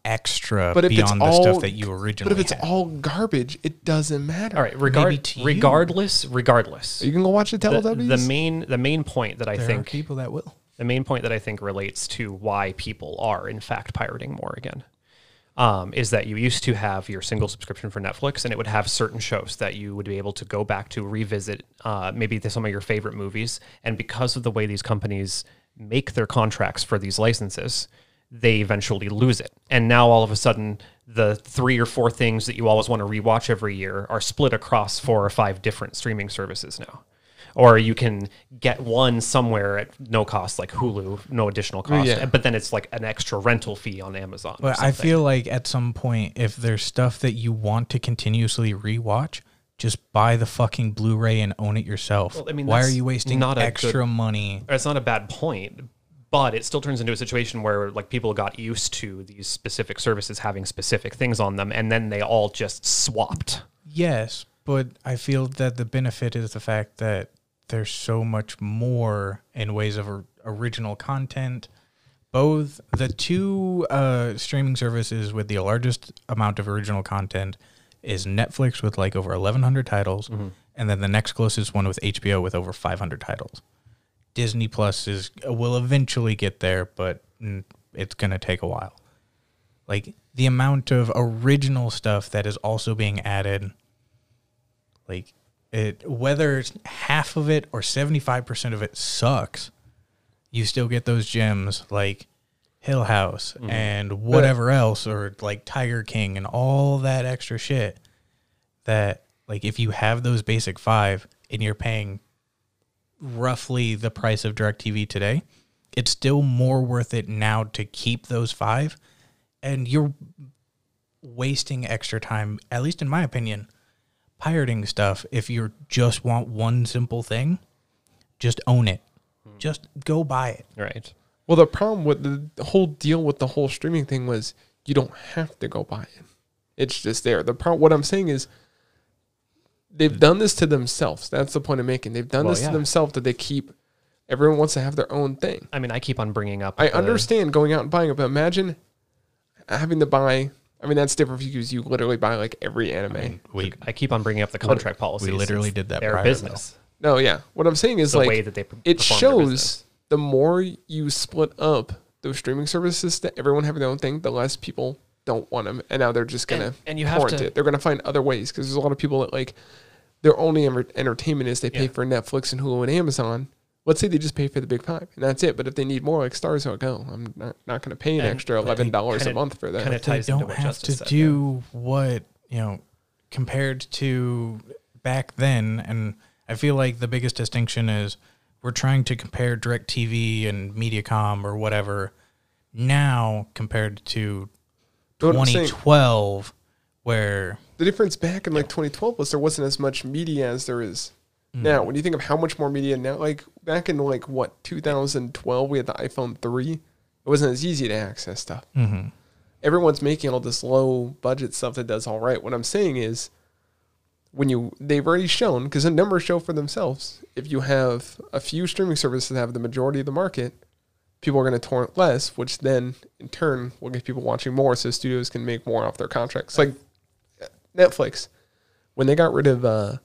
[SPEAKER 3] extra
[SPEAKER 1] But if it's
[SPEAKER 3] beyond the stuff
[SPEAKER 1] all-
[SPEAKER 3] that you originally
[SPEAKER 1] but if it's
[SPEAKER 3] had.
[SPEAKER 1] all garbage, it doesn't matter.
[SPEAKER 2] all right. Regard,
[SPEAKER 3] to you.
[SPEAKER 2] regardless, regardless.
[SPEAKER 1] you can go watch the
[SPEAKER 2] The,
[SPEAKER 1] Teletubbies.
[SPEAKER 2] the main the main point that I
[SPEAKER 3] there are
[SPEAKER 2] think
[SPEAKER 3] people that will.
[SPEAKER 2] the main point that I think relates to why people are in fact pirating more again um, is that you used to have your single subscription for Netflix and it would have certain shows that you would be able to go back to revisit uh, maybe the- some of your favorite movies and because of the way these companies make their contracts for these licenses they eventually lose it and now all of a sudden the three or four things that you always want to rewatch every year are split across four or five different streaming services now or you can get one somewhere at no cost, like Hulu, no additional cost.
[SPEAKER 1] Yeah.
[SPEAKER 2] But then it's like an extra rental fee on Amazon. or
[SPEAKER 3] But I
[SPEAKER 2] something.
[SPEAKER 3] feel like at some point, if there's stuff that you want to continuously rewatch, just buy the fucking Blu-ray and own it yourself.
[SPEAKER 2] I mean,
[SPEAKER 3] Why are
[SPEAKER 2] that's
[SPEAKER 3] you wasting
[SPEAKER 2] not a
[SPEAKER 3] extra
[SPEAKER 2] good-
[SPEAKER 3] money?
[SPEAKER 2] it's not a bad point, but it still turns into a situation where like people got used to these specific services having specific things on them, and then they all just swapped.
[SPEAKER 3] Yes, but I feel that the benefit is the fact that there's so much more in ways of or- original content. Both the two uh, streaming services with the largest amount of original content is Netflix with like over 1,100 titles, and then the next closest one with HBO with over 500 titles. Disney Plus is uh, will eventually get there, but mm, it's gonna take a while like the amount of original stuff that is also being added like it whether it's half of it or 75% of it sucks you still get those gems like hill house and whatever else or like tiger king and all that extra shit that like if you have those basic five and you're paying roughly the price of DirecTV today, it's still more worth it now to keep those five. And you're wasting extra time, at least in my opinion, pirating stuff if you just want one simple thing, just own it. Just go buy it.
[SPEAKER 2] Right.
[SPEAKER 1] well, the problem with the whole deal with the whole streaming thing was you don't have to go buy it. It's just there. The problem. What I'm saying is. They've done this to themselves. That's the point I'm making. They've done
[SPEAKER 2] Well,
[SPEAKER 1] this
[SPEAKER 2] yeah.
[SPEAKER 1] to themselves that they keep. Everyone wants to have their own thing.
[SPEAKER 2] I mean, I keep on bringing up.
[SPEAKER 1] I
[SPEAKER 2] the-
[SPEAKER 1] understand going out and buying it, but imagine having to buy. I mean, that's different because you literally buy like every anime.
[SPEAKER 3] We
[SPEAKER 2] I keep on bringing up the contract policies.
[SPEAKER 3] literally
[SPEAKER 2] It's
[SPEAKER 3] did that
[SPEAKER 2] Their
[SPEAKER 3] prior,
[SPEAKER 2] business.
[SPEAKER 1] no, yeah. What I'm saying is
[SPEAKER 2] The
[SPEAKER 1] like
[SPEAKER 2] way that they p-
[SPEAKER 1] it
[SPEAKER 2] perform their
[SPEAKER 1] shows
[SPEAKER 2] business.
[SPEAKER 1] the more you split up those streaming services to everyone having their own thing, the less people don't want them, and now they're just gonna
[SPEAKER 2] And- and you have
[SPEAKER 1] torrent
[SPEAKER 2] to-
[SPEAKER 1] it. They're gonna find other ways because there's a lot of people that like their only enter- entertainment is they pay for Netflix and Hulu and Amazon. Let's say they just pay for the big five, and that's it. But if they need more, like Stars, I'll go. I'm not, not going to pay an
[SPEAKER 2] And-
[SPEAKER 1] extra
[SPEAKER 2] but they
[SPEAKER 1] eleven dollars a
[SPEAKER 2] kinda-
[SPEAKER 1] month for that.
[SPEAKER 2] kinda
[SPEAKER 3] they
[SPEAKER 2] ties into
[SPEAKER 3] don't
[SPEAKER 2] what
[SPEAKER 3] have
[SPEAKER 2] Justice
[SPEAKER 3] to
[SPEAKER 2] said, yeah.
[SPEAKER 3] do what you know compared to back then and i feel like the biggest distinction is we're trying to compare directv and mediacom or whatever now compared to
[SPEAKER 1] But what I'm saying-
[SPEAKER 3] 2012 where
[SPEAKER 1] the difference back in like 2012 was there wasn't as much media as there is now. When you think of how much more media now, like back in like what 2012, we had the iPhone 3. It wasn't as easy to access stuff. Everyone's making all this low budget stuff that does all right. What I'm saying is, when you they've already shown because the numbers show for themselves. If you have a few streaming services that have the majority of the market, people are going to torrent less, which then in turn will get people watching more, so studios can make more off their contracts. Like Netflix, when they got rid of uh,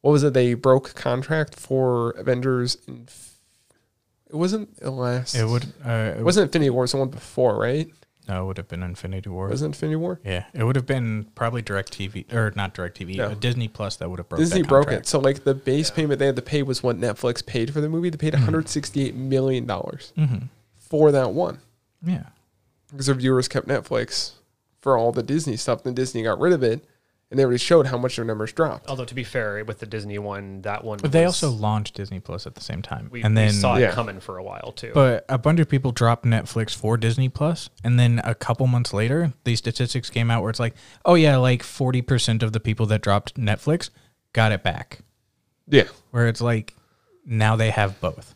[SPEAKER 1] what was it? They broke contract for Avengers. In, it wasn't the last.
[SPEAKER 3] it would uh, it
[SPEAKER 1] It
[SPEAKER 3] was
[SPEAKER 1] wasn't Infinity War. It was the one before, right?
[SPEAKER 3] no it would have been infinity war
[SPEAKER 1] Was it Infinity War?
[SPEAKER 3] yeah it would have been probably directv or not directv
[SPEAKER 1] No.
[SPEAKER 3] uh, disney plus that would have broke
[SPEAKER 1] Disney
[SPEAKER 3] that
[SPEAKER 1] broke it.
[SPEAKER 3] contract.
[SPEAKER 1] So like the base payment they had to pay was what Netflix paid for the movie. They paid
[SPEAKER 3] Mm-hmm.
[SPEAKER 1] 168 million dollars for that one
[SPEAKER 3] yeah
[SPEAKER 1] because their viewers kept Netflix for all the Disney stuff. Then Disney got rid of it, and they already showed how much their numbers dropped.
[SPEAKER 3] Oh,
[SPEAKER 2] Although to be fair, with the Disney one, that one.
[SPEAKER 3] but they
[SPEAKER 2] was-
[SPEAKER 3] also launched disney plus at the same time
[SPEAKER 2] we,
[SPEAKER 3] and
[SPEAKER 2] we
[SPEAKER 3] then
[SPEAKER 2] saw
[SPEAKER 1] Yeah.
[SPEAKER 2] it coming for a while too.
[SPEAKER 3] But a bunch of people dropped Netflix for Disney Plus, and then a couple months later, these statistics came out where it's like, oh yeah, like forty percent of the people that dropped Netflix got it back.
[SPEAKER 1] Yeah.
[SPEAKER 3] Where it's like, now they have both.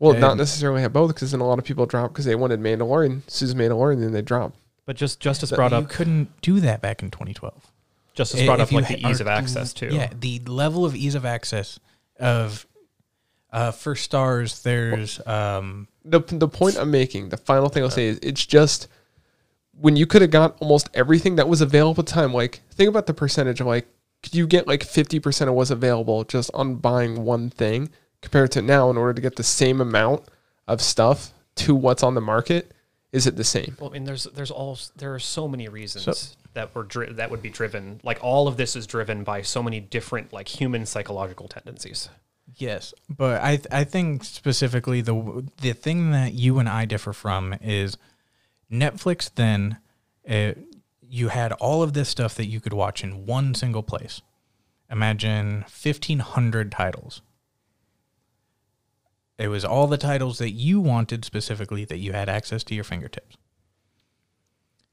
[SPEAKER 1] Well, not
[SPEAKER 3] And-
[SPEAKER 1] necessarily have both because then a lot of people dropped because they wanted Mandalorian, Susan Mandalorian, then they dropped.
[SPEAKER 2] But just Justice
[SPEAKER 1] But
[SPEAKER 2] brought
[SPEAKER 3] you
[SPEAKER 2] up
[SPEAKER 3] couldn't do that back in 2012.
[SPEAKER 2] Justice
[SPEAKER 3] i-
[SPEAKER 2] brought
[SPEAKER 3] if
[SPEAKER 2] up
[SPEAKER 3] you
[SPEAKER 2] like
[SPEAKER 3] ha-
[SPEAKER 2] the ease
[SPEAKER 3] are
[SPEAKER 2] of access too.
[SPEAKER 3] Yeah, the level of ease of access of uh, for stars, there's um,
[SPEAKER 1] the the point I'm making, the final thing I'll say is it's just when you could have got almost everything that was available at the time. Like think about the percentage of like could you get like 50% of what's available just on buying one thing compared to now in order to get the same amount of stuff to what's on the market is it the same
[SPEAKER 2] Well, I mean, there's there's all there are so many reasons that were dri- that would be driven. Like all of this is driven by so many different like human psychological tendencies.
[SPEAKER 3] Yes, but I th- I think specifically the the thing that you and I differ from is Netflix. Then uh you had all of this stuff that you could watch in one single place. Imagine fifteen hundred titles. It was all the titles that you wanted specifically that you had access to your fingertips.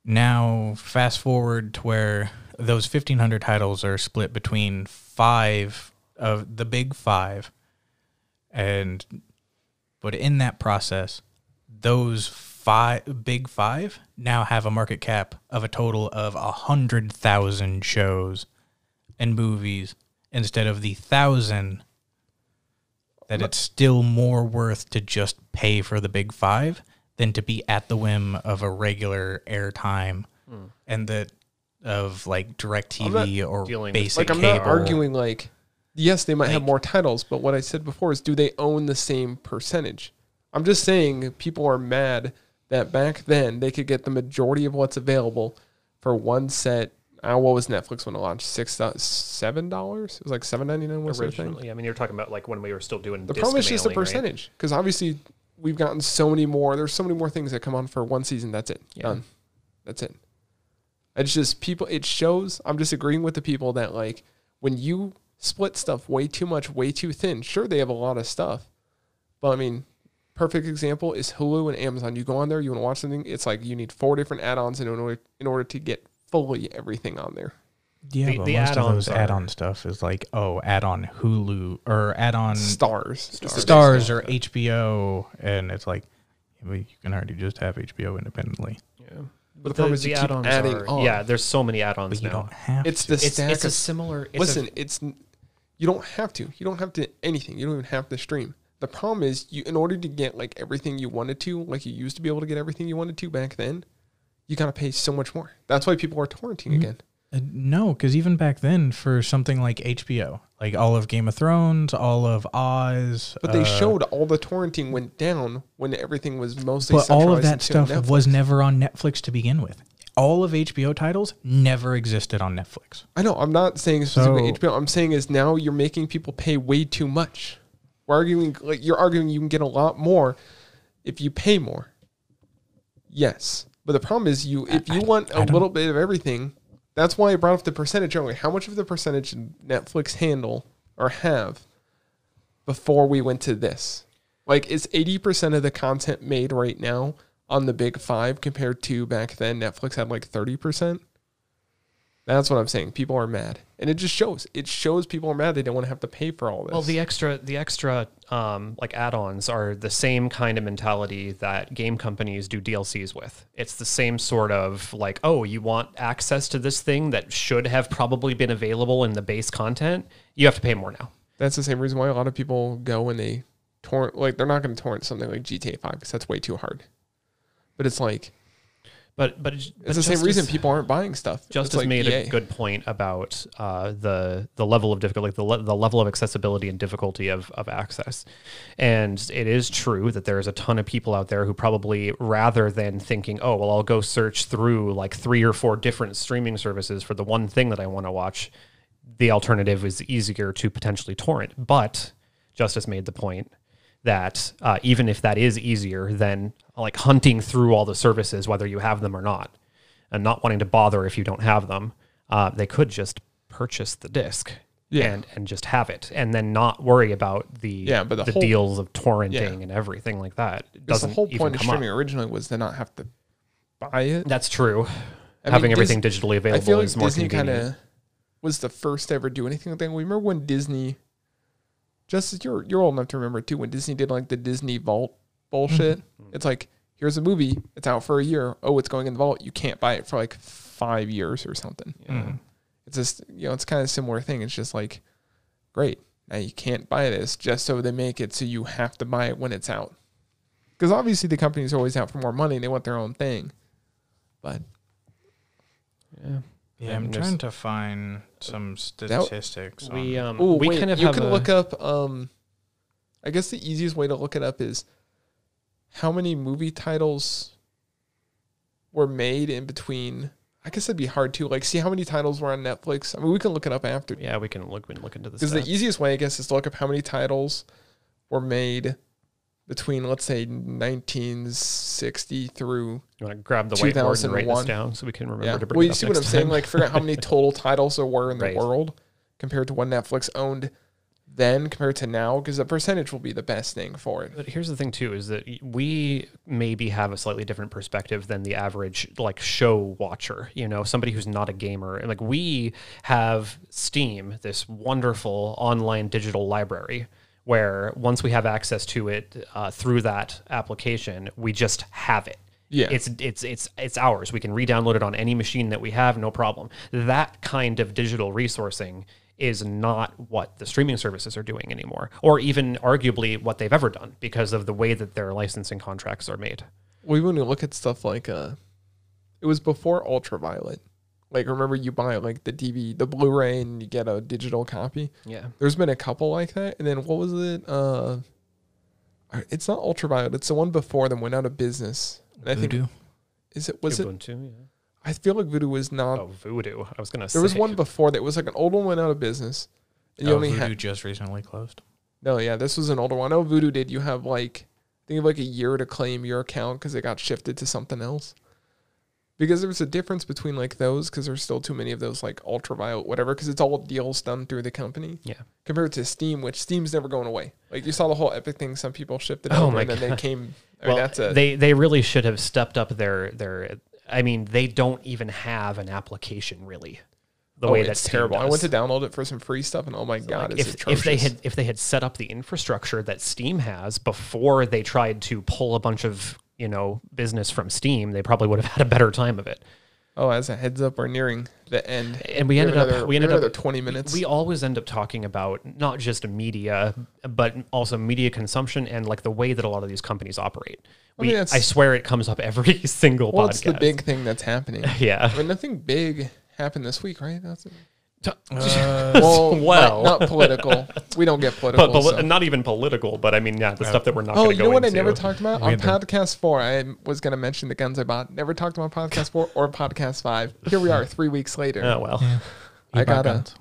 [SPEAKER 3] Now, fast forward to where those 1,500 titles are split between five of the big five. And, but in that process, those five big five now have a market cap of a total of a 100,000 shows and movies instead of the thousand that it's still more worth to just pay for the big five than to be at the whim of a regular airtime
[SPEAKER 1] Hmm.
[SPEAKER 3] and the of like direct TV or
[SPEAKER 2] dealing with-
[SPEAKER 1] like
[SPEAKER 3] basic
[SPEAKER 1] i'm
[SPEAKER 3] cable.
[SPEAKER 1] not arguing like yes they might have more titles but what i said before is do they own the same percentage i'm just saying people are mad that back then they could get the majority of what's available for one set uh, what was netflix when it launched six do- seven dollars it was like 7.99 was their thing
[SPEAKER 2] Originally, I mean, you're talking about like when we were still doing
[SPEAKER 1] the
[SPEAKER 2] disc
[SPEAKER 1] problem is just the
[SPEAKER 2] mailing, right?
[SPEAKER 1] percentage because obviously we've gotten so many more there's so many more things that come on for one season that's it done that's it it's just people it shows i'm just agreeing with the people that like when you split stuff way too much way too thin sure they have a lot of stuff but i mean perfect example is hulu and amazon you go on there you want to watch something it's like you need four different add-ons in order in order to get fully everything on there
[SPEAKER 3] Yeah,
[SPEAKER 2] The-
[SPEAKER 3] but
[SPEAKER 2] the
[SPEAKER 3] most of
[SPEAKER 2] add-ons
[SPEAKER 3] those
[SPEAKER 2] are-
[SPEAKER 3] add-on stuff is like, oh, add-on Hulu or add-on
[SPEAKER 1] stars
[SPEAKER 2] Stars.
[SPEAKER 3] Stars or HBO, and it's like well, you can already just have HBO independently,
[SPEAKER 2] Yeah.
[SPEAKER 1] the problem is you keep
[SPEAKER 2] add-ons
[SPEAKER 1] adding
[SPEAKER 2] are-
[SPEAKER 1] on.
[SPEAKER 2] Yeah, there's so many add-ons
[SPEAKER 3] but you
[SPEAKER 2] now.
[SPEAKER 3] don't have.
[SPEAKER 1] it's
[SPEAKER 3] to.
[SPEAKER 1] the
[SPEAKER 2] It's,
[SPEAKER 1] stack
[SPEAKER 2] it's a
[SPEAKER 1] of
[SPEAKER 2] similar. It's a-
[SPEAKER 1] Listen, it's n- you don't have to. You don't have to anything. You don't even have to stream. The problem is you in order to get like everything you wanted to, like you used to be able to get everything you wanted to back then, you gotta pay so much more. That's why people are torrenting again.
[SPEAKER 3] Uh, no, because even back then, for something like HBO, like all of Game of Thrones, all of Oz,
[SPEAKER 1] But they
[SPEAKER 3] uh,
[SPEAKER 1] showed all the torrenting went down when everything was mostly.
[SPEAKER 3] but all of that
[SPEAKER 1] centralized
[SPEAKER 3] stuff
[SPEAKER 1] into Netflix.
[SPEAKER 3] was never on Netflix to begin with. All of HBO titles never existed on Netflix.
[SPEAKER 1] I know. I'm not saying specifically
[SPEAKER 3] So-
[SPEAKER 1] HBO. I'm saying is now you're making people pay way too much. We're arguing like you're arguing you can get a lot more if you pay more. Yes, but the problem is you if you want a
[SPEAKER 3] I don't-
[SPEAKER 1] little bit of everything. That's why I brought up the percentage earlier. How much of the percentage did Netflix handle or have before we went to this? Like, is 80% of the content made right now on the big five compared to back then? Netflix had like 30%. That's what I'm saying. People are mad, and it just shows. It shows people are mad. They don't want to have to pay for all this.
[SPEAKER 2] Well, the extra, the extra, um, like add-ons are the same kind of mentality that game companies do DLCs with. It's the same sort of like, oh, you want access to this thing that should have probably been available in the base content. You have to pay more now.
[SPEAKER 1] that's the same reason why a lot of people go and they torrent. Like they're not going to torrent something like GTA Five because that's way too hard. But it's like
[SPEAKER 2] But but it's
[SPEAKER 1] it's the same reason people aren't buying stuff.
[SPEAKER 2] Justice
[SPEAKER 1] It's like E
[SPEAKER 2] made a
[SPEAKER 1] EA.
[SPEAKER 2] good point about uh, the the level of difficulty, like the, le- the level of accessibility and difficulty of, of access. And it is true that there is a ton of people out there who probably, rather than thinking, "Oh, well, I'll go search through like three or four different streaming services for the one thing that I want to watch," the alternative is easier to potentially torrent. But Justice made the point that uh, even if that is easier than like hunting through all the services, whether you have them or not, and not wanting to bother if you don't have them, uh, they could just purchase the disc
[SPEAKER 1] Yeah.
[SPEAKER 2] and and just have it, and then not worry about the
[SPEAKER 1] Yeah, but the
[SPEAKER 2] the
[SPEAKER 1] whole-
[SPEAKER 2] deals of torrenting
[SPEAKER 1] Yeah.
[SPEAKER 2] and everything like that. It
[SPEAKER 1] Because
[SPEAKER 2] doesn't
[SPEAKER 1] the whole
[SPEAKER 2] even
[SPEAKER 1] point of
[SPEAKER 2] come up.
[SPEAKER 1] streaming originally was to not have to buy it.
[SPEAKER 2] That's true.
[SPEAKER 1] I mean,
[SPEAKER 2] Having
[SPEAKER 1] Dis-
[SPEAKER 2] everything digitally
[SPEAKER 1] I
[SPEAKER 2] available
[SPEAKER 1] feel like
[SPEAKER 2] is more
[SPEAKER 1] Disney kind
[SPEAKER 2] convenient.
[SPEAKER 1] of was the first to ever do anything like that. We remember when Disney,
[SPEAKER 2] Mm-hmm.
[SPEAKER 1] just you're you're old enough to remember too, when Disney did like the Disney Vault bullshit. It's like here's a movie, it's out for a year. Oh, it's going in the vault. You can't buy it for like five years or something.
[SPEAKER 3] Mhm.
[SPEAKER 1] It's just you know, it's kind of a similar thing. It's just like, great, now you can't buy this just so they make it so you have to buy it when it's out. Because obviously the company's always out for more money and they want their own thing. But yeah.
[SPEAKER 3] Yeah,
[SPEAKER 2] Yeah,
[SPEAKER 3] I'm
[SPEAKER 2] there's-
[SPEAKER 3] trying to find some statistics.
[SPEAKER 2] We
[SPEAKER 3] on,
[SPEAKER 2] um
[SPEAKER 1] Oh,
[SPEAKER 2] we
[SPEAKER 1] wait,
[SPEAKER 2] kind of
[SPEAKER 1] you
[SPEAKER 2] have
[SPEAKER 1] can
[SPEAKER 2] a,
[SPEAKER 1] look up. Um, I guess the easiest way to look it up is how many movie titles were made in between. I guess that'd be hard too. Like, see how many titles were on Netflix. I mean, we can look it up after
[SPEAKER 2] yeah we can look we can look into this
[SPEAKER 1] because the easiest way, I guess, is to look up how many titles were made between, let's say, 1960 through.
[SPEAKER 2] you want to grab the whiteboard and write this
[SPEAKER 1] 2001.
[SPEAKER 2] down so we can remember
[SPEAKER 1] Yeah.
[SPEAKER 2] to bring
[SPEAKER 1] Well,
[SPEAKER 2] it
[SPEAKER 1] you
[SPEAKER 2] up
[SPEAKER 1] see what I'm
[SPEAKER 2] next
[SPEAKER 1] saying?
[SPEAKER 2] time.
[SPEAKER 1] Like, figure out how many total titles there were in the
[SPEAKER 2] Right.
[SPEAKER 1] world compared to what Netflix owned then compared to now, because the percentage will be the best thing for it.
[SPEAKER 2] But here's the thing too is that we maybe have a slightly different perspective than the average like show watcher, you know, somebody who's not a gamer. And like we have Steam, this wonderful online digital library where once we have access to it uh, through that application, we just have it.
[SPEAKER 1] Yeah.
[SPEAKER 2] It's it's it's it's ours. We can re-download it on any machine that we have, no problem. That kind of digital resourcing is not what the streaming services are doing anymore, or even arguably what they've ever done because of the way that their licensing contracts are made.
[SPEAKER 1] We when you look at stuff like uh, it was before Ultraviolet. Like remember you buy like the DVD, the Blu-ray, and you get a digital copy.
[SPEAKER 2] Yeah.
[SPEAKER 1] There's been a couple like that, and then what was it? Uh, I- it's not Ultraviolet. It's the one before them went out of business. And I think
[SPEAKER 3] Voodoo.
[SPEAKER 1] is it was it?
[SPEAKER 2] Ubuntu, yeah.
[SPEAKER 1] I feel like Voodoo was not.
[SPEAKER 2] Oh, Voodoo. I was gonna say
[SPEAKER 1] there was one before that. It was like an old one went out of business. And you
[SPEAKER 3] oh,
[SPEAKER 1] only
[SPEAKER 3] Voodoo
[SPEAKER 1] had
[SPEAKER 3] just recently closed.
[SPEAKER 1] No, yeah, this was an older one. Oh, Voodoo did. You have like, I think you have like a year to claim your account because it got shifted to something else. Because there was a difference between like those because there's still too many of those like ultraviolet whatever because it's all deals done through the company
[SPEAKER 2] Yeah.
[SPEAKER 1] compared to Steam, which Steam's never going away. Like you saw the whole Epic thing. Some people shifted
[SPEAKER 2] Oh
[SPEAKER 1] over
[SPEAKER 2] my
[SPEAKER 1] and then they
[SPEAKER 2] God.
[SPEAKER 1] came. I
[SPEAKER 2] well,
[SPEAKER 1] mean, that's a
[SPEAKER 2] they they really should have stepped up their their. I mean, they don't even have an application really. The
[SPEAKER 1] oh,
[SPEAKER 2] way
[SPEAKER 1] it's
[SPEAKER 2] that's
[SPEAKER 1] terrible. I went to download it for some free stuff and oh my god,
[SPEAKER 2] Like,
[SPEAKER 1] it's
[SPEAKER 2] if,
[SPEAKER 1] atrocious.
[SPEAKER 2] if they had if they had set up the infrastructure that Steam has before they tried to pull a bunch of you know business from Steam, they probably would have had a better time of it.
[SPEAKER 1] oh, as a heads up, we're nearing the end.
[SPEAKER 2] And we
[SPEAKER 1] have
[SPEAKER 2] ended up-
[SPEAKER 1] another-
[SPEAKER 2] we ended
[SPEAKER 1] have
[SPEAKER 2] up-
[SPEAKER 1] another twenty minutes.
[SPEAKER 2] We always end up talking about not just media, but also media consumption and like the way that a lot of these companies operate.
[SPEAKER 1] mean,
[SPEAKER 2] We, I,
[SPEAKER 1] that's-
[SPEAKER 2] swear it comes up every single
[SPEAKER 1] well,
[SPEAKER 2] podcast.
[SPEAKER 1] it's the big thing that's happening. I
[SPEAKER 2] yeah.
[SPEAKER 1] mean, nothing big happened this week, right? That's
[SPEAKER 3] Uh,
[SPEAKER 1] well,
[SPEAKER 2] well.
[SPEAKER 1] not, not political. We don't get political.
[SPEAKER 2] But, but
[SPEAKER 1] so.
[SPEAKER 2] not even political, but I mean, yeah, the stuff that we're not
[SPEAKER 1] Oh,
[SPEAKER 2] going to
[SPEAKER 1] you
[SPEAKER 2] go
[SPEAKER 1] know what?
[SPEAKER 2] into.
[SPEAKER 1] I never talked about on
[SPEAKER 3] Neither.
[SPEAKER 1] podcast four. I was going to mention the guns I bought. Never talked about podcast four or podcast five. Here we are, three weeks later.
[SPEAKER 2] Oh, well.
[SPEAKER 1] I
[SPEAKER 3] He bought
[SPEAKER 1] got a,
[SPEAKER 3] guns.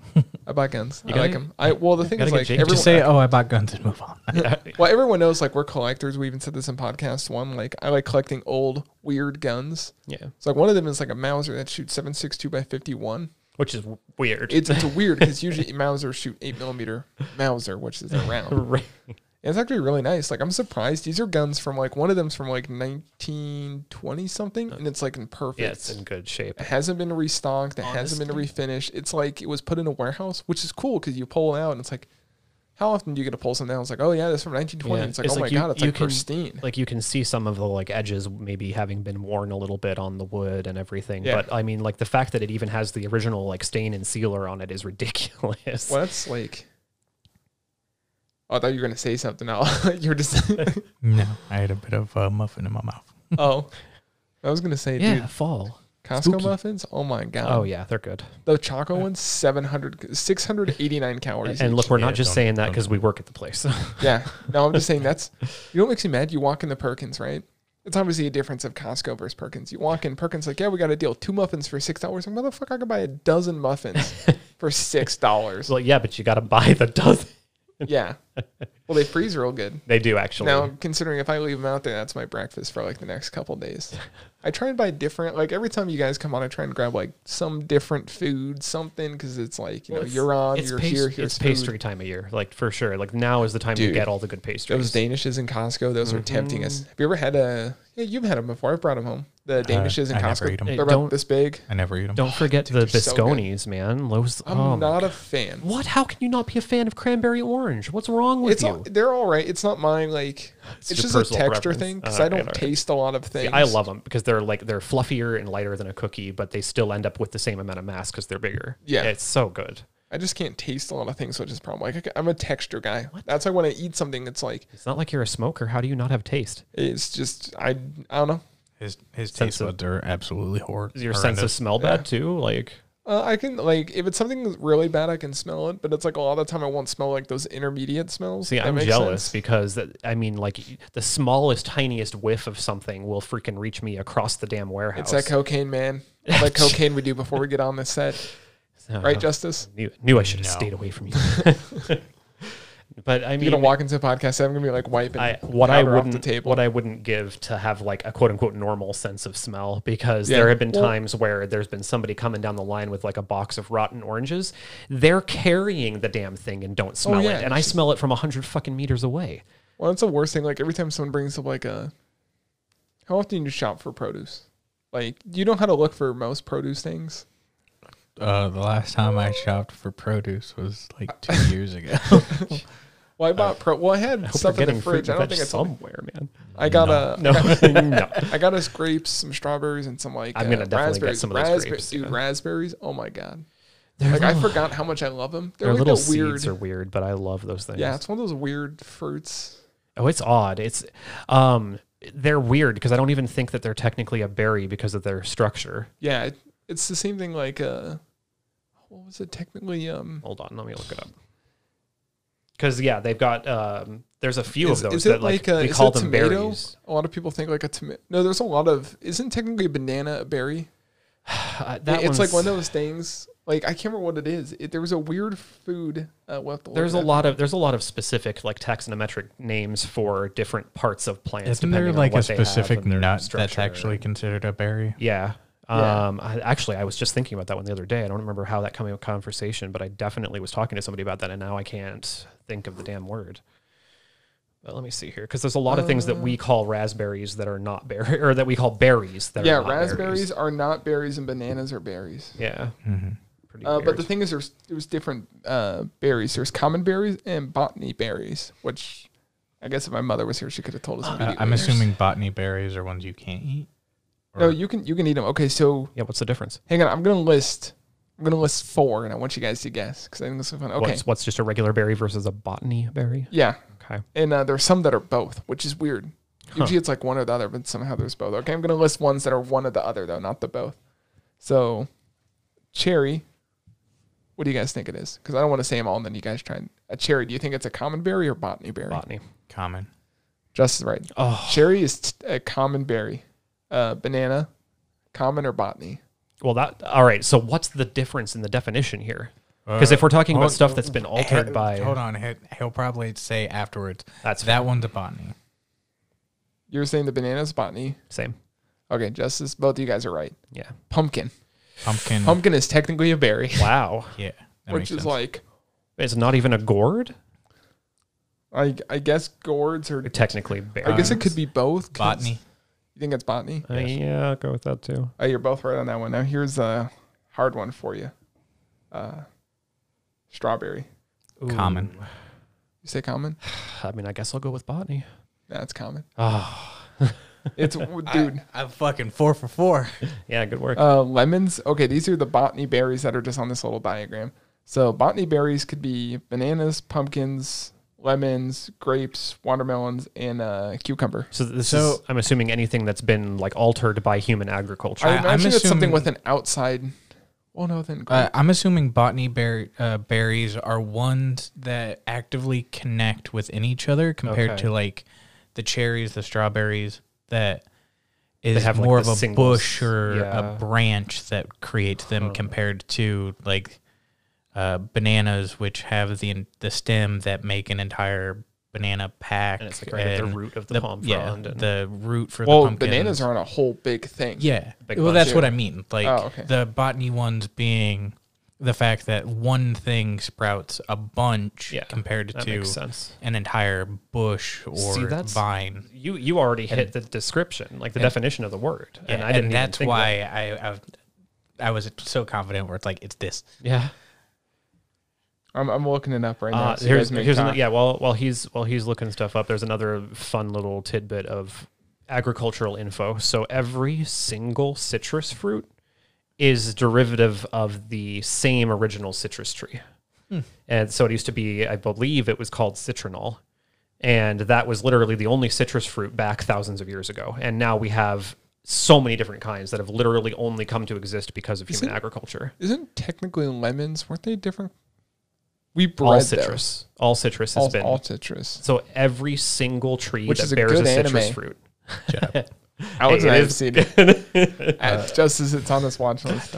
[SPEAKER 1] I bought guns. I
[SPEAKER 2] gotta-
[SPEAKER 1] like them. I well, the thing
[SPEAKER 2] gotta
[SPEAKER 1] is
[SPEAKER 2] get
[SPEAKER 1] like
[SPEAKER 2] Jake to
[SPEAKER 1] everyone,
[SPEAKER 3] Just say, "Oh, I bought guns," and move on.
[SPEAKER 1] well, everyone knows like we're collectors. We even said this in podcast one. Like I like collecting old weird guns.
[SPEAKER 2] Yeah.
[SPEAKER 1] It's like one of them is like a Mauser that shoots seven six two by fifty one.
[SPEAKER 2] Which is w- weird.
[SPEAKER 1] It's it's weird because usually Mausers shoot eight millimeter Mauser, which is a round.
[SPEAKER 2] Right.
[SPEAKER 1] And It's actually really nice. Like I'm surprised. These are guns from like one of them's from like 1920 something, and it's like in perfect.
[SPEAKER 2] Yeah, it's in good shape.
[SPEAKER 1] It hasn't been restocked. It hasn't been refinished. It's like it was put in a warehouse, which is cool because you pull it out and it's like, how often do you get to pull something out? It's like, oh yeah, that's from 1920.
[SPEAKER 2] Yeah.
[SPEAKER 1] It's like, oh
[SPEAKER 2] It's like
[SPEAKER 1] my
[SPEAKER 2] you-
[SPEAKER 1] god, it's
[SPEAKER 2] you
[SPEAKER 1] like
[SPEAKER 2] can-
[SPEAKER 1] pristine.
[SPEAKER 2] like you can see some of the like edges maybe having been worn a little bit on the wood and everything
[SPEAKER 1] Yeah.
[SPEAKER 2] but i mean like the fact that it even has the original like stain and sealer on it is ridiculous
[SPEAKER 1] Well, that's like. Oh, I thought you were gonna say something. Now you were just.
[SPEAKER 3] No, I had a bit of a muffin in my mouth.
[SPEAKER 1] oh, I was gonna say,
[SPEAKER 2] yeah
[SPEAKER 1] dude,
[SPEAKER 2] fall
[SPEAKER 1] Costco
[SPEAKER 2] spooky.
[SPEAKER 1] muffins. Oh my god.
[SPEAKER 2] oh yeah they're good
[SPEAKER 1] The choco one's 700, 689 calories.
[SPEAKER 2] and
[SPEAKER 1] each.
[SPEAKER 2] look we're
[SPEAKER 3] Yeah,
[SPEAKER 2] not just
[SPEAKER 3] don't-
[SPEAKER 2] saying that
[SPEAKER 3] don't-
[SPEAKER 2] because we work at the place
[SPEAKER 1] Yeah. No, I'm just saying that's you know what makes me mad? You walk in the Perkins, right? It's obviously a difference of Costco versus Perkins. You walk in Perkins, like, yeah, we got a deal. Two muffins for six dollars. Like, motherfucker, I can buy a dozen muffins for six dollars.
[SPEAKER 2] so like, yeah but you gotta buy the dozen
[SPEAKER 1] yeah. Well, they freeze real good.
[SPEAKER 2] they do actually
[SPEAKER 1] Now, considering if I leave them out there, that's my breakfast for like the next couple days. I try and buy different. Like every time you guys come on, I try and grab like some different food, something, because it's like you know you're on,
[SPEAKER 2] it's,
[SPEAKER 1] you're
[SPEAKER 2] pas-
[SPEAKER 1] here, here's
[SPEAKER 2] it's
[SPEAKER 1] food.
[SPEAKER 2] pastry time of year like for sure like now is the time
[SPEAKER 1] Dude,
[SPEAKER 2] to get all the good pastries Mm-hmm.
[SPEAKER 1] Those Danishes in Costco, those are tempting us. Have you ever had a? Yeah, you've had them before. I brought them home. The Danishes in
[SPEAKER 3] I never eat
[SPEAKER 1] Costco.
[SPEAKER 3] 'em.
[SPEAKER 1] They're
[SPEAKER 2] Hey,
[SPEAKER 1] about
[SPEAKER 2] don't-
[SPEAKER 1] this big.
[SPEAKER 3] I never eat them.
[SPEAKER 2] Don't forget
[SPEAKER 1] dude,
[SPEAKER 2] the
[SPEAKER 1] they're so good.
[SPEAKER 2] bisconis, man. Those.
[SPEAKER 1] I'm
[SPEAKER 2] oh my
[SPEAKER 1] not a fan.
[SPEAKER 2] What? How can you not be a fan of cranberry orange? What's wrong with
[SPEAKER 1] It's
[SPEAKER 2] you?
[SPEAKER 1] all, they're all right. It's not mine. Like it's,
[SPEAKER 2] your
[SPEAKER 1] just a
[SPEAKER 2] personal
[SPEAKER 1] texture
[SPEAKER 2] preference.
[SPEAKER 1] thing because
[SPEAKER 2] Oh,
[SPEAKER 1] I
[SPEAKER 2] okay,
[SPEAKER 1] don't
[SPEAKER 2] alright.
[SPEAKER 1] taste a lot of things.
[SPEAKER 2] See, I love them because they're like they're fluffier and lighter than a cookie, but they still end up with the same amount of mass because they're bigger.
[SPEAKER 1] Yeah.
[SPEAKER 2] it's so good.
[SPEAKER 1] I just can't taste a lot of things, which is a problem. Like I ca- I'm a texture guy. That's why when I eat something, it's like
[SPEAKER 2] It's not like you're a smoker. How do you not have taste?
[SPEAKER 1] it's just I I don't know.
[SPEAKER 3] His his
[SPEAKER 2] Sense
[SPEAKER 3] taste
[SPEAKER 2] of-
[SPEAKER 3] buds are absolutely hor-
[SPEAKER 2] Is your sense of
[SPEAKER 3] horrendous.
[SPEAKER 2] smell bad too? Like
[SPEAKER 1] Uh, I can like if it's something that's really bad, I can smell it. But it's like a lot of time I won't smell like those intermediate smells.
[SPEAKER 2] See,
[SPEAKER 1] That
[SPEAKER 2] I'm
[SPEAKER 1] makes
[SPEAKER 2] jealous
[SPEAKER 1] sense.
[SPEAKER 2] because that, I mean, like the smallest, tiniest whiff of something will freaking reach me across the damn
[SPEAKER 1] It's
[SPEAKER 2] warehouse.
[SPEAKER 1] that cocaine, man. It's like cocaine we do before we get on this set,
[SPEAKER 2] So,
[SPEAKER 1] right, Justice?
[SPEAKER 2] Uh-huh. Knew, knew I should have
[SPEAKER 3] No.
[SPEAKER 2] stayed away from you. but I
[SPEAKER 1] You're
[SPEAKER 2] mean,
[SPEAKER 1] gonna walk into a podcast. I'm gonna be like wiping
[SPEAKER 2] I, what I
[SPEAKER 1] powder off
[SPEAKER 2] wouldn't
[SPEAKER 1] the table.
[SPEAKER 2] what I wouldn't give to have like a quote unquote normal sense of smell because
[SPEAKER 1] Yeah.
[SPEAKER 2] there have been
[SPEAKER 1] Well-
[SPEAKER 2] times where there's been somebody coming down the line with like a box of rotten oranges. They're carrying the damn thing and don't smell
[SPEAKER 1] Oh, yeah,
[SPEAKER 2] it,
[SPEAKER 1] it's
[SPEAKER 2] and I
[SPEAKER 1] just-
[SPEAKER 2] smell it from a hundred fucking meters away.
[SPEAKER 1] Well, that's the worst thing. Like every time someone brings up like a, how often do you shop for produce? Like you know how to look for most produce things.
[SPEAKER 3] Uh, the last time I shopped for produce was like two years ago.
[SPEAKER 1] Well, I bought pro. Well, I had
[SPEAKER 2] Uh, Hope
[SPEAKER 1] stuff
[SPEAKER 2] you're
[SPEAKER 1] in
[SPEAKER 2] getting
[SPEAKER 1] the fridge.
[SPEAKER 2] fruit
[SPEAKER 1] I
[SPEAKER 2] and
[SPEAKER 1] don't
[SPEAKER 2] veg
[SPEAKER 1] think I told. you.
[SPEAKER 2] somewhere, man.
[SPEAKER 1] I got a.
[SPEAKER 2] No, no.
[SPEAKER 1] I got us grapes, some strawberries, and some like uh,
[SPEAKER 2] I'm gonna definitely get
[SPEAKER 1] raspberries.
[SPEAKER 2] some of those
[SPEAKER 1] Raspberry-
[SPEAKER 2] grapes,
[SPEAKER 1] Dude,
[SPEAKER 2] yeah.
[SPEAKER 1] raspberries! Oh my god!
[SPEAKER 2] They're
[SPEAKER 1] like I
[SPEAKER 2] little-
[SPEAKER 1] forgot how much I love them. They're
[SPEAKER 2] Their
[SPEAKER 1] like
[SPEAKER 2] little
[SPEAKER 1] a weird.
[SPEAKER 2] seeds are weird, but I love those things.
[SPEAKER 1] yeah, it's one of those weird fruits.
[SPEAKER 2] Oh, it's odd. It's um they're weird because I don't even think that they're technically a berry because of their structure.
[SPEAKER 1] Yeah, it, it's the same thing. Like uh, what was it technically? Um,
[SPEAKER 2] Hold on, let me look it up. Because yeah, they've got um there's a few
[SPEAKER 1] Is-
[SPEAKER 2] of those
[SPEAKER 1] is it
[SPEAKER 2] that like,
[SPEAKER 1] like a-
[SPEAKER 2] we
[SPEAKER 1] is
[SPEAKER 2] call
[SPEAKER 1] it
[SPEAKER 2] them
[SPEAKER 1] tomato?
[SPEAKER 2] berries.
[SPEAKER 1] a lot of people think like a tomato. No, there's a lot of. Isn't technically a banana a berry?
[SPEAKER 2] Uh, that
[SPEAKER 1] it's like one
[SPEAKER 2] one's-
[SPEAKER 1] of those things. Like I can't remember what it is. It, there was a weird food. Uh, we'll have to look
[SPEAKER 2] there's a
[SPEAKER 1] it up.
[SPEAKER 2] lot of there's a lot of specific like taxonometric names for different parts of plants.
[SPEAKER 3] Isn't
[SPEAKER 2] depending
[SPEAKER 3] there
[SPEAKER 2] on
[SPEAKER 3] like a
[SPEAKER 2] what they have
[SPEAKER 3] specific
[SPEAKER 2] and their
[SPEAKER 3] nut that's
[SPEAKER 2] structure.
[SPEAKER 3] actually considered a berry?
[SPEAKER 2] yeah.
[SPEAKER 1] Yeah.
[SPEAKER 2] Um, I, actually, I was just thinking about that one the other day. I don't remember how that came up in conversation, but I definitely was talking to somebody about that, and now I can't think of the damn word. But let me see here, because there's a lot of things that
[SPEAKER 1] Uh.
[SPEAKER 2] we call raspberries that are not berry, or that we call berries that
[SPEAKER 1] Yeah,
[SPEAKER 2] are not berries.
[SPEAKER 1] raspberries are not berries and bananas are berries.
[SPEAKER 2] Yeah.
[SPEAKER 3] Mhm.
[SPEAKER 2] Pretty
[SPEAKER 1] Uh, but
[SPEAKER 2] weird.
[SPEAKER 1] the thing is, there's there's different uh, berries. There's common berries and botany berries, which I guess if my mother was here, she could have told us.
[SPEAKER 3] Uh,
[SPEAKER 1] immediately.
[SPEAKER 3] I'm assuming botany berries are ones you can't eat.
[SPEAKER 1] No, you can you can eat them. Okay, so
[SPEAKER 2] yeah, what's the difference?
[SPEAKER 1] hang on. I'm gonna list. I'm gonna list four, and I want you guys to guess because I think this is fun. Okay,
[SPEAKER 2] What's, what's just a regular berry versus a botany berry?
[SPEAKER 1] yeah,
[SPEAKER 2] Okay.
[SPEAKER 1] and uh, there's some that are both, which is weird. Usually it's like one or the other, but somehow there's both. Okay, I'm gonna list ones that are one or the other though, not the both. So, cherry. What do you guys think it is? Because I don't want to say them all, and then you guys try and, a cherry. Do you think it's a common berry or botany berry?
[SPEAKER 2] Botany.
[SPEAKER 3] Common.
[SPEAKER 1] Just right.
[SPEAKER 2] Oh,
[SPEAKER 1] Cherry is t- a common berry. Uh, banana, common or botany.
[SPEAKER 2] well, that, all right. So what's the difference in the definition here? Because
[SPEAKER 3] Uh,
[SPEAKER 2] if we're talking about stuff that's been altered by,
[SPEAKER 3] Hold on, he- he'll probably say afterwards.
[SPEAKER 2] That's
[SPEAKER 3] that one's a botany.
[SPEAKER 1] You were saying the banana's botany.
[SPEAKER 2] same.
[SPEAKER 1] Okay, Justice, both of you guys are right.
[SPEAKER 2] Yeah.
[SPEAKER 1] Pumpkin.
[SPEAKER 3] Pumpkin.
[SPEAKER 1] Pumpkin is technically a berry,
[SPEAKER 2] Wow.
[SPEAKER 3] yeah, that
[SPEAKER 1] which
[SPEAKER 3] makes
[SPEAKER 1] is
[SPEAKER 3] sense.
[SPEAKER 1] like,
[SPEAKER 2] It's not even a gourd?
[SPEAKER 1] I, I guess gourds are.
[SPEAKER 2] Technically, berry.
[SPEAKER 1] I guess it could be both. 'cause-
[SPEAKER 3] botany.
[SPEAKER 1] You think it's botany?
[SPEAKER 2] Uh, yeah, I'll go with that too.
[SPEAKER 1] Oh, you're both right on that one. Now here's a hard one for you. Uh, strawberry.
[SPEAKER 3] Common.
[SPEAKER 1] You say common?
[SPEAKER 2] I mean, I guess I'll go with botany.
[SPEAKER 1] That's common.
[SPEAKER 2] Oh,
[SPEAKER 1] It's dude.
[SPEAKER 3] I, am fucking four for four.
[SPEAKER 2] yeah, good work.
[SPEAKER 1] Uh, lemons. Okay, these are the botany berries that are just on this little diagram. So botany berries could be bananas, pumpkins, lemons, grapes, watermelons, and uh, cucumber.
[SPEAKER 2] so this is,
[SPEAKER 3] so-
[SPEAKER 2] I'm assuming anything that's been like altered by human agriculture.
[SPEAKER 1] I,
[SPEAKER 3] I- I'm
[SPEAKER 1] imagine it's something
[SPEAKER 3] assuming-
[SPEAKER 1] with an outside. Well, no, then grape.
[SPEAKER 3] Uh, I'm assuming botany berry uh, berries are ones that actively connect within each other compared
[SPEAKER 2] Okay.
[SPEAKER 3] to like the cherries, the strawberries that is
[SPEAKER 2] have, like,
[SPEAKER 3] more
[SPEAKER 2] the
[SPEAKER 3] of a
[SPEAKER 2] singles.
[SPEAKER 3] bush or
[SPEAKER 2] Yeah.
[SPEAKER 3] a branch that creates them compared to like uh, bananas, which have the the stem that make an entire banana pack.
[SPEAKER 2] And it's like right at the root of the palm
[SPEAKER 3] yeah,
[SPEAKER 2] frond and-
[SPEAKER 3] the root for
[SPEAKER 1] well,
[SPEAKER 3] the pumpkin.
[SPEAKER 1] bananas are on a whole big thing.
[SPEAKER 3] Yeah.
[SPEAKER 2] Big
[SPEAKER 3] well,
[SPEAKER 2] bunch.
[SPEAKER 3] that's what I mean. Like
[SPEAKER 1] Oh, okay.
[SPEAKER 3] the botany ones being the fact that one thing sprouts a bunch
[SPEAKER 2] Yeah,
[SPEAKER 3] compared
[SPEAKER 2] That
[SPEAKER 3] to
[SPEAKER 2] makes sense.
[SPEAKER 3] an entire bush or
[SPEAKER 2] See, that's-
[SPEAKER 3] vine.
[SPEAKER 2] You you already hit the description, like the definition of the word, and I
[SPEAKER 3] and
[SPEAKER 2] didn't. even
[SPEAKER 3] that's
[SPEAKER 2] think
[SPEAKER 3] why I, I I was so confident where it's like it's this.
[SPEAKER 2] that- Yeah.
[SPEAKER 1] I'm, I'm looking it up right now.
[SPEAKER 2] Uh,
[SPEAKER 1] so you
[SPEAKER 2] here's
[SPEAKER 1] guys may
[SPEAKER 2] here's
[SPEAKER 1] talk.
[SPEAKER 2] another, yeah. While while he's while he's looking stuff up, there's another fun little tidbit of agricultural info. So every single citrus fruit is derivative of the same original citrus tree,
[SPEAKER 1] Hmm.
[SPEAKER 2] and so it used to be, I believe, it was called citronol, and that was literally the only citrus fruit back thousands of years ago. And now we have so many different kinds that have literally only come to exist because of human
[SPEAKER 1] Isn't-
[SPEAKER 2] agriculture.
[SPEAKER 1] Isn't technically lemons, weren't they different? We bred
[SPEAKER 2] All
[SPEAKER 1] those.
[SPEAKER 2] citrus, all citrus has
[SPEAKER 1] All,
[SPEAKER 2] been
[SPEAKER 1] all citrus.
[SPEAKER 2] So every single tree
[SPEAKER 1] Which
[SPEAKER 2] that
[SPEAKER 1] is a
[SPEAKER 2] bears
[SPEAKER 1] good
[SPEAKER 2] a citrus
[SPEAKER 1] anime.
[SPEAKER 2] fruit.
[SPEAKER 1] Alex
[SPEAKER 2] Hey,
[SPEAKER 1] and I
[SPEAKER 2] it
[SPEAKER 1] have
[SPEAKER 2] is-
[SPEAKER 1] seen it. Uh, just as it's on this watch list.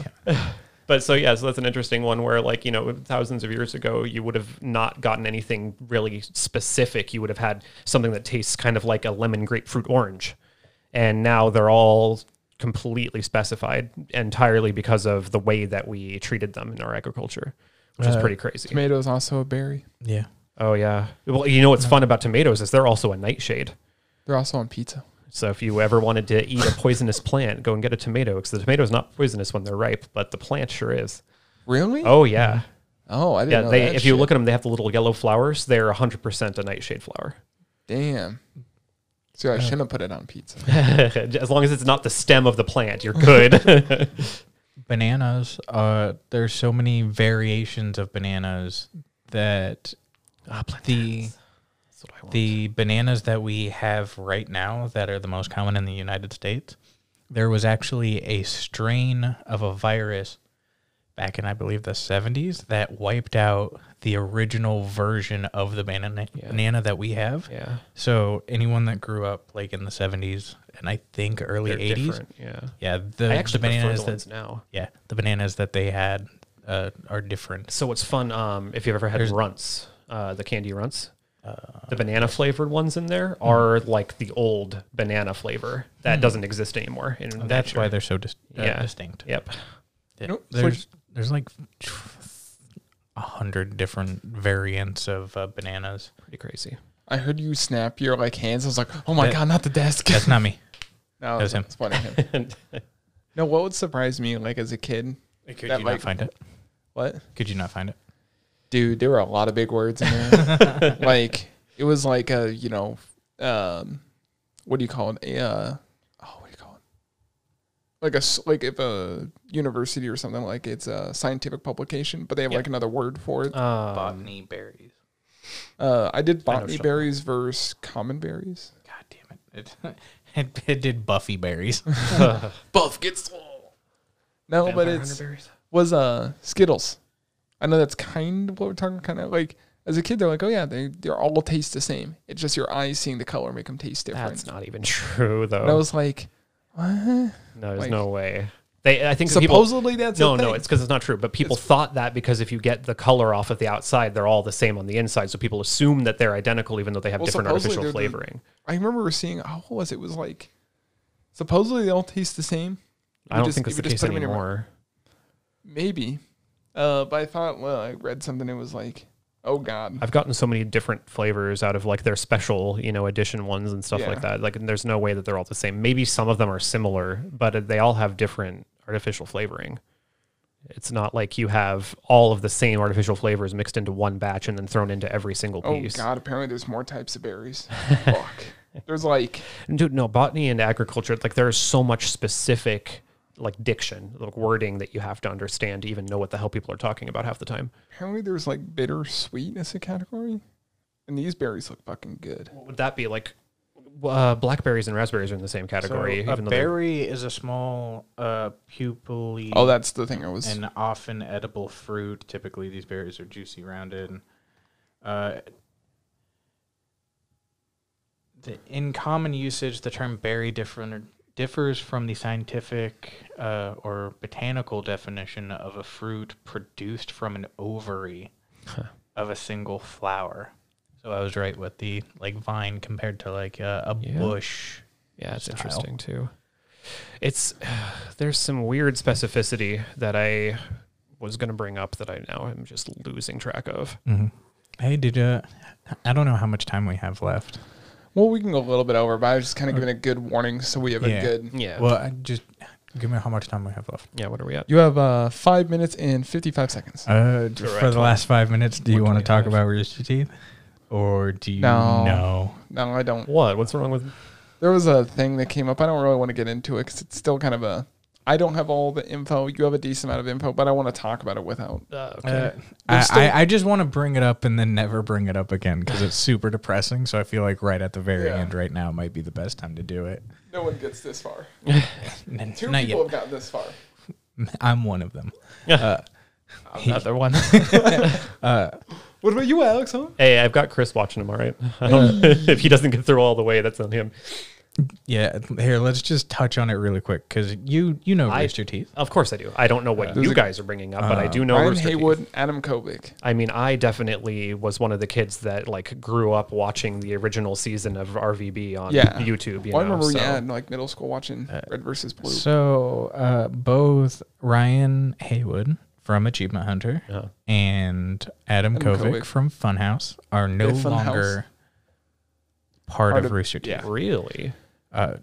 [SPEAKER 2] But so yeah, so that's an interesting one where like, you know, thousands of years ago you would have not gotten anything really specific. You would have had something that tastes kind of like a lemon grapefruit orange. And now they're all completely specified entirely because of the way that we treated them in our agriculture, which is
[SPEAKER 3] Uh,
[SPEAKER 2] pretty crazy.
[SPEAKER 1] Tomato is also a berry.
[SPEAKER 3] Yeah.
[SPEAKER 2] oh yeah. Well, you know what's fun about tomatoes is they're also a nightshade.
[SPEAKER 1] They're also on pizza.
[SPEAKER 2] So if you ever wanted to eat a poisonous plant, go and get a tomato because the tomato is not poisonous when they're ripe, but the plant sure is.
[SPEAKER 1] Really?
[SPEAKER 2] Oh yeah,
[SPEAKER 1] Oh, I
[SPEAKER 2] yeah.
[SPEAKER 1] didn't know
[SPEAKER 2] They
[SPEAKER 1] that
[SPEAKER 2] if you
[SPEAKER 1] shit.
[SPEAKER 2] look at them, they have the little yellow flowers. They're hundred percent a nightshade flower,
[SPEAKER 1] Damn. So I
[SPEAKER 2] Uh,
[SPEAKER 1] shouldn't have put it on pizza.
[SPEAKER 2] as long as it's not the stem of the plant. You're good.
[SPEAKER 3] Bananas. Uh, there's so many variations of bananas that
[SPEAKER 2] Ah, plant-
[SPEAKER 3] the
[SPEAKER 2] That's what I want.
[SPEAKER 3] the bananas that we have right now that are the most common in the United States, there was actually a strain of a virus back in I believe the 70s that wiped out the original version of the banana
[SPEAKER 2] Yeah.
[SPEAKER 3] banana that we have.
[SPEAKER 2] yeah,
[SPEAKER 3] So anyone that grew up like in the 70s and I think early
[SPEAKER 2] they're
[SPEAKER 3] 80s,
[SPEAKER 2] different. Yeah,
[SPEAKER 3] yeah, the,
[SPEAKER 2] I actually
[SPEAKER 3] the
[SPEAKER 2] prefer
[SPEAKER 3] bananas
[SPEAKER 2] the ones
[SPEAKER 3] that
[SPEAKER 2] now.
[SPEAKER 3] yeah, the bananas that they had uh, are different.
[SPEAKER 2] So what's fun? Um, if you've ever had
[SPEAKER 3] There's-
[SPEAKER 2] runts, uh, the candy runts,
[SPEAKER 1] Uh,
[SPEAKER 2] the banana flavored ones in
[SPEAKER 1] hmm.
[SPEAKER 2] there are like the old banana flavor that doesn't exist anymore. In
[SPEAKER 3] That's
[SPEAKER 2] nature.
[SPEAKER 3] why they're so dis- uh,
[SPEAKER 2] Yeah.
[SPEAKER 3] distinct.
[SPEAKER 2] Yep.
[SPEAKER 3] Yeah.
[SPEAKER 1] know, for-
[SPEAKER 3] there's there's like a hundred different variants of uh, bananas.
[SPEAKER 2] Pretty crazy.
[SPEAKER 1] I heard you snap your like hands. I was like, oh my
[SPEAKER 3] That-
[SPEAKER 1] god, not the desk.
[SPEAKER 3] That's not me.
[SPEAKER 1] no,
[SPEAKER 3] that was him.
[SPEAKER 1] It's funny. Him. no, what would surprise me like as a kid?
[SPEAKER 3] Could
[SPEAKER 1] That
[SPEAKER 3] you
[SPEAKER 1] might-
[SPEAKER 3] not find it?
[SPEAKER 1] What?
[SPEAKER 3] Could you not find it?
[SPEAKER 1] Dude, there were a lot of big words in there. like it was like a you know, um, what do you call it? A, uh, oh, what do you call it? Like a s- like if a university or something like it's a scientific publication, but they have
[SPEAKER 2] Yeah.
[SPEAKER 1] like another word for it.
[SPEAKER 2] Um,
[SPEAKER 3] berries.
[SPEAKER 1] Uh, I did
[SPEAKER 2] I know
[SPEAKER 1] botany
[SPEAKER 2] something.
[SPEAKER 1] berries versus common berries.
[SPEAKER 3] God damn it! It, it, did Buffy berries.
[SPEAKER 1] Buff gets no, but
[SPEAKER 2] Vampire
[SPEAKER 1] it's
[SPEAKER 2] Hunter berries?
[SPEAKER 1] was uh Skittles. I know that's kind of what we're talking kind of like as a kid they're like, "Oh yeah, they they all taste the same. It's just your eyes seeing the color make them taste different."
[SPEAKER 2] That's not even true, though.
[SPEAKER 1] and I was like, "What?"
[SPEAKER 2] no, there's
[SPEAKER 1] like-
[SPEAKER 2] no way. They, I think that people.
[SPEAKER 1] Supposedly that's
[SPEAKER 2] No,
[SPEAKER 1] a thing.
[SPEAKER 2] no, it's because it's not true. But people thought that because if you get the color off of the outside, they're all the same on the inside. So people assume that they're identical, even though they have
[SPEAKER 1] Well,
[SPEAKER 2] different
[SPEAKER 1] supposedly
[SPEAKER 2] artificial
[SPEAKER 1] they're the-
[SPEAKER 2] flavoring.
[SPEAKER 1] I remember seeing oh, what was it? It was like supposedly they all taste the same.
[SPEAKER 2] I
[SPEAKER 1] You
[SPEAKER 2] don't
[SPEAKER 1] just-
[SPEAKER 2] think that's
[SPEAKER 1] you
[SPEAKER 2] the
[SPEAKER 1] just
[SPEAKER 2] case
[SPEAKER 1] put 'em in your-
[SPEAKER 2] anymore.
[SPEAKER 1] Maybe, uh, but I thought well, I read something. It was like, "Oh God."
[SPEAKER 2] I've gotten so many different flavors out of like their special, you know, edition ones and stuff
[SPEAKER 1] Yeah.
[SPEAKER 2] like that. Like, and there's no way that they're all the same. Maybe some of them are similar, but they all have different artificial flavoring. It's not like you have all of the same artificial flavors mixed into one batch and then thrown into every single
[SPEAKER 1] Oh
[SPEAKER 2] piece.
[SPEAKER 1] God! Apparently, there's more types of berries. Fuck. There's like
[SPEAKER 2] Dude, no, botany and agriculture, like there is so much specific like diction, like wording that you have to understand to even know what the hell people are talking about half the time.
[SPEAKER 1] apparently there's like bitter sweet as a category, and these berries look fucking good.
[SPEAKER 2] What would that be like? Uh, blackberries and raspberries are in the same category,
[SPEAKER 3] a
[SPEAKER 2] even though they're
[SPEAKER 3] berry is a small, uh, pupally
[SPEAKER 1] Oh, that's the thing. I was
[SPEAKER 3] and often edible fruit. Typically, these berries are juicy, rounded. Uh, the, in common usage, the term berry different differs from the scientific uh, or botanical definition of a fruit produced from an ovary of a single flower. So I was right with the like vine compared to like uh, a
[SPEAKER 2] Yeah.
[SPEAKER 3] bush.
[SPEAKER 2] Yeah, it's
[SPEAKER 3] style.
[SPEAKER 2] interesting too. It's there's some weird specificity that I was going to bring up that I now am just losing track of.
[SPEAKER 3] Mhm. Hey, did you? I don't know how much time we have left.
[SPEAKER 1] Well, we can go a little bit over, but I was just kind of giving a good warning so we have a
[SPEAKER 3] Yeah.
[SPEAKER 1] good.
[SPEAKER 2] Uh, Yeah.
[SPEAKER 3] Well, I just give me how much time we have left.
[SPEAKER 2] yeah. What are we at?
[SPEAKER 1] You have uh, five minutes and 55 seconds.
[SPEAKER 3] Uh, d- for
[SPEAKER 2] Correct.
[SPEAKER 3] the last five minutes, do you want to talk
[SPEAKER 2] 125.
[SPEAKER 3] about Rooster Teeth, or do you
[SPEAKER 1] No.
[SPEAKER 3] know?
[SPEAKER 1] No, I don't.
[SPEAKER 2] What? What's wrong with?
[SPEAKER 1] There was a thing that came up. I don't really want to get into it because it's still kind of a. I don't have all the info. You have a decent amount of info, but I want to talk about it without.
[SPEAKER 2] Uh,
[SPEAKER 3] Uh,
[SPEAKER 2] okay.
[SPEAKER 3] I,
[SPEAKER 1] There's still-
[SPEAKER 3] I, I just want to bring it up and then never bring it up again because it's super depressing. So I feel like right at the very
[SPEAKER 1] Yeah.
[SPEAKER 3] end, right now, might be the best time to do it.
[SPEAKER 1] No one gets this far.
[SPEAKER 3] N-
[SPEAKER 1] Two people
[SPEAKER 3] Not yet.
[SPEAKER 1] have gotten this far.
[SPEAKER 3] I'm one of them.
[SPEAKER 2] Another one.
[SPEAKER 1] What about you, Alex? Huh?
[SPEAKER 2] hey, I've got Chris watching him. All right. if he doesn't get through all the way, that's on him.
[SPEAKER 3] Yeah, here let's just touch on it really quick because you you know
[SPEAKER 2] I-
[SPEAKER 3] Rooster Teeth.
[SPEAKER 2] Of course I do. I don't know what
[SPEAKER 1] There's
[SPEAKER 2] you
[SPEAKER 1] a-
[SPEAKER 2] guys are bringing up, but I do know
[SPEAKER 1] Ryan
[SPEAKER 2] Rooster Teeth.
[SPEAKER 1] Uh, Haywood, Adam Kovic.
[SPEAKER 2] I mean, I definitely was one of the kids that like grew up watching the original season of RVB on
[SPEAKER 1] Yeah.
[SPEAKER 2] YouTube. You
[SPEAKER 1] Well, I
[SPEAKER 2] know,
[SPEAKER 1] remember
[SPEAKER 2] so.
[SPEAKER 1] yeah, in like middle school watching Red versus Blue.
[SPEAKER 3] Uh, So uh, both Ryan Haywood from Achievement Hunter
[SPEAKER 2] Yeah.
[SPEAKER 3] and Adam,
[SPEAKER 1] Adam
[SPEAKER 3] Kovic,
[SPEAKER 1] Kovic.
[SPEAKER 3] from Funhouse are no
[SPEAKER 1] They're Funhouse.
[SPEAKER 3] longer part,
[SPEAKER 1] Part of-
[SPEAKER 3] of, Rooster Teeth.
[SPEAKER 2] Really?
[SPEAKER 3] Uh,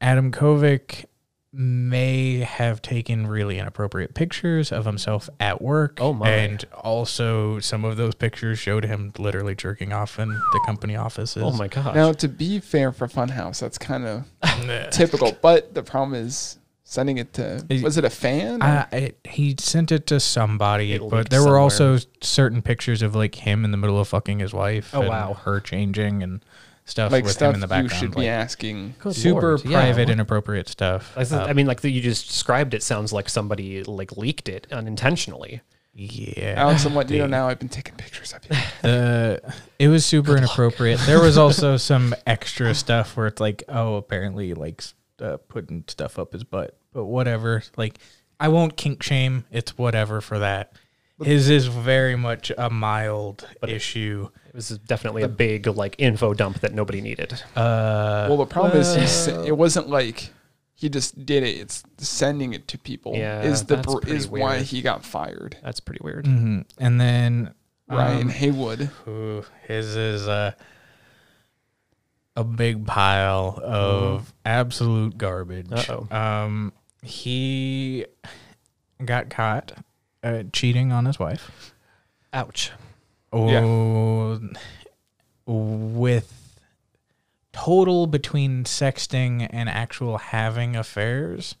[SPEAKER 3] Adam Kovic may have taken really inappropriate pictures of himself at work.
[SPEAKER 2] Oh, my.
[SPEAKER 3] And also, some of those pictures showed him literally jerking off in the company offices.
[SPEAKER 2] Oh my gosh.
[SPEAKER 1] Now, to be fair for Funhouse, that's kind of
[SPEAKER 3] Nah.
[SPEAKER 1] typical. But the problem is sending it to
[SPEAKER 3] Is-
[SPEAKER 1] was it a fan?
[SPEAKER 3] Uh, it, he sent it to somebody,
[SPEAKER 2] It
[SPEAKER 3] but
[SPEAKER 2] leaked
[SPEAKER 3] there were
[SPEAKER 2] somewhere.
[SPEAKER 3] also certain pictures of like him in the middle of fucking his wife.
[SPEAKER 2] Oh,
[SPEAKER 3] and
[SPEAKER 2] wow.
[SPEAKER 3] her changing and stuff
[SPEAKER 1] like
[SPEAKER 3] with
[SPEAKER 1] stuff
[SPEAKER 3] him in the
[SPEAKER 1] you
[SPEAKER 3] background.
[SPEAKER 1] should
[SPEAKER 3] like,
[SPEAKER 1] be asking.
[SPEAKER 2] Good
[SPEAKER 3] super
[SPEAKER 2] Lord, yeah.
[SPEAKER 3] private, inappropriate stuff.
[SPEAKER 2] I, said-
[SPEAKER 3] Uh,
[SPEAKER 2] I
[SPEAKER 1] um,
[SPEAKER 2] mean, like the, you just described, it sounds like somebody like leaked it unintentionally.
[SPEAKER 3] yeah,
[SPEAKER 1] Alex, I'm letting you know now. I've been taking pictures of you.
[SPEAKER 3] Uh, it was super inappropriate. There was also some extra stuff where it's like, oh, apparently like s- uh, putting stuff up his butt, but whatever. Like, I won't kink shame. It's whatever for that. His is very much a mild issue.
[SPEAKER 2] It was definitely a big like info dump that nobody needed.
[SPEAKER 3] Uh,
[SPEAKER 1] well, the problem is he sen- it wasn't like he just did it. It's sending it to people.
[SPEAKER 2] Yeah,
[SPEAKER 1] is the
[SPEAKER 2] that's
[SPEAKER 1] br-
[SPEAKER 2] pretty
[SPEAKER 1] is why
[SPEAKER 2] weird.
[SPEAKER 1] he got fired.
[SPEAKER 2] That's pretty weird.
[SPEAKER 3] mhm. and then uh,
[SPEAKER 2] Um,
[SPEAKER 1] Ryan Haywood.
[SPEAKER 3] Ooh, his is a a big pile of absolute garbage.
[SPEAKER 2] Uh-oh.
[SPEAKER 3] Um, he got caught uh, cheating on his wife.
[SPEAKER 2] Ouch.
[SPEAKER 1] Yeah.
[SPEAKER 3] Oh, with total between sexting and actual having affairs,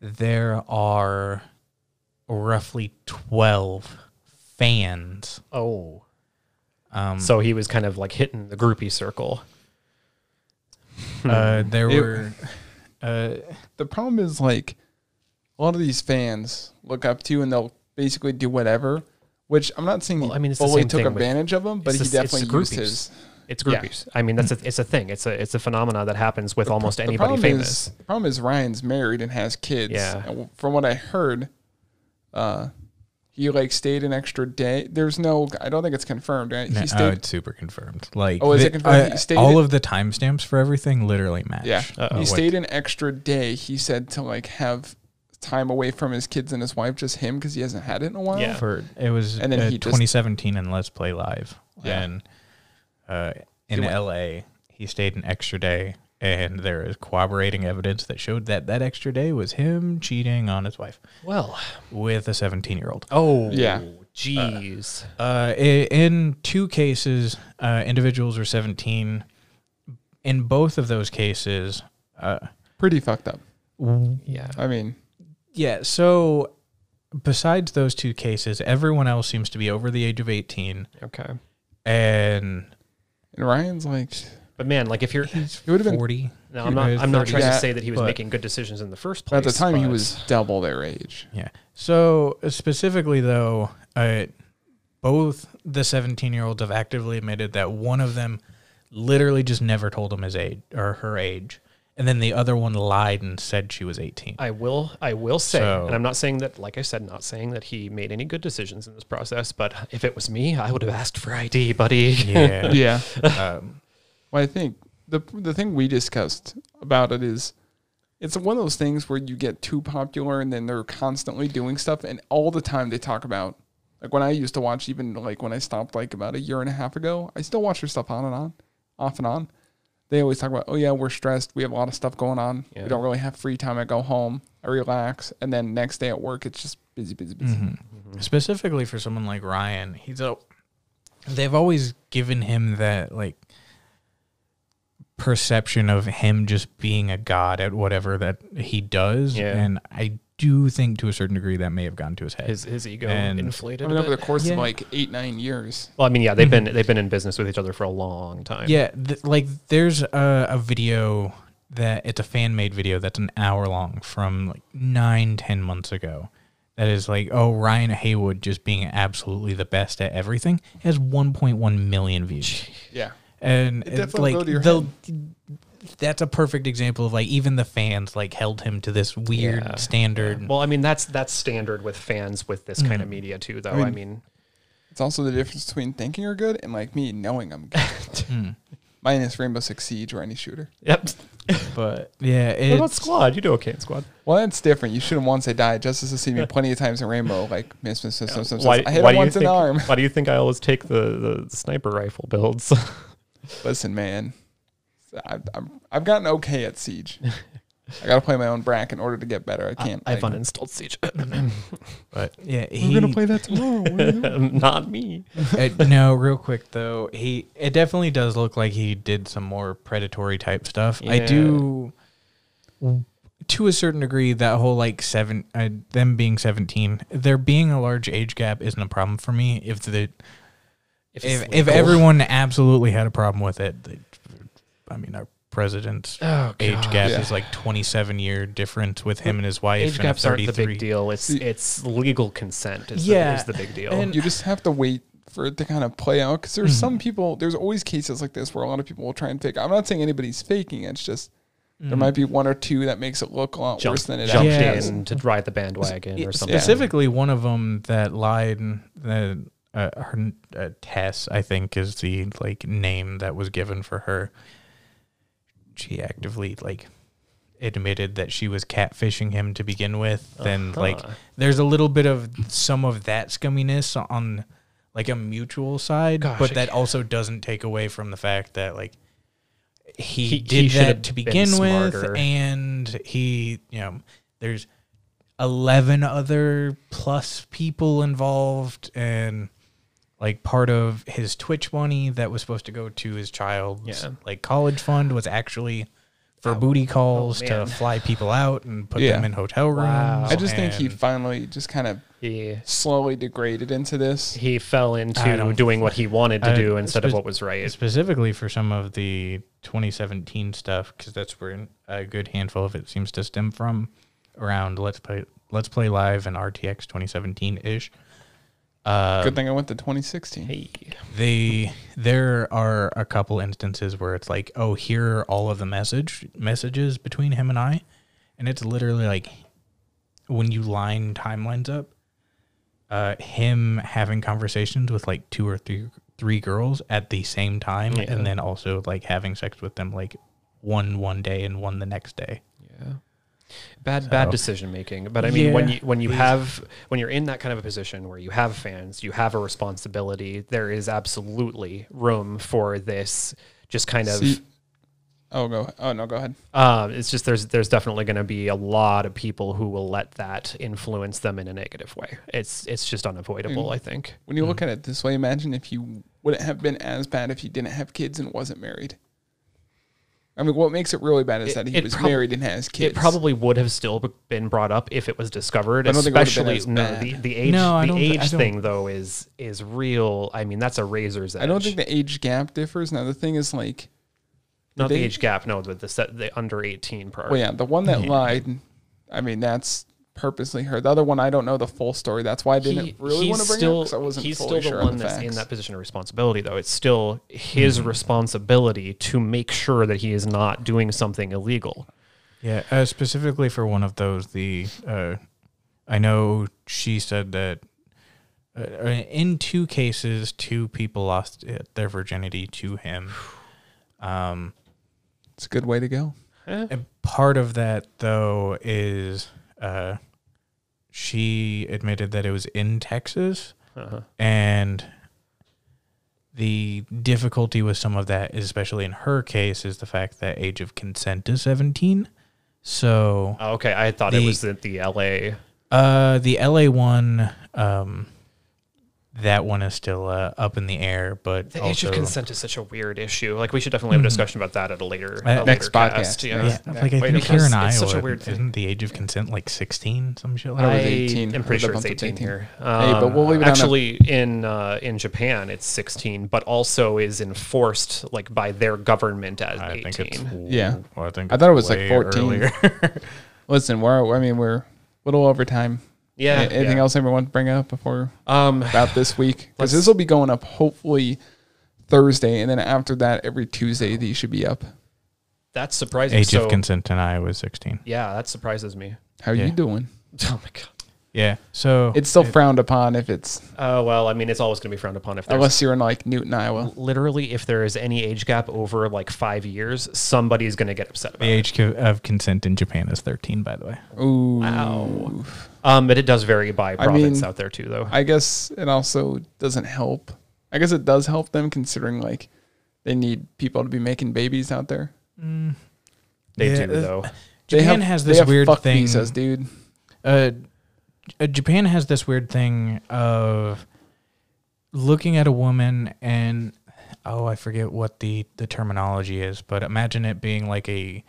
[SPEAKER 3] there are roughly twelve fans.
[SPEAKER 2] Oh.
[SPEAKER 3] Um,
[SPEAKER 2] So he was kind of like hitting the groupie circle.
[SPEAKER 1] Hmm.
[SPEAKER 3] Uh, there
[SPEAKER 1] It-
[SPEAKER 3] were. Uh,
[SPEAKER 1] The problem is like a lot of these fans look up to you and they'll basically do whatever. Which I'm not saying
[SPEAKER 2] Well,
[SPEAKER 1] he
[SPEAKER 2] I mean, it's the
[SPEAKER 1] fully
[SPEAKER 2] same
[SPEAKER 1] took
[SPEAKER 2] thing with-
[SPEAKER 1] advantage of him, but
[SPEAKER 2] it's
[SPEAKER 1] he
[SPEAKER 2] the- it's
[SPEAKER 1] definitely
[SPEAKER 2] the
[SPEAKER 1] used
[SPEAKER 2] groupies.
[SPEAKER 1] his.
[SPEAKER 2] It's
[SPEAKER 1] Yeah.
[SPEAKER 2] groupies. I mean, that's a, it's a thing. It's a it's a phenomenon that happens with almost
[SPEAKER 1] The
[SPEAKER 2] anybody
[SPEAKER 1] problem
[SPEAKER 2] famous.
[SPEAKER 1] Is, the problem is Ryan's married and has kids.
[SPEAKER 2] Yeah.
[SPEAKER 1] And w- from what I heard, uh, he like stayed an extra day. There's no. I don't think it's confirmed. Right?
[SPEAKER 3] no,
[SPEAKER 1] He
[SPEAKER 3] oh,
[SPEAKER 1] stayed.
[SPEAKER 3] it's super confirmed. Like,
[SPEAKER 1] Oh, is
[SPEAKER 3] the-
[SPEAKER 1] it confirmed? He
[SPEAKER 3] uh,
[SPEAKER 1] stayed
[SPEAKER 3] all
[SPEAKER 1] in-
[SPEAKER 3] of the timestamps for everything literally match. Uh,
[SPEAKER 1] yeah.
[SPEAKER 2] Uh-oh.
[SPEAKER 1] He
[SPEAKER 3] What-
[SPEAKER 1] stayed an extra day. He said to like have time away from his kids and his wife, just him, because he hasn't had it in a while.
[SPEAKER 2] Yeah.
[SPEAKER 3] for it was
[SPEAKER 1] And then
[SPEAKER 3] uh,
[SPEAKER 1] he just-
[SPEAKER 3] 2017 and Let's Play Live,
[SPEAKER 1] Yeah.
[SPEAKER 3] and uh, in
[SPEAKER 1] He went-
[SPEAKER 3] LA he stayed an extra day, and there is corroborating evidence that showed that that extra day was him cheating on his wife
[SPEAKER 2] Well,
[SPEAKER 3] with a 17 year old.
[SPEAKER 2] oh
[SPEAKER 1] Yeah.
[SPEAKER 2] jeez.
[SPEAKER 3] Uh, i- in two cases, uh, individuals are 17. In both of those cases, uh,
[SPEAKER 1] Pretty fucked up.
[SPEAKER 2] yeah.
[SPEAKER 1] I mean,
[SPEAKER 3] yeah. So, besides those two cases, everyone else seems to be over the age of 18,
[SPEAKER 2] Okay.
[SPEAKER 3] and
[SPEAKER 1] and Ryan's like,
[SPEAKER 2] But man, like if you're
[SPEAKER 3] he's
[SPEAKER 1] It would've been-
[SPEAKER 3] 40.
[SPEAKER 2] No, I'm not. I'm not trying
[SPEAKER 1] Yeah,
[SPEAKER 2] to say that he was
[SPEAKER 3] but-
[SPEAKER 2] making good decisions in the first place.
[SPEAKER 1] at the time he
[SPEAKER 2] but-
[SPEAKER 1] was double their age.
[SPEAKER 3] Yeah. So uh, specifically, though, uh, both the 17-year-olds have actively admitted that one of them literally just never told him his age or her age, and then the other one lied and said she was 18.
[SPEAKER 2] I will. I will say,
[SPEAKER 3] So-
[SPEAKER 2] and I'm not saying that. Like I said, not saying that he made any good decisions in this process. But if it was me, I would have asked for ID, buddy.
[SPEAKER 3] Yeah.
[SPEAKER 1] Yeah.
[SPEAKER 3] um,
[SPEAKER 1] Well, I think the the thing we discussed about it is it's one of those things where you get too popular and then they're constantly doing stuff and all the time they talk about like when I used to watch even like when I stopped like about a year and a half ago, I still watch their stuff on and on, off and on. They always talk about, oh yeah, we're stressed, we have a lot of stuff going on.
[SPEAKER 2] Yeah.
[SPEAKER 1] We don't really have free time. I go home, I relax, and then next day at work it's just busy, busy, busy.
[SPEAKER 3] Specifically for someone like Ryan, he's a. They've always given him that like perception of him just being a god at whatever that he does,
[SPEAKER 2] Yeah.
[SPEAKER 3] and I do think to a certain degree that may have gone to his head.
[SPEAKER 2] His his ego
[SPEAKER 3] And-
[SPEAKER 1] I
[SPEAKER 2] inflated.
[SPEAKER 1] mean,
[SPEAKER 2] a
[SPEAKER 1] over the
[SPEAKER 2] bit.
[SPEAKER 1] course
[SPEAKER 3] Yeah.
[SPEAKER 1] of like eight, nine years,
[SPEAKER 2] well, I mean, yeah, they've been they've been in business with each other for a long time.
[SPEAKER 3] Mm-hmm. Yeah, th- like there's a, a video that it's a fan made video that's an hour long from like nine, ten months ago. That is like, oh, Ryan Haywood just being absolutely the best at everything It has 1.1 million views,
[SPEAKER 1] yeah,
[SPEAKER 3] and
[SPEAKER 1] It
[SPEAKER 3] it's
[SPEAKER 1] definitely
[SPEAKER 3] like
[SPEAKER 1] go to your
[SPEAKER 3] the that's a perfect example of like even the fans like held him to this weird
[SPEAKER 2] Yeah.
[SPEAKER 3] standard.
[SPEAKER 2] Well, I mean, that's that's standard with fans with this kind of
[SPEAKER 3] Mm-hmm.
[SPEAKER 2] media too, though. I mean,
[SPEAKER 1] it's also the difference between thinking you're good and like me knowing I'm good.
[SPEAKER 3] Hmm.
[SPEAKER 1] Minus Rainbow Six Siege or any shooter.
[SPEAKER 2] yep.
[SPEAKER 3] But yeah,
[SPEAKER 2] What about
[SPEAKER 3] it's
[SPEAKER 2] squad? You do okay in squad.
[SPEAKER 1] Well, that's different. You shoot him once, they die. Justice has seen me plenty of times in Rainbow. Like miss, miss, miss, miss, miss, miss. I hit him
[SPEAKER 2] do you
[SPEAKER 1] once in
[SPEAKER 2] think,
[SPEAKER 1] the arm.
[SPEAKER 2] Why do you think I always take the, the sniper rifle builds?
[SPEAKER 1] Listen, man, I've, I'm, I've gotten okay at Siege. I gotta play my own brack in order to get better. I can't.
[SPEAKER 2] I've
[SPEAKER 1] like,
[SPEAKER 2] uninstalled Siege.
[SPEAKER 3] but yeah,
[SPEAKER 1] We're
[SPEAKER 3] he,
[SPEAKER 1] gonna play that tomorrow. William.
[SPEAKER 2] Not me.
[SPEAKER 3] uh, no, real quick though, he it definitely does look like he did some more predatory type stuff. I
[SPEAKER 2] Yeah.
[SPEAKER 3] do, to a certain degree, that whole like seven uh, them being seventeen, there being a large age gap isn't a problem for me. If the if, if everyone absolutely had a problem with it, they, I mean our president's
[SPEAKER 2] oh,
[SPEAKER 3] age
[SPEAKER 2] God.
[SPEAKER 3] gap
[SPEAKER 1] Yeah.
[SPEAKER 3] is like twenty seven year difference with him and his wife.
[SPEAKER 2] Age
[SPEAKER 3] and
[SPEAKER 2] gaps aren't the
[SPEAKER 3] 33.
[SPEAKER 2] big deal. It's
[SPEAKER 1] See-
[SPEAKER 2] it's legal consent is,
[SPEAKER 3] Yeah,
[SPEAKER 2] the, is the big deal.
[SPEAKER 3] and-
[SPEAKER 1] you just have to wait for it to kind of play out because
[SPEAKER 2] Mm-hmm.
[SPEAKER 1] there's some people there's always cases like this where a lot of people will try and fake i'm not saying anybody's faking it, it's just there might be one or two that makes it look a lot
[SPEAKER 2] Mm-hmm. jumped,
[SPEAKER 1] worse than it
[SPEAKER 2] jumped
[SPEAKER 1] actually
[SPEAKER 3] Yeah.
[SPEAKER 1] is.
[SPEAKER 2] in to ride the bandwagon or something.
[SPEAKER 3] Specifically, one of them that lied, that uh, her uh, Tess, I think, is the like name that was given for her. She actively like admitted that she was catfishing him to begin with. Then like,
[SPEAKER 2] Uh-huh.
[SPEAKER 3] there's a little bit of some of that scumminess on like a mutual side,
[SPEAKER 2] Gosh,
[SPEAKER 3] but
[SPEAKER 2] I
[SPEAKER 3] that
[SPEAKER 2] can't-
[SPEAKER 3] also doesn't take away from the fact that like. He,
[SPEAKER 2] He- he
[SPEAKER 3] did
[SPEAKER 2] should have
[SPEAKER 3] that to
[SPEAKER 2] been
[SPEAKER 3] begin with,
[SPEAKER 2] smarter.
[SPEAKER 3] and he, you know, there's 11 other plus people involved and like part of his twitch money that was supposed to go to his child's
[SPEAKER 2] Yeah.
[SPEAKER 3] like college fund was actually for booty calls
[SPEAKER 2] man.
[SPEAKER 3] to fly people out and put
[SPEAKER 1] Yeah.
[SPEAKER 3] them in hotel rooms
[SPEAKER 2] Wow.
[SPEAKER 1] i just think he
[SPEAKER 3] and-
[SPEAKER 1] finally just kind of
[SPEAKER 2] He
[SPEAKER 1] slowly degraded into this
[SPEAKER 2] he fell
[SPEAKER 3] I
[SPEAKER 2] into
[SPEAKER 3] don't-
[SPEAKER 2] doing what he wanted to
[SPEAKER 3] I-
[SPEAKER 2] do instead of
[SPEAKER 3] spe-
[SPEAKER 2] what was right.
[SPEAKER 3] specifically for some of the 2017 stuff because that's where a good handful of it seems to stem from around let's play let's play live and rtx 2017 ish uh
[SPEAKER 1] good thing i went to 2016
[SPEAKER 2] Hey,
[SPEAKER 3] they there are a couple instances where it's like oh here are all of the message messages between him and i and it's literally like when you line timelines up uh him having conversations with like two or three three girls at the same time
[SPEAKER 2] Yeah.
[SPEAKER 3] and then also like having sex with them like one one day and one the next day
[SPEAKER 2] yeah. Bad bad
[SPEAKER 3] So-
[SPEAKER 2] decision making. But I mean when
[SPEAKER 3] Yeah.
[SPEAKER 2] you when you
[SPEAKER 3] These-
[SPEAKER 2] have when you're in that kind of a position where you have fans, you have a responsibility, there is absolutely room for this just kind of
[SPEAKER 1] See- oh go oh no go ahead
[SPEAKER 2] um, it's just there's there's definitely going to be a lot of people who will let that influence them in a negative way. It's it's just unavoidable,
[SPEAKER 1] Mm-hmm.
[SPEAKER 2] I think.
[SPEAKER 1] when you look at it this way imagine if you would it have been as bad if he didn't have kids and wasn't married i mean what makes it really bad is
[SPEAKER 2] It-
[SPEAKER 1] that he
[SPEAKER 2] it
[SPEAKER 1] was
[SPEAKER 2] prob-
[SPEAKER 1] married and has kids
[SPEAKER 2] It probably would have still b- been brought up if it was discovered.
[SPEAKER 1] I don't think it would've been
[SPEAKER 2] especially
[SPEAKER 1] as
[SPEAKER 2] no,
[SPEAKER 1] bad.
[SPEAKER 2] the, the age
[SPEAKER 3] No, I
[SPEAKER 2] the
[SPEAKER 3] don't thi- I
[SPEAKER 2] age
[SPEAKER 3] don't-
[SPEAKER 2] thing though is is real. I mean that's a razor's edge.
[SPEAKER 1] i don't think the age gap differs now the thing is like
[SPEAKER 2] not the
[SPEAKER 1] they-
[SPEAKER 2] age gap. No, but the set, the under eighteen part.
[SPEAKER 1] Well, yeah, the one that lied, I mean, that's purposely her. The other one, I don't know the full story. That's why I didn't really want to bring it up because I wasn't
[SPEAKER 2] he's
[SPEAKER 1] fully
[SPEAKER 2] still
[SPEAKER 1] sure
[SPEAKER 2] the
[SPEAKER 1] on
[SPEAKER 2] one
[SPEAKER 1] the
[SPEAKER 2] that's
[SPEAKER 1] facts. Mm-hmm.
[SPEAKER 2] in that position of responsibility, though. It's still his responsibility to make sure that he is not doing something illegal.
[SPEAKER 3] Yeah, uh, specifically for one of those, the uh, I know she said that uh, in two cases, two people lost uh, their virginity to him. Um,
[SPEAKER 1] It's a good way to go.
[SPEAKER 3] and- part of that though is uh, she admitted that it was in Texas,
[SPEAKER 2] Uh-huh.
[SPEAKER 3] and the difficulty with some of that, especially in her case, is the fact that age of consent is seventeen. So
[SPEAKER 2] Oh, okay, I thought it
[SPEAKER 3] The-
[SPEAKER 2] was the, the L.A.
[SPEAKER 3] uh, the LA one, um, that one is still uh, up in the air, but
[SPEAKER 2] The age
[SPEAKER 3] also,
[SPEAKER 2] of consent is such a weird issue. Like we should definitely have a discussion about that at a later
[SPEAKER 3] Uh,
[SPEAKER 2] a
[SPEAKER 1] Hmm. Next
[SPEAKER 2] later
[SPEAKER 1] podcast.
[SPEAKER 2] Yeah.
[SPEAKER 3] Yeah, like I
[SPEAKER 2] Wait,
[SPEAKER 3] think
[SPEAKER 2] it
[SPEAKER 3] here
[SPEAKER 2] was-
[SPEAKER 3] in Iowa,
[SPEAKER 2] it's such a weird thing.
[SPEAKER 3] isn't the age of consent like sixteen, some shit like
[SPEAKER 1] I
[SPEAKER 2] I
[SPEAKER 1] was 18.
[SPEAKER 2] am
[SPEAKER 1] I
[SPEAKER 2] pretty sure
[SPEAKER 1] bumped
[SPEAKER 2] it's
[SPEAKER 1] up to
[SPEAKER 2] 18 here.
[SPEAKER 1] Hey, but we'll
[SPEAKER 2] Um,
[SPEAKER 1] leave it on a-
[SPEAKER 2] actually in uh, in Japan it's 16, but also is enforced like by their government as
[SPEAKER 3] I
[SPEAKER 2] 18.
[SPEAKER 3] think it's
[SPEAKER 1] Yeah.
[SPEAKER 3] Well, I think
[SPEAKER 1] I
[SPEAKER 3] it's
[SPEAKER 1] thought it was, like,
[SPEAKER 3] way
[SPEAKER 1] 14.
[SPEAKER 3] earlier.
[SPEAKER 1] Listen, we're I mean we're a little over time.
[SPEAKER 2] yeah.
[SPEAKER 1] A- Anything
[SPEAKER 2] yeah.
[SPEAKER 1] else anyone want to bring up before
[SPEAKER 2] Um,
[SPEAKER 1] about this week? Because this will be going up hopefully Thursday, and then after that, every Tuesday these should be up.
[SPEAKER 2] that's surprising.
[SPEAKER 3] age
[SPEAKER 2] so,
[SPEAKER 3] of consent in Iowa is sixteen.
[SPEAKER 2] Yeah, that surprises me.
[SPEAKER 1] How are
[SPEAKER 3] Yeah.
[SPEAKER 1] you doing?
[SPEAKER 2] Oh my god.
[SPEAKER 3] Yeah, so
[SPEAKER 1] It's still frowned upon if it's
[SPEAKER 2] Oh well, I mean, it's always going to be frowned upon if there's
[SPEAKER 1] unless you're in like Newton, Iowa.
[SPEAKER 2] literally if there is any age gap over like five years, somebody is going to get upset about
[SPEAKER 3] the
[SPEAKER 2] it.
[SPEAKER 3] age co- of consent in Japan is thirteen. By the way,
[SPEAKER 1] Ooh,
[SPEAKER 2] Wow. Um, but it does vary by
[SPEAKER 1] I
[SPEAKER 2] province
[SPEAKER 1] mean,
[SPEAKER 2] out there too, though.
[SPEAKER 1] I guess it also doesn't help. I guess it does help them considering like they need people to be making babies out there.
[SPEAKER 2] they
[SPEAKER 3] Yeah,
[SPEAKER 2] do
[SPEAKER 3] uh,
[SPEAKER 2] though.
[SPEAKER 1] They
[SPEAKER 3] Japan
[SPEAKER 1] have-
[SPEAKER 3] has
[SPEAKER 1] they
[SPEAKER 3] this
[SPEAKER 1] have
[SPEAKER 3] weird
[SPEAKER 1] fuck
[SPEAKER 3] thing.
[SPEAKER 1] visas, dude.
[SPEAKER 3] uh, uh, Japan has this weird thing of looking at a woman and oh, I forget what the the terminology is, but imagine it being like a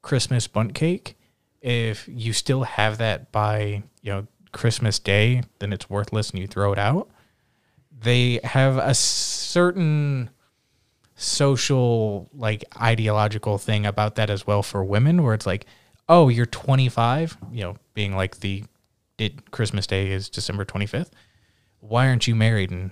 [SPEAKER 3] Christmas bunt cake. If you still have that by you know Christmas Day, then it's worthless and you throw it out. They have a certain social like ideological thing about that as well for women where it's like oh you're 25 you know being like the it, christmas day is december 25th why aren't you married and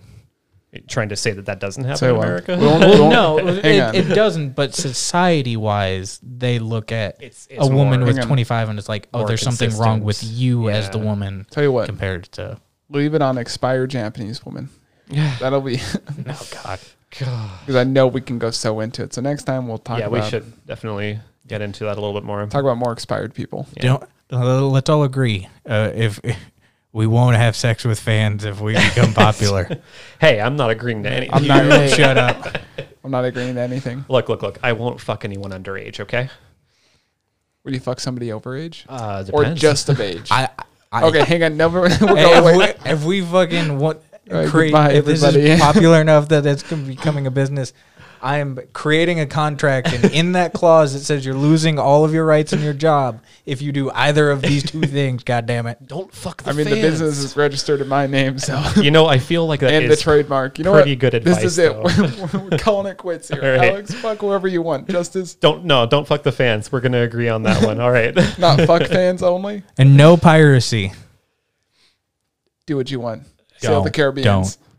[SPEAKER 2] Trying to say that that doesn't happen
[SPEAKER 1] So,
[SPEAKER 2] in
[SPEAKER 1] uh,
[SPEAKER 2] America.
[SPEAKER 1] we won't- we won't-
[SPEAKER 3] no it,
[SPEAKER 1] hang on.
[SPEAKER 3] it doesn't but society wise they look at
[SPEAKER 2] It's-
[SPEAKER 3] a
[SPEAKER 2] it's
[SPEAKER 3] woman
[SPEAKER 2] more-
[SPEAKER 3] with
[SPEAKER 1] Hang on.
[SPEAKER 3] 25 and it's like oh
[SPEAKER 2] More
[SPEAKER 3] there's something wrong with
[SPEAKER 2] consistent.
[SPEAKER 3] you as
[SPEAKER 2] Yeah.
[SPEAKER 3] the woman
[SPEAKER 1] Tell you what,
[SPEAKER 3] compared to
[SPEAKER 1] leave it on expired Japanese woman.
[SPEAKER 2] Yeah.
[SPEAKER 1] That'll be
[SPEAKER 3] oh god
[SPEAKER 1] because I know we can go so into it. So next time we'll talk.
[SPEAKER 2] yeah,
[SPEAKER 1] about,
[SPEAKER 2] we should definitely get into that a little bit more.
[SPEAKER 1] talk about more expired people.
[SPEAKER 2] Yeah.
[SPEAKER 3] don't uh, let's all agree uh, if, if we won't have sex with fans if we become popular
[SPEAKER 2] Hey, I'm not agreeing to any.
[SPEAKER 1] I'm not. really-
[SPEAKER 3] shut up
[SPEAKER 1] I'm not agreeing to anything.
[SPEAKER 2] Look, look, look! I won't fuck anyone underage. Okay.
[SPEAKER 1] Would you fuck somebody over age
[SPEAKER 2] Uh,
[SPEAKER 1] or
[SPEAKER 2] depends.
[SPEAKER 1] just of age?
[SPEAKER 3] i, I
[SPEAKER 1] okay, hang on. Never. We'll go
[SPEAKER 3] Hey,
[SPEAKER 1] away.
[SPEAKER 3] if, we, if we fucking want
[SPEAKER 1] All right,
[SPEAKER 3] create,
[SPEAKER 1] goodbye,
[SPEAKER 3] if this
[SPEAKER 1] everybody.
[SPEAKER 3] is popular enough that it's gonna be becoming a business, I am creating a contract, and in that clause it says you're losing all of your rights in your job if you do either of these two things. God damn it!
[SPEAKER 2] don't fuck the
[SPEAKER 1] I mean, the
[SPEAKER 2] fans.
[SPEAKER 1] business is registered in my name, so
[SPEAKER 2] You know, I feel like that
[SPEAKER 1] and the
[SPEAKER 2] is
[SPEAKER 1] trademark. You know
[SPEAKER 2] pretty
[SPEAKER 1] what?
[SPEAKER 2] good
[SPEAKER 1] This
[SPEAKER 2] advice,
[SPEAKER 1] is it.
[SPEAKER 2] though.
[SPEAKER 1] We're, we're calling it quits here.
[SPEAKER 2] All right.
[SPEAKER 1] Alex, fuck whoever you want. Justice,
[SPEAKER 2] Don't no, don't fuck the fans. We're gonna agree on that one. All right.
[SPEAKER 1] not fuck fans only.
[SPEAKER 3] And no piracy.
[SPEAKER 1] Do what you want. Sail
[SPEAKER 3] Don't,
[SPEAKER 1] the Caribbean.
[SPEAKER 3] Don't